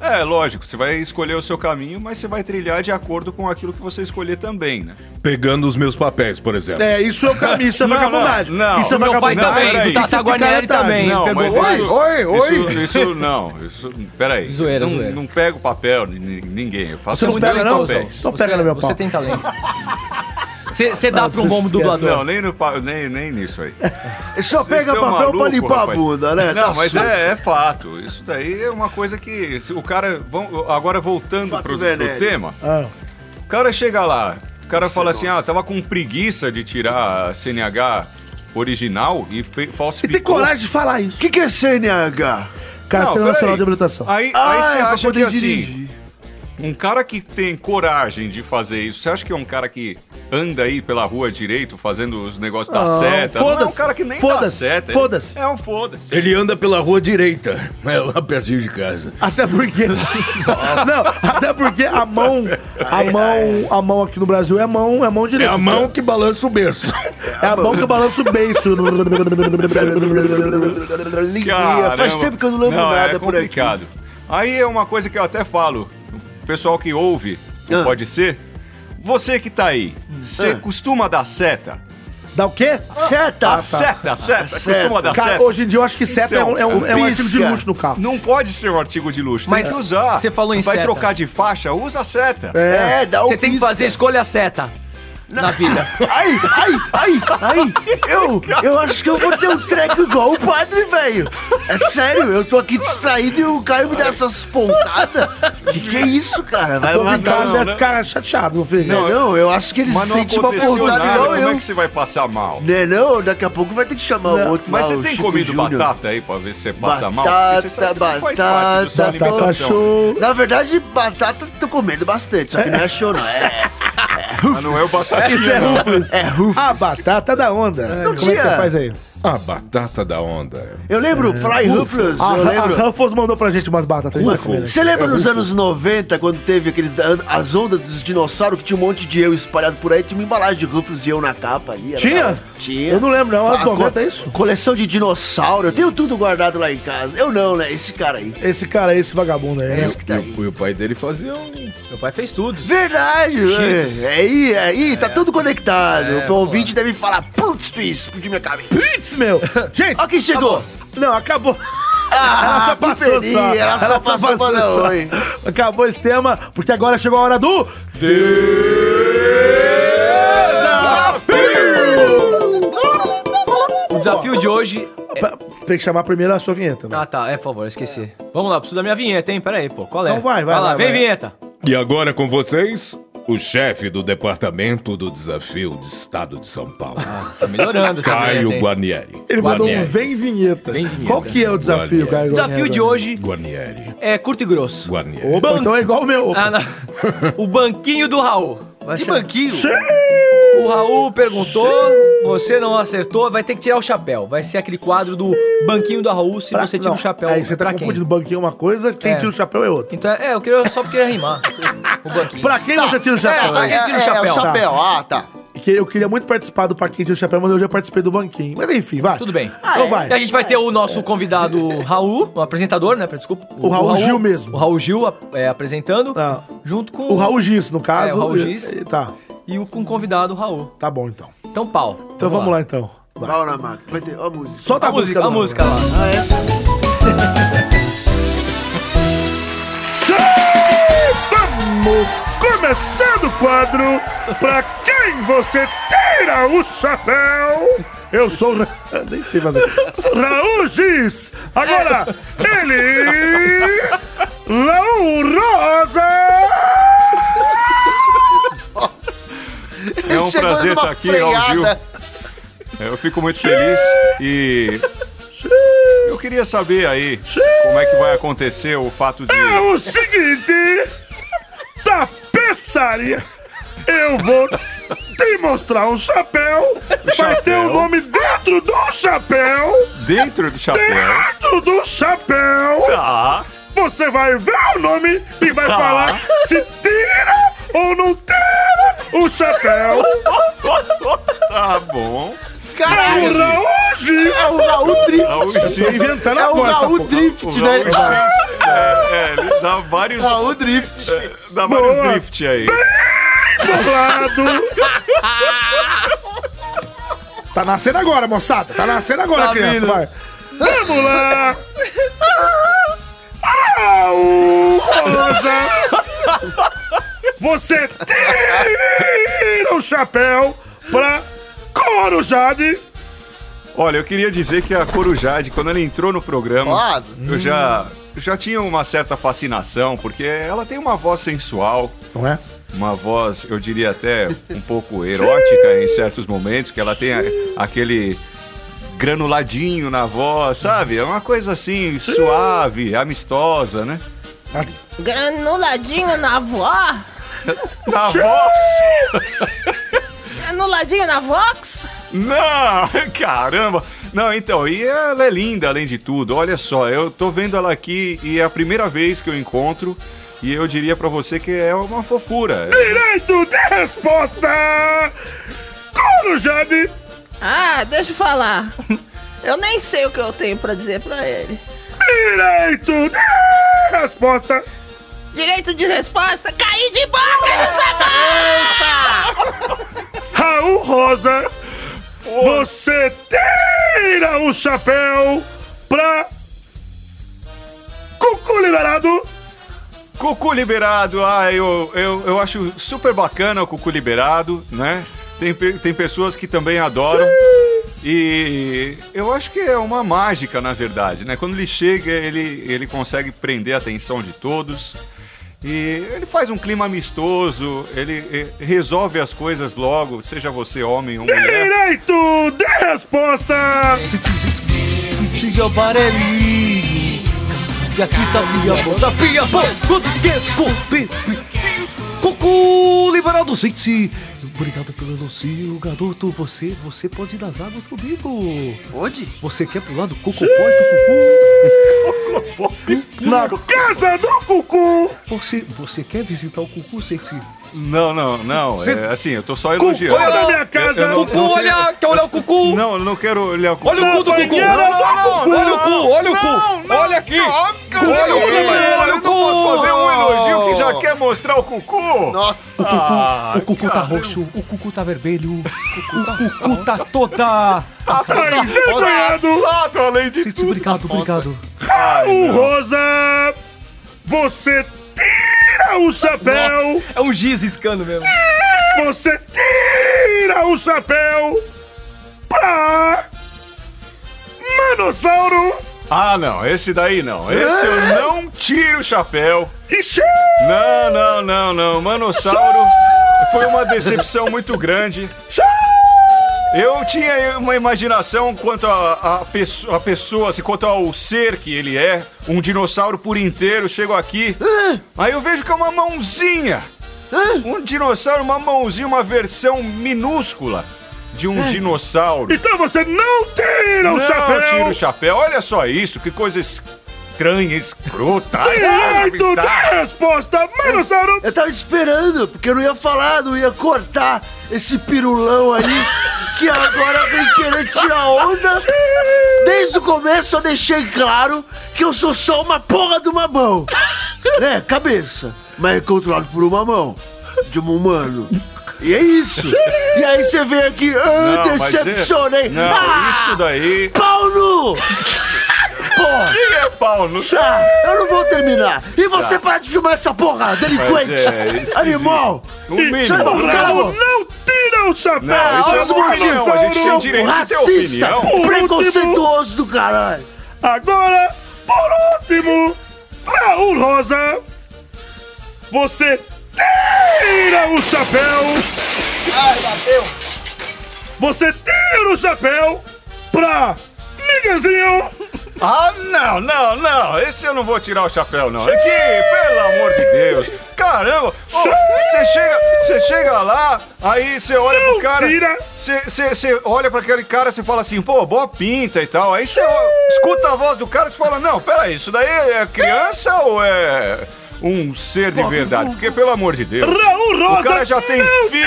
É, lógico, você vai escolher o seu caminho, mas você vai trilhar de acordo com aquilo que você escolher também, né?
Pegando os meus papéis, por exemplo.
É, isso é o caminho, isso é
Não,
vagabundagem.
não, não.
Isso é
O meu pai
vagabundagem.
também,
Peraí.
o Tata
Isso é
Guarnieri também,
picaretagem.
Não, pegou- mas
Oi,
isso-
oi, oi.
Isso, isso não, isso. Peraí.
Zoeira,
não,
zoeira.
Não pego papel, de ni- ninguém. Eu faço
Você não
os
pega,
dois
não,
papéis.
Zão? Então pega Você- no meu pau. você tem talento. Você você
Ah,
dá pra um bom dublador.
Não, nem, no, pa- nem, nem nisso aí.
Só
Vocês
pega
tão
papel pra
maluco,
limpar
rapaz.
a bunda, né?
Não,
Tá
mas
sujo.
é, é fato. Isso daí é uma coisa que. se O cara. vão- Agora voltando pro, pro
venéreo.
tema.
Ah.
O cara chega lá, o cara fala assim: ah, tava com preguiça de tirar a CNH original e fe- falsificou.
E tem coragem de falar isso. O
que, é CNH?
Carteira
Não,
Nacional
peraí.
de Habilitação.
Aí,
Ah,
aí
é
você acha que assim. Um cara que tem coragem de fazer isso, você acha que é um cara que anda aí pela rua direito fazendo os negócios da
Ah,
seta? Não, é um
foda-se,
cara que nem dá
foda-se,
seta. ele-
foda-se.
É um foda-se.
Ele anda pela rua direita, é lá pertinho de casa.
Até porque. não, até porque a mão. A mão, a mão aqui no Brasil é mão, é mão direita.
É a mão que balança o berço.
É a mão que balança o beiço.
Ligueira. Faz tempo que eu não lembro nada por aqui.
é complicado. Aí é uma coisa que eu até falo, o pessoal que ouve, não pode ser. Você que tá aí, você
Ah.
costuma dar seta?
Dá o quê?
Seta.
Ah, tá.
Seta, seta. Costuma dar
Cara,
seta.
Hoje em dia eu acho que seta
Então,
é, um, é, um, é um
cara.
artigo de luxo no carro.
Não pode ser um artigo de luxo.
Mas
Mas tem que usar.
você falou em
Vai
seta.
trocar de faixa, usa a seta.
É.
É.
É, um
Você tem que fazer escolha seta na vida.
Ai, ai, ai, ai. Eu, eu acho que eu vou ter um treco igual o padre, velho. É sério, eu tô aqui distraído e o Caio me dá essas pontadas. Que que é isso, cara? Vai
Tô brincando,
matar.
deve ficar chateado, meu filho.
Não, não, eu acho que ele
Mas não
sente uma
aconteceu
pontada
nada,
igual
como
eu.
é que você vai passar mal?
Né, não, daqui a pouco vai ter que chamar o outro
Mas
lá,
você
o
tem
Chico
comido
Júnior.
batata aí pra ver se você passa mal? Porque você
Batata,
sabe é que não faz parte da sua
batata,
alimentação.
show. Na verdade, batata tô comendo bastante, só que não é show, não. É.
Mas não é o batatinha,
Isso é
não.
Rufles.
É Rufles.
A batata da onda.
Não
Como é que
tinha.
faz aí? É.
A Ah, batata da onda.
Eu lembro, Fly Ruffles,
A,
eu lembro.
a Ruffles mandou pra gente umas batatas. a gente vai comer, né?
Você
É
lembra nos anos 90, quando teve aqueles an- as ondas dos dinossauros que tinha um monte de eu espalhado por aí, tinha uma embalagem de Ruffles de eu na capa ali? era
Tinha?
da- Tinha.
Eu não lembro, não. Anos
A co-
90 é isso?
Coleção de dinossauro, eu tenho tudo guardado lá em casa. Eu não, né? Esse cara aí.
Esse cara aí, esse vagabundo aí. né?
E o- e o pai dele fazia um.
Meu pai fez tudo.
Verdade,
Cheetos.
é aí, é aí, tá tudo conectado.
É,
o ouvinte deve falar, putz, tu explodiu minha cabeça.
Putz, meu! Gente!
Ó quem chegou!
Não, acabou.
Ah,
ela só
que
passou
feliz,
só.
Ela só passou pra dar oi.
Acabou esse tema, porque agora chegou a hora do...
O desafio de hoje.
Tem que chamar primeiro a sua vinheta. né?
Ah, tá. É, por favor, eu esqueci. Vamos lá, preciso da minha vinheta, hein? Pera aí, pô. Qual é?
Então vai, vai,
lá.
vai,
vem
vai.
vinheta.
E agora com vocês, o chefe do Departamento do Desafio do Estado de São Paulo.
tá melhorando essa
Caio
vinheta, hein?
Guarnieri.
Ele mandou um
Guarnieri.
vem vinheta. Qual que é o desafio, cara?
Guarnieri.
Desafio de hoje
Guarnieri.
é curto e grosso.
Guarnieri.
Opa, então é igual o meu.
Ah, não. o banquinho do Raul.
Que banquinho?
O Raul perguntou, você não acertou, vai ter que tirar o chapéu. Vai ser aquele quadro do banquinho do Raul se você tira
Não,
o chapéu.
Aí você tá
pra
confundindo banquinho é uma coisa, quem
É.
tira o chapéu é outra.
Então, é, eu queria, só queria rimar. O banquinho.
Pra quem você tira o chapéu?
É, pra quem tira o
É,
chapéu.
o chapéu, ah, tá.
Que eu queria muito participar do Parquinho de Chapéu, mas eu já participei do banquinho. Mas enfim, vai.
Tudo bem. É,
Então vai.
E a gente vai ter o nosso convidado Raul, o apresentador, né? Desculpa.
O Raul Gil mesmo. Ah.
O Raul Gil a- é, apresentando, junto com
O Raul Giz, no caso.
É, o Raul
e-
Giz.
e- Tá,
e o, com o convidado Raul.
tá bom então.
Então, pau.
Então vamos lá, então.
Vai na máquina, vai ter, ó a música.
Solta a,
A música,
música,
a música lá.
Ah, essa.
Vamos começando o quadro Pra quem você tira o chapéu Eu sou Ra- ah,
Nem sei fazer.
Raul Giz Agora, ele Raul Rosa
É um
Chegou
prazer
numa
estar aqui, Raul Gil. É,
freada.
Eu fico muito feliz e. Eu queria saber aí como é que vai acontecer o fato de.
É o seguinte, tapeçaria. Eu vou te mostrar um chapéu. Vai
chapéu?
ter o nome dentro do chapéu.
Dentro do chapéu.
Dentro do chapéu.
Tá.
Você vai ver o nome e vai
Tá.
falar se tira ou não tira o chapéu.
Tá bom.
É o Raul Giz.
É o Raul
Raul
Drift.
Giz.
Inventando
É o
agora essa
Raul
porra.
Drift,
O Raul
né?
Giz, é, é, ele dá vários.
Tá,
Raul Drift.
é, Dá vários
Boa.
drift aí.
Bolado.
Tá nascendo agora, moçada. Tá nascendo agora,
Tá
criança.
vindo.
Vai.
Vamos lá! Raul Rosa! Você tira o chapéu pra Corujade!
Olha, eu queria dizer que a Corujade, quando ela entrou no programa,
Nossa.
eu já, eu já tinha uma certa fascinação, porque ela tem uma voz sensual,
Não é?
uma voz, eu diria até um pouco erótica em certos momentos, que ela tem a- aquele granuladinho na voz, sabe? É uma coisa assim, suave, amistosa, né?
Granuladinho na vó?
Na voz?
Granuladinho na Vox?
Não, caramba! Não, então, e ela é linda além de tudo. Olha só, eu tô vendo ela aqui e é a primeira vez que eu encontro e eu diria pra você que é uma fofura.
Direito de resposta! Corujade!
Ah, deixa eu falar. Eu nem sei o que eu tenho pra dizer pra ele.
Direito de resposta!
Direito de resposta? Caí de tá! boca no sapato!
Raul Rosa! Você tira o chapéu pra. Cucu liberado!
Cucu liberado, ah, eu, eu, eu acho super bacana o Cucu liberado, né? Tem, pe- tem pessoas que também adoram. E eu acho que é uma mágica, na verdade, né? Quando ele chega, ele, ele consegue prender a atenção de todos. E ele faz um clima amistoso, ele, eh, resolve as coisas logo, seja você homem ou mulher.
Direito de resposta!
Seu Barelli. E aqui tá minha mão da
Pia Pão, quanto tempo, pipi. Cucu, liberal do City. Obrigado pelo elogio, garoto. Você, você pode ir nas águas comigo. Pode? Você quer pular do Cucu Point, Cucu? Na casa do Cucu! Você, você quer visitar o Cucu, City?
Não, não, não.
Você-
É, assim, eu tô só
Cucu,
elogiando.
olha na minha
Eu-
casa.
eu não-
Cucu,
não tenho-
olha, quer olhar o cucu?
Não, eu não quero olhar o cucu.
Olha o cu do Cucu! Olha o cu, olha o cu! Olha aqui! Cucu,
Olha o cu, eu não posso fazer um elogio que já quer mostrar o cucu. Ah,
Nossa.
O cucu,
ah,
o cucu tá roxo, o cucu tá vermelho, o cucu tá toda.
Tá
envergonhado.
além de
tudo. Obrigado, obrigado.
Raul Rosa! Você tira o chapéu!
é um giz riscando mesmo.
Você tira o chapéu pra. Manossauro!
Ah, não, esse daí não. Esse eu não tiro o chapéu.
Ixi!
Não, não, não, não. Manossauro foi uma decepção muito grande. Eu tinha uma imaginação quanto a, a, pesso- a pessoa, assim, quanto ao ser que ele é, um dinossauro por inteiro. Chego aqui, aí eu vejo que é uma mãozinha. Um dinossauro, uma mãozinha, uma versão minúscula de um dinossauro.
Então você não tira o
Não,
chapéu!
tira o chapéu. Olha só isso, que coisa estranha, escrota. Ai,
Direito
bizarro.
da
resposta, Manossauro!
Eu tava esperando, porque eu não ia falar, não ia cortar esse pirulão aí, que agora vem querer tirar onda. Desde o começo eu deixei claro que eu sou só uma porra de uma mão. Né, cabeça, mas é controlado por uma mão, de um humano. E é isso. E aí você vem aqui, ah,
Não, mas é-
decepcionei. Ah,
Não, isso daí.
Paulo! Porra!
Quem é Paulo?
Tá, eu não vou terminar. E você
Tá.
para de filmar essa porra, delinquente!
Mas é esquisito.
animal!
No mínimo.
Cala a boca, cala a
Raul
boca.
não tira o chapéu!
Não, isso é
Olha os
uma opinião,
motivos.
a gente tem direito de ter
Racista,
opinião.
Por
preconceituoso do caralho!
Agora, por último, Raul Rosa, você tira o chapéu,
Ai, bateu!
você tira o chapéu pra Niganzinho!
Ah, não, não, não. Esse eu não vou tirar o chapéu, não. Aqui, pelo amor de Deus. Caramba, ô, você chega, você chega lá, aí você olha pro cara,
tira.
você- você você olha pra aquele cara, você fala assim, pô, boa pinta e tal. Aí você ó, escuta a voz do cara e fala, não, peraí, isso daí é criança ou é um ser de verdade? Porque pelo amor de Deus,
Raul Rosa
o cara já tem
não
filho.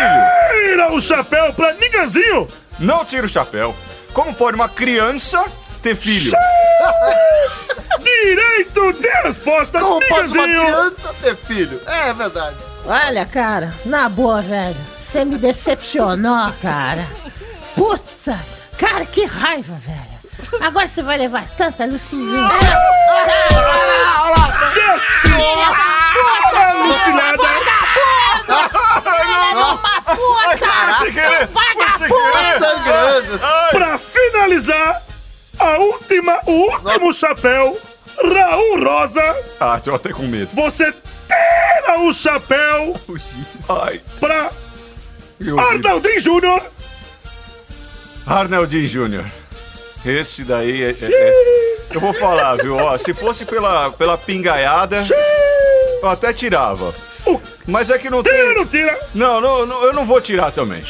tira o chapéu pra Niganzinho!
Não tira o chapéu. Como pode uma criança ter filho?
Direito de resposta,
Como pode uma
Niganzinho!
criança ter filho? É verdade.
Olha, cara, na boa, velho. Você me decepcionou, cara. Puta! Cara, que raiva, velho. Agora você vai levar tanta Lucilinha.
Desce! Lucilada!
Tá sangrando!
Pra finalizar, a última, o último chapéu, Raul Rosa,
Ah, tô até com medo.
você tira o chapéu
Ai,
pra
que horrível.
Arnaldinho Júnior.
Arnaldinho Júnior. Esse daí é, é- é- Eu vou falar, viu? Ó, se fosse pela, pela pingaiada, eu até tirava. Mas é que não tem.
não tira!
Não, não, não, eu não vou tirar também.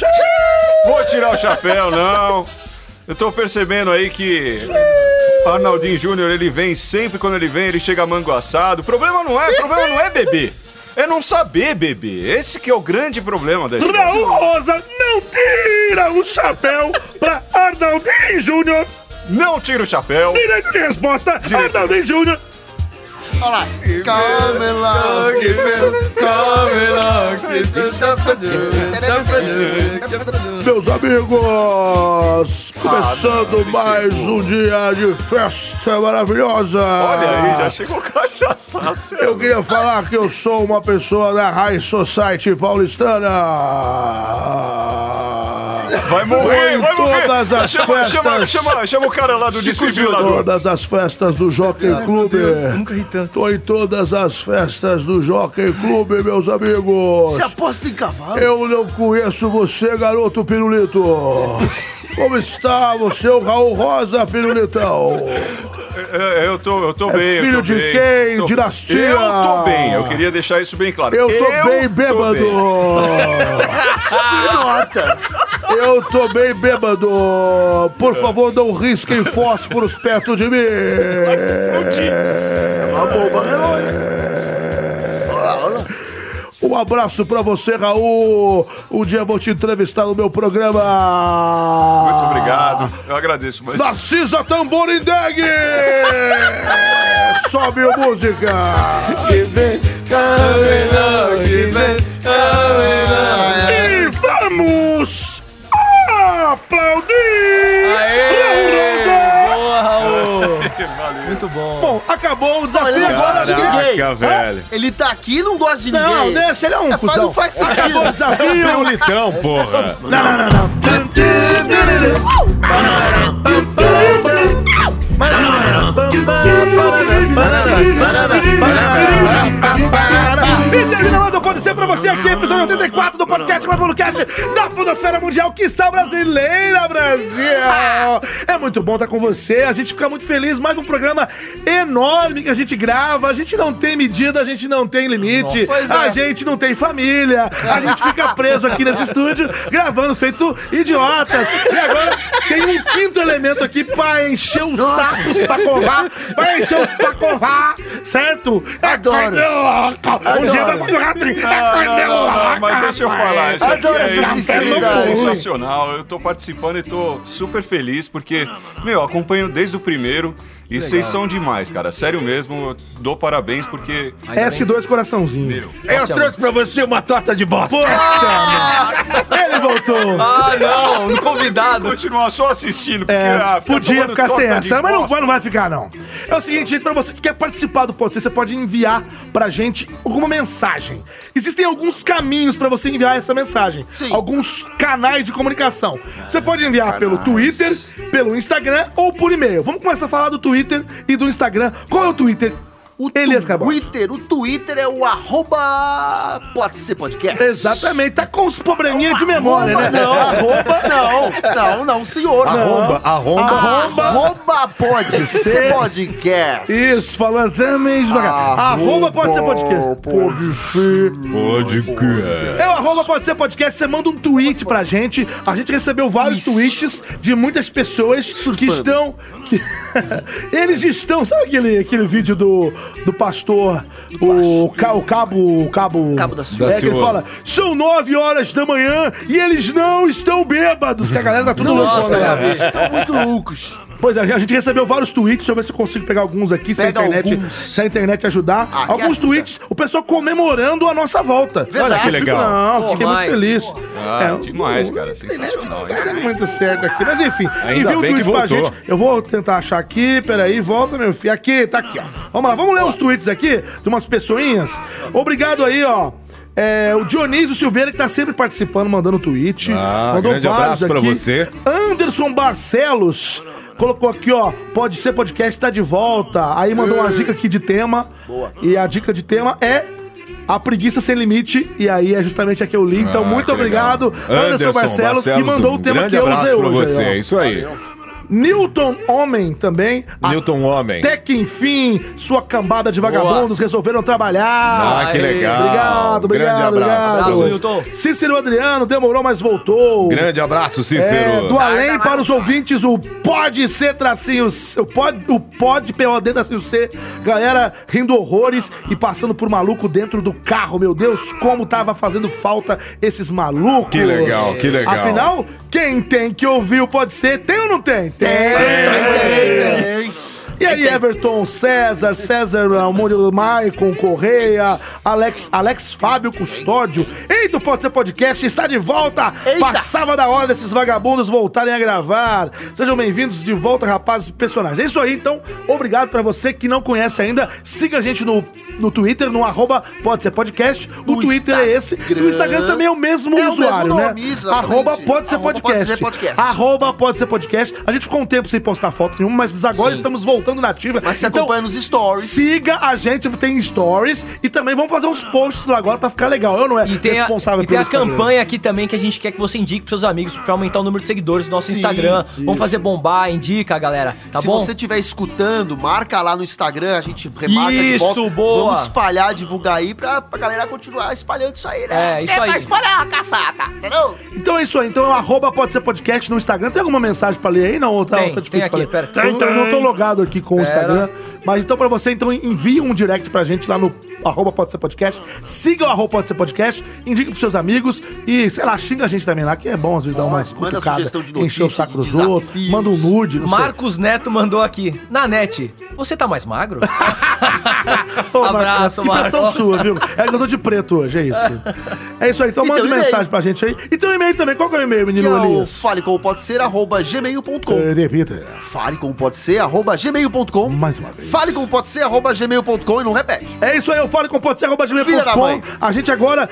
Vou tirar o chapéu, não. Eu tô percebendo aí que. Arnaldinho Júnior, ele vem sempre quando ele vem, ele chega mango assado. O problema não é, o problema não é beber. É não saber beber. Esse que é o grande problema da história.
Raul Rosa não tira o É um chapéu pra Arnaldinho Júnior.
Não tira o chapéu.
Direito de resposta, Arnaldinho Júnior.
Olha lá! Camela!
Camela!
Meus amigos,
Ah,
começando mais um dia de festa maravilhosa.
Olha aí, já chegou cachaçado.
Eu queria falar que eu sou uma pessoa da High Society paulistana.
Vai morrer,
Em
vai morrer.
todas as
chama, chama,
festas.
chama, chama o cara
Tá
lá do desfibrilador.
todas as festas do Jockey
Ai,
Club.
meu Deus,
Nunca ri tanto. Tô em todas as festas do Jockey Club, meus amigos.
Você aposta em cavalo?
Eu não conheço você, garoto pirulito. Como está você, o Raul Rosa, pirulitão?
É, é, Eu tô, eu tô bem. eu
filho
tô
de
bem.
quem?
Tô-
Dinastia?
Eu tô bem, eu queria deixar isso bem claro.
Eu tô bem bêbado. é
Se nota.
Eu tô bem bêbado. Por favor, não risquem fósforos perto de mim. É uma bomba Um abraço pra você, Raul. Um dia eu vou te entrevistar no meu programa.
Muito
Ah.
obrigado, eu agradeço. Mas...
Narcisa Tamborindeg! Sobe a música!
E vamos aplaudir! Aê!
Boa, Raul! Muito bom.
Bom, acabou o
Não,
desafio
ele não gosta
agora.
de ninguém.
Hã?
Hã? Ele tá aqui e não gosta de ninguém.
Não, deixa, ele é um
É, faz-
cuzão.
Não faz sentido.
Acabou o desafio.
um
Pirulitão, porra.
Não, não, não, não.
E terminando o Pode Ser pra você aqui, episódio 84 do podcast Mais Cast da Podosfera Mundial, que
Sal brasileira, Brasil! É muito bom estar com você. A gente fica muito feliz. Mais um programa enorme que a gente grava. A gente não tem medida, a gente não tem limite.
Nossa. Pois
a
é.
gente não tem família. A gente fica preso aqui nesse estúdio gravando feito idiotas. E agora tem um quinto elemento aqui pra encher os
Nossa.
sacos, pra covar. Pra encher os pacovar, certo? É Adoro! Um dia vai procurar
Não, não, não, não, mas deixa eu falar. Isso aqui
Adoro
é
essa
incrível,
sinceridade.
sensacional. Eu tô participando e tô super feliz porque, meu, acompanho desde o primeiro e vocês
legal.
são demais, cara. Sério mesmo, eu dou parabéns porque.
S2 coraçãozinho. É
Eu trouxe
pra você uma torta de bosta. Ele voltou.
é um- Ah, não,
não
convidado. Continuar só assistindo. Porque,
É,
ah, fica
podia
tomando
ficar sem
torta de
essa, mas não, vai- não vai ficar, não. É o seguinte, gente, pra você que quer participar do Pode Ser, você pode enviar pra gente alguma mensagem. Existem alguns caminhos pra você enviar essa mensagem. Alguns canais de comunicação. Você pode enviar pelo Twitter, pelo Instagram ou por e-mail. Vamos começar a falar do Twitter e do Instagram. Qual é o Twitter? O Elias Cabral.
Twitter, o Twitter é o arroba pode ser podcast.
Exatamente, tá com os probleminha de memória,
arroba,
né?
Não, arroba não, não,
Um
não, senhor.
Arroba,
não.
arroba.
arroba, arroba pode ser
Ser.
podcast.
Isso, falando também devagar. Arroba pode ser podcast. Ah, Pode ser.
Pode que.
É o arroba pode ser podcast, você manda um tweet pra gente. A gente recebeu vários tweets de muitas pessoas que estão. que- eles estão. Sabe aquele, aquele vídeo do, do pastor, o, ca- o cabo. O cabo. Cabo da
Ciúme.
É, que ele
Da
fala: são nove horas da manhã e eles não estão bêbados. Que a galera tá tudo
Nossa,
loucona,
cara,
né?
estão muito loucos.
Pois é, a gente recebeu vários tweets, deixa eu ver se eu consigo pegar alguns aqui, se a
Pega
internet,
alguns.
se a internet ajudar.
Ah, que
alguns
ajuda.
tweets, o pessoal comemorando a nossa volta.
Verdade. Olha que legal.
Não,
Pô,
fiquei
demais.
muito feliz.
Ah,
É,
demais,
o-
cara. Sensacional.
Tá dando muito certo aqui, mas enfim,
Ainda
envia um
bem que
tweet pra
voltou.
gente. Eu vou tentar achar aqui, peraí, volta, meu filho. Aqui, tá aqui, ó. Vamos lá, vamos ler os tweets aqui de umas pessoinhas. Obrigado aí, ó. É, o Dionísio Silveira, que tá sempre participando, mandando tweet.
Ah,
mandou
grande
vários
abraço pra
aqui.
você.
Anderson Barcelos colocou aqui, ó. Pode ser podcast, tá de volta. Aí mandou uma dica aqui de tema.
Boa.
E a dica de tema é. A preguiça sem limite, e aí é justamente aqui eu li. Então,
Ah,
muito
que legal.
obrigado, Anderson, Barcelos, que mandou o
um
tema
grande
que eu usei
abraço pra
hoje.
você,
aí, ó.
é isso aí.
Newton Homem também.
Newton Homem.
Até que enfim, sua cambada de
Boa.
vagabundos resolveram trabalhar.
Ah, que
Aê.
legal.
Obrigado,
Grande
obrigado,
abraço.
obrigado.
Abraço,
Newton. Cícero Adriano demorou, mas voltou.
Grande abraço, Cícero.
É, do além para os ouvintes, o pode ser tracinho C, o pode, o pode POD tracinho C, galera rindo horrores e passando por maluco dentro do carro, meu Deus, como tava fazendo falta esses malucos.
Que legal, que legal.
Afinal, quem tem que ouvir o pode ser, tem ou não tem? Tem! tem, tem. E aí, Everton, César, César, ah, Murilo Maicon, Correia, Alex, Alex Fábio Custódio. Eita, o Pode Ser Podcast está de volta! Passava da hora desses vagabundos voltarem a gravar. Sejam bem-vindos de volta, rapazes e personagens. É isso aí, então. Obrigado pra você que não conhece ainda. Siga a gente no, no Twitter, no arroba Pode Ser Podcast. O, Twitter é esse. E o Instagram também é o mesmo
É o mesmo
usuário, né?
nome, exatamente.
Arroba Pode Ser
Arroba Pode
Podcast.
Ser Podcast.
Arroba Pode Ser Podcast. A gente ficou um tempo sem postar foto nenhuma, mas agora estamos voltando na ativa. Mas
você acompanha nos stories.
Siga a gente, tem stories. E também vamos fazer uns posts lá agora pra ficar legal. Eu não é
E tem, a,
responsável
e tem a
Instagram.
campanha aqui também que a gente quer que você indique pros seus amigos pra aumentar o número de seguidores do nosso Instagram. Vamos fazer
Ah,
bombar, indica, galera. Tá
Se
bom?
você estiver escutando, marca lá no Instagram, a gente remarca de
Isso,
volta.
boa.
Vamos espalhar, divulgar aí pra, pra galera continuar espalhando isso aí, né?
É, isso aí.
pra espalhar a caçada, entendeu?
Então é isso aí. Então é o arroba Pode Ser Podcast no Instagram. Tem alguma mensagem pra ler aí? Não, ou tá,
Tem,
tá
tem
difícil
aqui,
pra ler.
pera.
Eu,
Tem,
eu não tô
tem.
logado aqui com o
Pera.
Instagram. Mas então pra você, então envie um direct pra gente lá no arroba Pode Ser Podcast. Siga o arroba Pode Ser Podcast. Indique pros seus amigos. E, sei lá, xinga a gente também lá, que é bom às vezes dar uma cutucada.
sugestão de
Encher o
notícia,
saco
de
dos outros. Manda um nude, não sei.
Marcos Neto mandou aqui. Na net, você tá mais magro?
um
Abraço,
que
Marcos.
pressão sua, viu? É que eu tô de preto hoje, é isso. É isso aí, então,
E tem
manda
um e-mail.
mensagem pra gente aí. E tem um e-mail também. Qual que é o e-mail,
Que é
menino
o
Elias?
falecompodser.gmail.com
Repita.
falecompodser.gmail.com
Mais uma vez.
falecompodser.gmail.com e não repete.
É isso aí, eu falo com
Filha da
podserrobatimento.com.
mãe.
A gente agora,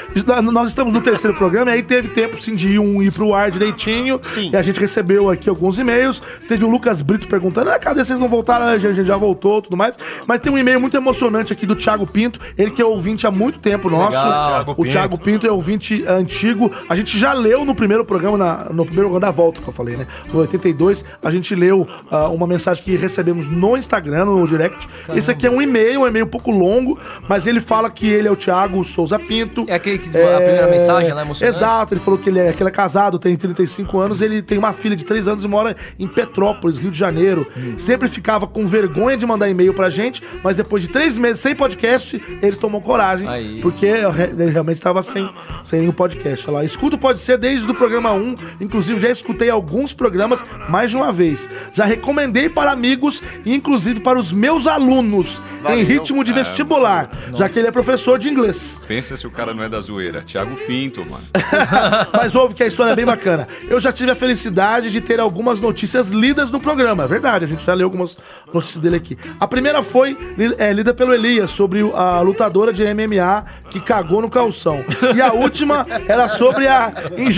nós estamos no terceiro programa, e aí teve tempo sim de um ir pro ar direitinho. Sim. E a gente recebeu aqui alguns e-mails. Teve o Lucas Brito perguntando: ah, cadê vocês não voltaram? A gente já voltou tudo mais. Mas tem um e-mail muito emocionante aqui do Thiago Pinto, ele que é ouvinte há muito tempo nosso.
Legal. Thiago
O Thiago Pinto é ouvinte antigo. A gente já leu no primeiro programa, na- no primeiro programa da volta que eu falei, né? No 82, a gente leu ah, uma mensagem que recebemos no Instagram, no direct. Esse aqui é um e-mail, um e-mail um pouco longo, mas ele fala que ele é o Thiago Souza Pinto.
É aquele que a primeira mensagem lá emocionante.
Exato, ele falou que ele é, que ele é casado, tem 35 anos, ele tem uma filha de 3 anos e mora em Petrópolis, Rio de Janeiro. Sempre ficava com vergonha de mandar e-mail pra gente, mas depois de três meses sem podcast, ele tomou coragem. Porque re- ele realmente tava sem, sem nenhum podcast. Olha lá. Escuto pode ser desde o programa 1, inclusive já escutei alguns programas mais de uma vez. Já recomendei para amigos, inclusive para os meus alunos, em ritmo de
É.
vestibular, já que ele é professor de inglês.
Pensa se o cara não é da zoeira. Thiago Pinto, mano.
Mas ouve que a história é bem bacana. Eu já tive a felicidade de ter algumas notícias lidas no programa. É verdade, a gente já leu algumas notícias dele aqui. A primeira foi li- é, lida pelo Elias, sobre o- a lutadora de MMA que cagou no calção. E a última era sobre a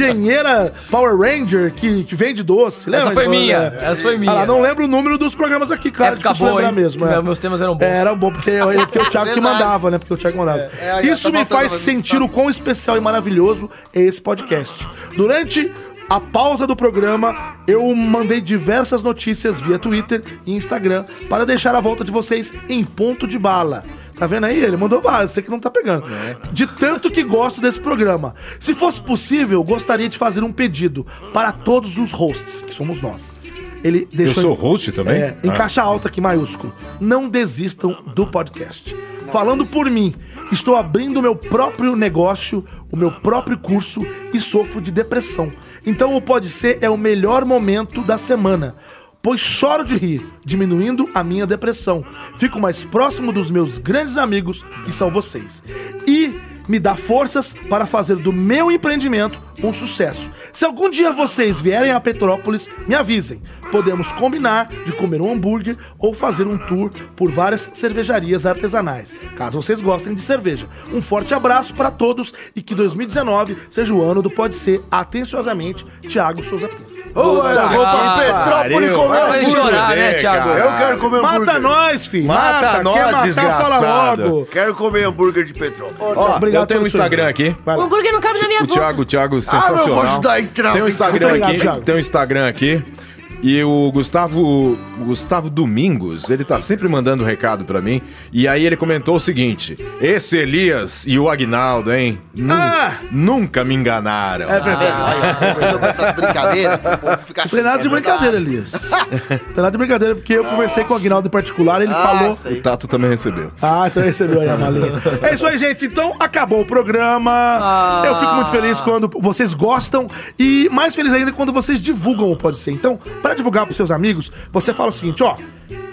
engenheira Power Ranger que, que vende doce. Lembra?
Essa foi
Então,
minha,
é.
essa foi minha.
Ah, lá, não lembro o número dos programas aqui, cara.
Época
difícil
boa,
lembrar
hein?
mesmo. é.
Meus temas eram bons. É
Era bom, porque, eu- porque o Thiago que
Verdade.
mandava, né? Porque o Thiago que mandava.
É, aí,
Isso
tá
me
faltando
faz
mais um
sentir o quão especial e maravilhoso é esse podcast. Durante a pausa do programa, eu mandei diversas notícias via Twitter e Instagram para deixar a volta de vocês em ponto de bala. Tá vendo aí? Ele mandou várias, você que não tá pegando.
É.
De tanto que gosto desse programa. Se fosse possível, gostaria de fazer um pedido para todos os hosts, que somos nós. Ele deixou
sou host também?
É, em
Ah.
caixa alta aqui, maiúsculo. Não desistam do podcast. Falando por mim, estou abrindo o meu próprio negócio, o meu próprio curso e sofro de depressão. Então o Pode Ser é o melhor momento da semana, pois choro de rir, diminuindo a minha depressão. Fico mais próximo dos meus grandes amigos, que são vocês. E me dá forças para fazer do meu empreendimento um sucesso. Se algum dia vocês vierem a Petrópolis, me avisem. Podemos combinar de comer um hambúrguer ou fazer um tour por várias cervejarias artesanais, caso vocês gostem de cerveja. Um forte abraço para todos e que 2019 seja o ano do Pode Ser. Atenciosamente, Thiago Souza Pinto.
Ô, vai lá, vou pra Petrópolis comer
Vai
hambúrguer.
chorar, né, Thiago?
Eu quero comer
Mata
hambúrguer.
nós, filho, mata. Quer matar, fala logo.
Quero comer hambúrguer de Petrópolis.
Ó, eu tenho um Instagram aqui.
O
hambúrguer não cabe na minha
O
boca.
Thiago, o Thiago,
Ah,
sensacional.
eu vou ajudar a entrar.
Tem um Instagram
Muito
aqui,
obrigado, Thiago.
tem um Instagram aqui. E o Gustavo, o Gustavo Domingos, ele tá sempre mandando recado pra mim. E aí ele comentou o seguinte: Esse Elias e o Agnaldo, hein? Nun- Nunca me enganaram.
É verdade. Ah,
Vocês andam com essas brincadeiras, o povo fica é
Não tem nada de brincadeira, Elias. Não tem nada de brincadeira, porque eu conversei com o Aguinaldo em particular, ele
Ah,
falou.
O Tato também recebeu.
Ah, então recebeu aí a malinha. É isso aí, gente. Então acabou o programa.
Ah.
Eu fico muito feliz quando vocês gostam e mais feliz ainda quando vocês divulgam o Pode Ser. Então, para divulgar pros seus amigos, você fala o seguinte, ó.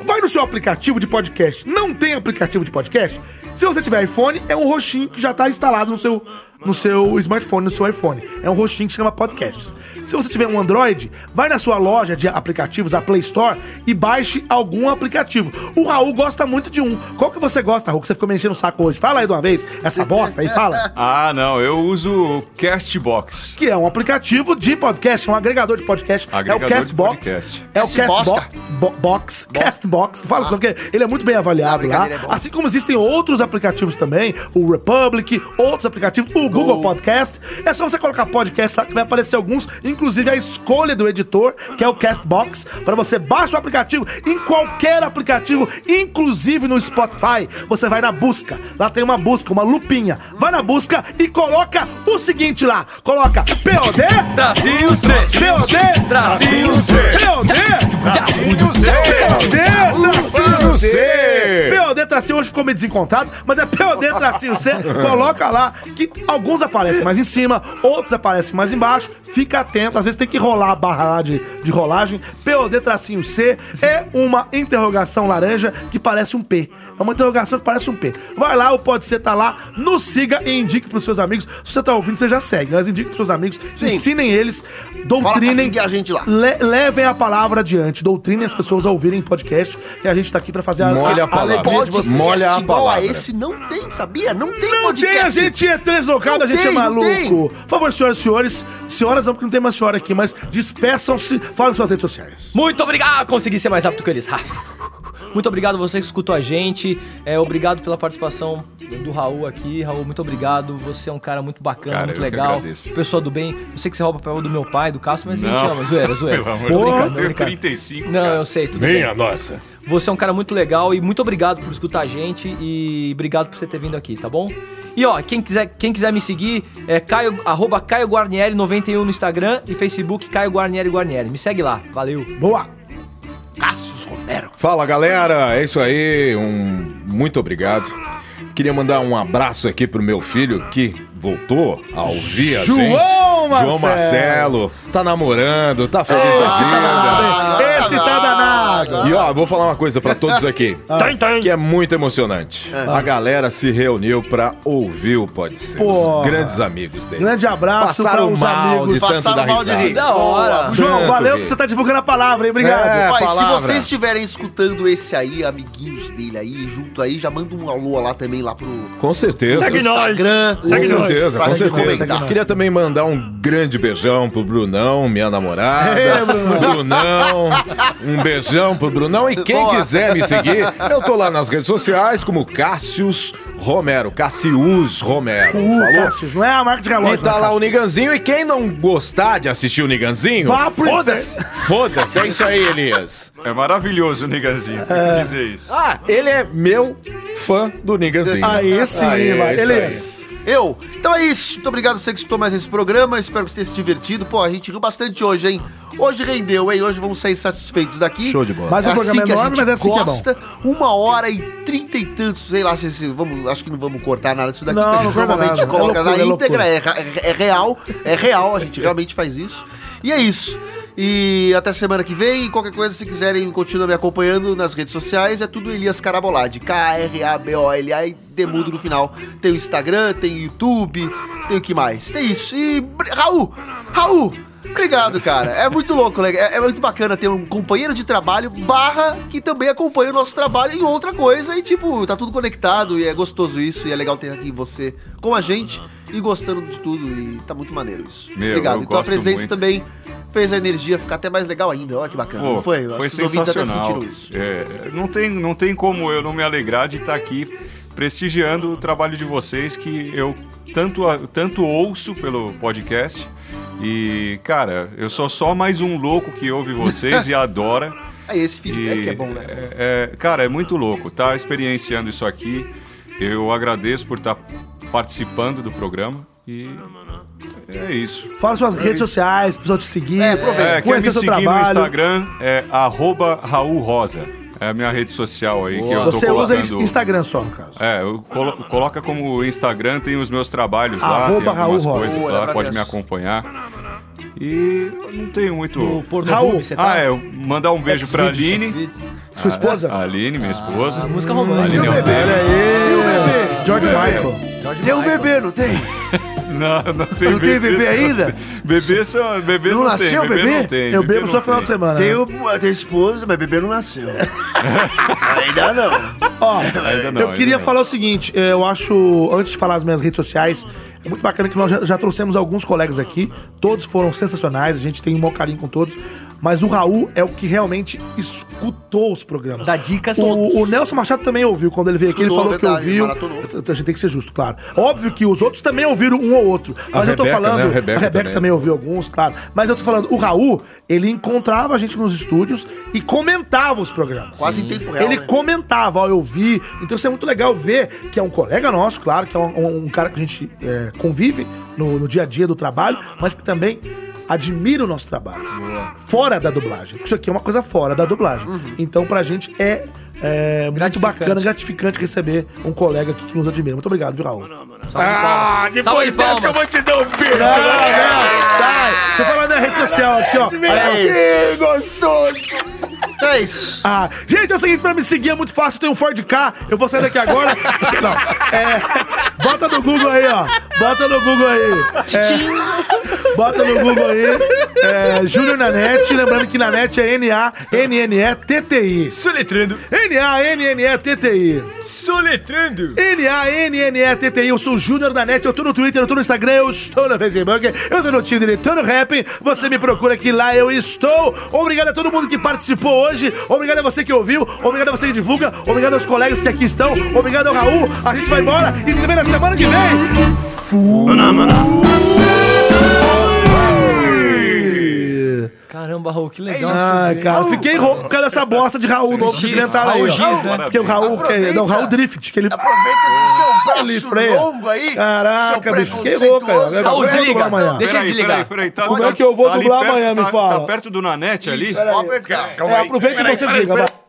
Vai no seu aplicativo de podcast. Não tem aplicativo de podcast? Se você tiver iPhone, é um roxinho que já está instalado no seu, no seu smartphone, no seu iPhone. É um roxinho que se chama Podcasts. Se você tiver um Android, vai na sua loja de aplicativos, a Play Store, e baixe algum aplicativo. O Raul gosta muito de um. Qual que você gosta, Raul, que você ficou me enchendo o saco hoje? Fala aí de uma vez, essa bosta aí, fala.
Ah, não, eu uso o Castbox.
Que é um aplicativo de podcast, é um agregador de podcast. é
Agregador
o
de
Castbox.
podcast.
É o
Esse bosta.
Castbox. Bo box, Castbox. Fala isso, porque ele é muito bem avaliado lá.
Ah. brincadeira, é bom.
Assim como existem outros aplicativos também, o Republic, outros aplicativos, o Google Podcast. É só você colocar podcast lá que vai aparecer alguns, inclusive a escolha do editor, que é o Castbox, para você baixa o aplicativo em qualquer aplicativo, inclusive no Spotify. Você vai na busca. Lá tem uma busca, uma lupinha. Vai na busca e coloca o seguinte lá. Coloca POD
Tracinho C.
POD
Tracinho C.
POD Tracinho C. POD tracinho C. POD tracinho hoje ficou meio desencontrado, mas é POD tracinho C. Coloca lá que alguns aparecem mais em cima, outros aparecem mais embaixo. Fica atento, às vezes tem que rolar a barra lá de, de rolagem. POD tracinho C é uma interrogação laranja que parece um P. É uma interrogação que parece um P. Vai lá, o Pode Ser tá lá, nos siga e indique pros seus amigos. Se você tá ouvindo, você já segue, mas indique pros seus amigos,
Sim.
ensinem eles,
Fala pra
doutrinem.
seguir a gente lá.
Le- levem a palavra adiante, doutrinem as pessoas a ouvirem podcast. E a gente tá aqui pra fazer
Molha a palavra.
alegria de vocês.
Molha a
igual a
palavra.
esse não tem, sabia? Não tem
Não tem, a gente é deslocado, a
Não
gente é
tem, não
maluco. Por favor, senhoras e senhores, senhoras não, porque não tem mais senhora aqui, mas despeçam-se, falem suas redes sociais.
Muito obrigado. Ah, consegui ser mais rápido que eles. Ah. Muito obrigado a você que escutou a gente. É, obrigado pela participação do Raul aqui. Raul, muito obrigado. Você é um cara muito bacana,
Cara,
muito
eu que
legal.
agradeço.
Pessoa do bem. Eu sei que você rouba o papel do meu pai, do Cássio, mas a gente
Não.
ama. Zoeira, zoeira.
Pelo amor
Tô
de Deus,
brincando, tô
tenho
brincando.
35,
Não,
cara.
eu sei, tudo
Minha
bem.
nossa.
Você é um cara muito legal e muito obrigado por escutar a gente e obrigado por você ter vindo aqui, tá bom? E ó, quem quiser, quem quiser me seguir é Caio, arroba Caio Guarnieri 91 no Instagram e Facebook Caio Guarnieri Guarnieri. Me segue lá, valeu.
Boa!
Cassius Romero.
Fala galera, é isso aí, um muito obrigado. Queria mandar um abraço aqui pro meu filho que voltou a ouvir a
João
gente.
Marcelo.
João Marcelo, tá namorando, tá feliz
Ei,
da
Ah,
esse tá danado,
vida.
hein? Esse tá danado.
E ó, vou falar uma coisa pra todos aqui,
Ah.
que é muito emocionante.
É.
A galera se reuniu pra ouvir o Pode Ser,
Pô.
os grandes amigos dele.
Grande abraço
Passaram
para os
mal
amigos.
de tanto Passaram dar mal de risada. rir.
Da hora.
Boa.
João,
Tanto
valeu
rir.
que você tá divulgando a palavra, hein? Obrigado.
É,
Pai, se
palavra.
vocês estiverem escutando esse aí, amiguinhos dele aí, junto aí, já manda um alô lá também lá pro
Com certeza.
Segue nós. Instagram.
Com
Segue nós.
certeza,
Pra
com
gente
certeza.
comentar.
Queria também mandar um grande beijão pro Brunão, minha namorada.
É, Brunão.
Brunão. Um beijão pro Brunão. E quem
Boa.
quiser me seguir, eu tô lá nas redes sociais como Cássius Romero. Cássius Romero.
Uh,
falou?
Cássius, não é a marca de
E
relógio.
tá
né,
lá
Cássio?
o Niganzinho. E quem não gostar de assistir o Niganzinho,
Vá pro
foda-se. Foda-se, é isso aí, Elias.
É maravilhoso o Niganzinho, tem que
É.
dizer isso.
Ah, ele é meu fã do Niganzinho.
Aí sim, vai.
é isso
Elias. Eu. Então é isso. Muito obrigado a você que escutou mais esse programa. Espero que você tenha se divertido. Pô, a gente riu bastante hoje, hein? Hoje rendeu, hein? Hoje vamos sair satisfeitos daqui.
Show de bola. Mas
Mas é
o
assim
programa é
que a
enorme,
gente
mas é assim que é bom.
gosta. Uma hora e trinta e tantos, sei lá, se, se- vamos, acho que não vamos cortar nada disso daqui.
Não,
que a
não
gente
corta
normalmente
nada. É
coloca
loucura, é
na íntegra.
loucura.
É, ra- é real, é real, a gente realmente faz isso. E é isso. E até semana que vem. E qualquer coisa, se quiserem, continuar me acompanhando nas redes sociais. É tudo Elias Carabolade. K-R-A-B-O-L-A e Demudo no final. Tem o Instagram, tem o YouTube, tem o que mais? Tem isso. E br- Raul, Raul, obrigado, cara. É muito louco, né? é, é muito bacana ter um companheiro de trabalho barra que também acompanha o nosso trabalho em outra coisa. E, tipo, tá tudo conectado e é gostoso isso. E é legal ter aqui você com a gente e gostando de tudo. E tá muito maneiro isso.
Meu,
Obrigado.
eu
E tua
gosto
presença
muito.
também fez a energia ficar até mais legal ainda. Olha que bacana.
Pô,
não foi? Acho
foi
que os ouvintes até
sensacional.
sentiram isso.
É, não, tem, não tem como eu não me alegrar de estar aqui prestigiando o trabalho de vocês que eu tanto, a- tanto ouço pelo podcast. E, cara, eu sou só mais um louco que ouve vocês e adora.
Aí esse feedback é bom, né?
É, é, cara, é muito louco. Tá experienciando isso aqui. Eu agradeço por estar participando do programa. E é isso.
Fala suas
É
redes
isso.
sociais, pessoal te seguir.
É, quem
conhecer
me
seu
seguir
trabalho.
no Instagram é arroba Raul Rosa. É a minha rede social aí que eu tô
Você usa
colocando.
ins- Instagram só, no caso.
É, eu colo- coloca como Instagram, tem os meus trabalhos lá,
Arroba
tem algumas
Raul Rosa.
coisas
Boa,
lá,
agradeço.
pode me acompanhar. E eu não tenho muito.
Raul, você tá?
Ah, é, mandar um beijo pra
Xvideos,
Aline.
Xvideos. Sua esposa? Ah,
A Aline, minha esposa.
música romântica.
Aline é um
E o bebê?
Almeida.
E o bebê? George
O bebê.
Michael.
Tem um bebê, não tem?
Não, não tem
Não tem bebê ainda?
Bebê, só, bebê não,
não nasceu
tem.
o bebê?
não tem, não tem.
né?
Tem, o- tem esposa, mas bebê não nasceu. Ainda não.
Ó,
Ainda não,
eu
ainda
queria
não.
falar o seguinte, eh, eu acho, antes de falar as minhas redes sociais, é muito bacana que nós já, já trouxemos alguns colegas aqui, todos foram sensacionais, a gente tem um maior carinho com todos, mas o Raul é o que realmente escutou os programas. Dá
dicas.
O, o Nelson Machado também ouviu, quando ele veio aqui, ele
Escutou,
falou
verdade,
que ouviu. Então,
maratonou.
A gente tem que ser justo, claro. Óbvio que os outros também ouviram um ou outro,
A
mas eu tô
Rebeca,
falando,
né? A
a
Rebeca
Rebeca,
também.
também também ouvi alguns, claro. Mas eu tô falando, o Raul, ele encontrava a gente nos estúdios e comentava os programas.
Quase em tempo real,
Ele
né?
comentava, ó, eu vi. Então isso é muito legal ver que é um colega nosso, claro, que é um, um cara que a gente é, convive no, no dia a dia do trabalho, mas que também admira o nosso trabalho. Fora da dublagem. Porque isso aqui é uma coisa fora da dublagem.
Uhum.
Então, pra gente é. é, muito bacana, gratificante receber um colega aqui que nos admira. Muito obrigado, viu, Raul?
Ah, depois dessa eu vou te dar um beijo.
Não, não, sai. Deixa eu falar na rede social aqui, ó.
É
gostoso. É isso. Ah, gente, é o seguinte, pra me seguir é muito fácil, tem um Ford K, eu vou sair daqui agora. Não, é, bota no Google aí, ó. Bota no Google aí. É, bota no Google aí. É, Júnior Nanete, lembrando que Nanete é N-A-N-N-E-T-T-I. Soletrando. N-A-N-N-E-T-T-I.
Soletrando.
N-A-N-N-E-T-T-I, eu sou o Júnior da NET, eu tô no Twitter, eu tô no Instagram, eu estou no Facebook, eu tô no Tinder, eu tô no Rap, você me procura que lá eu estou. Obrigado a todo mundo que participou hoje, obrigado a você que ouviu, obrigado a você que divulga, obrigado aos colegas que aqui estão, obrigado ao Raul, a gente vai embora e se vê na semana que vem.
Caramba, Raul,
É
que legal.
né?
Ah, cara, fiquei rouco por causa dessa bosta de Raul novo que inventaram aí.
Raul
ó.
Giz, né?
Porque o Raul, que é, não, o Raul Drift, que ele...
Aproveita esse seu braço
Ele freia.
longo aí.
Caraca,
seu
bicho, fiquei
preconceituoso.
rouco, cara. Agora eu vou dublar amanhã.
Peraí, peraí, peraí, tá-
Como
tá-
é que eu vou
tá ali
dublar
perto,
amanhã,
tá-
me fala?
Tá perto do Nanete ali?
Isso, peraí. É, aproveita e você desliga, vai.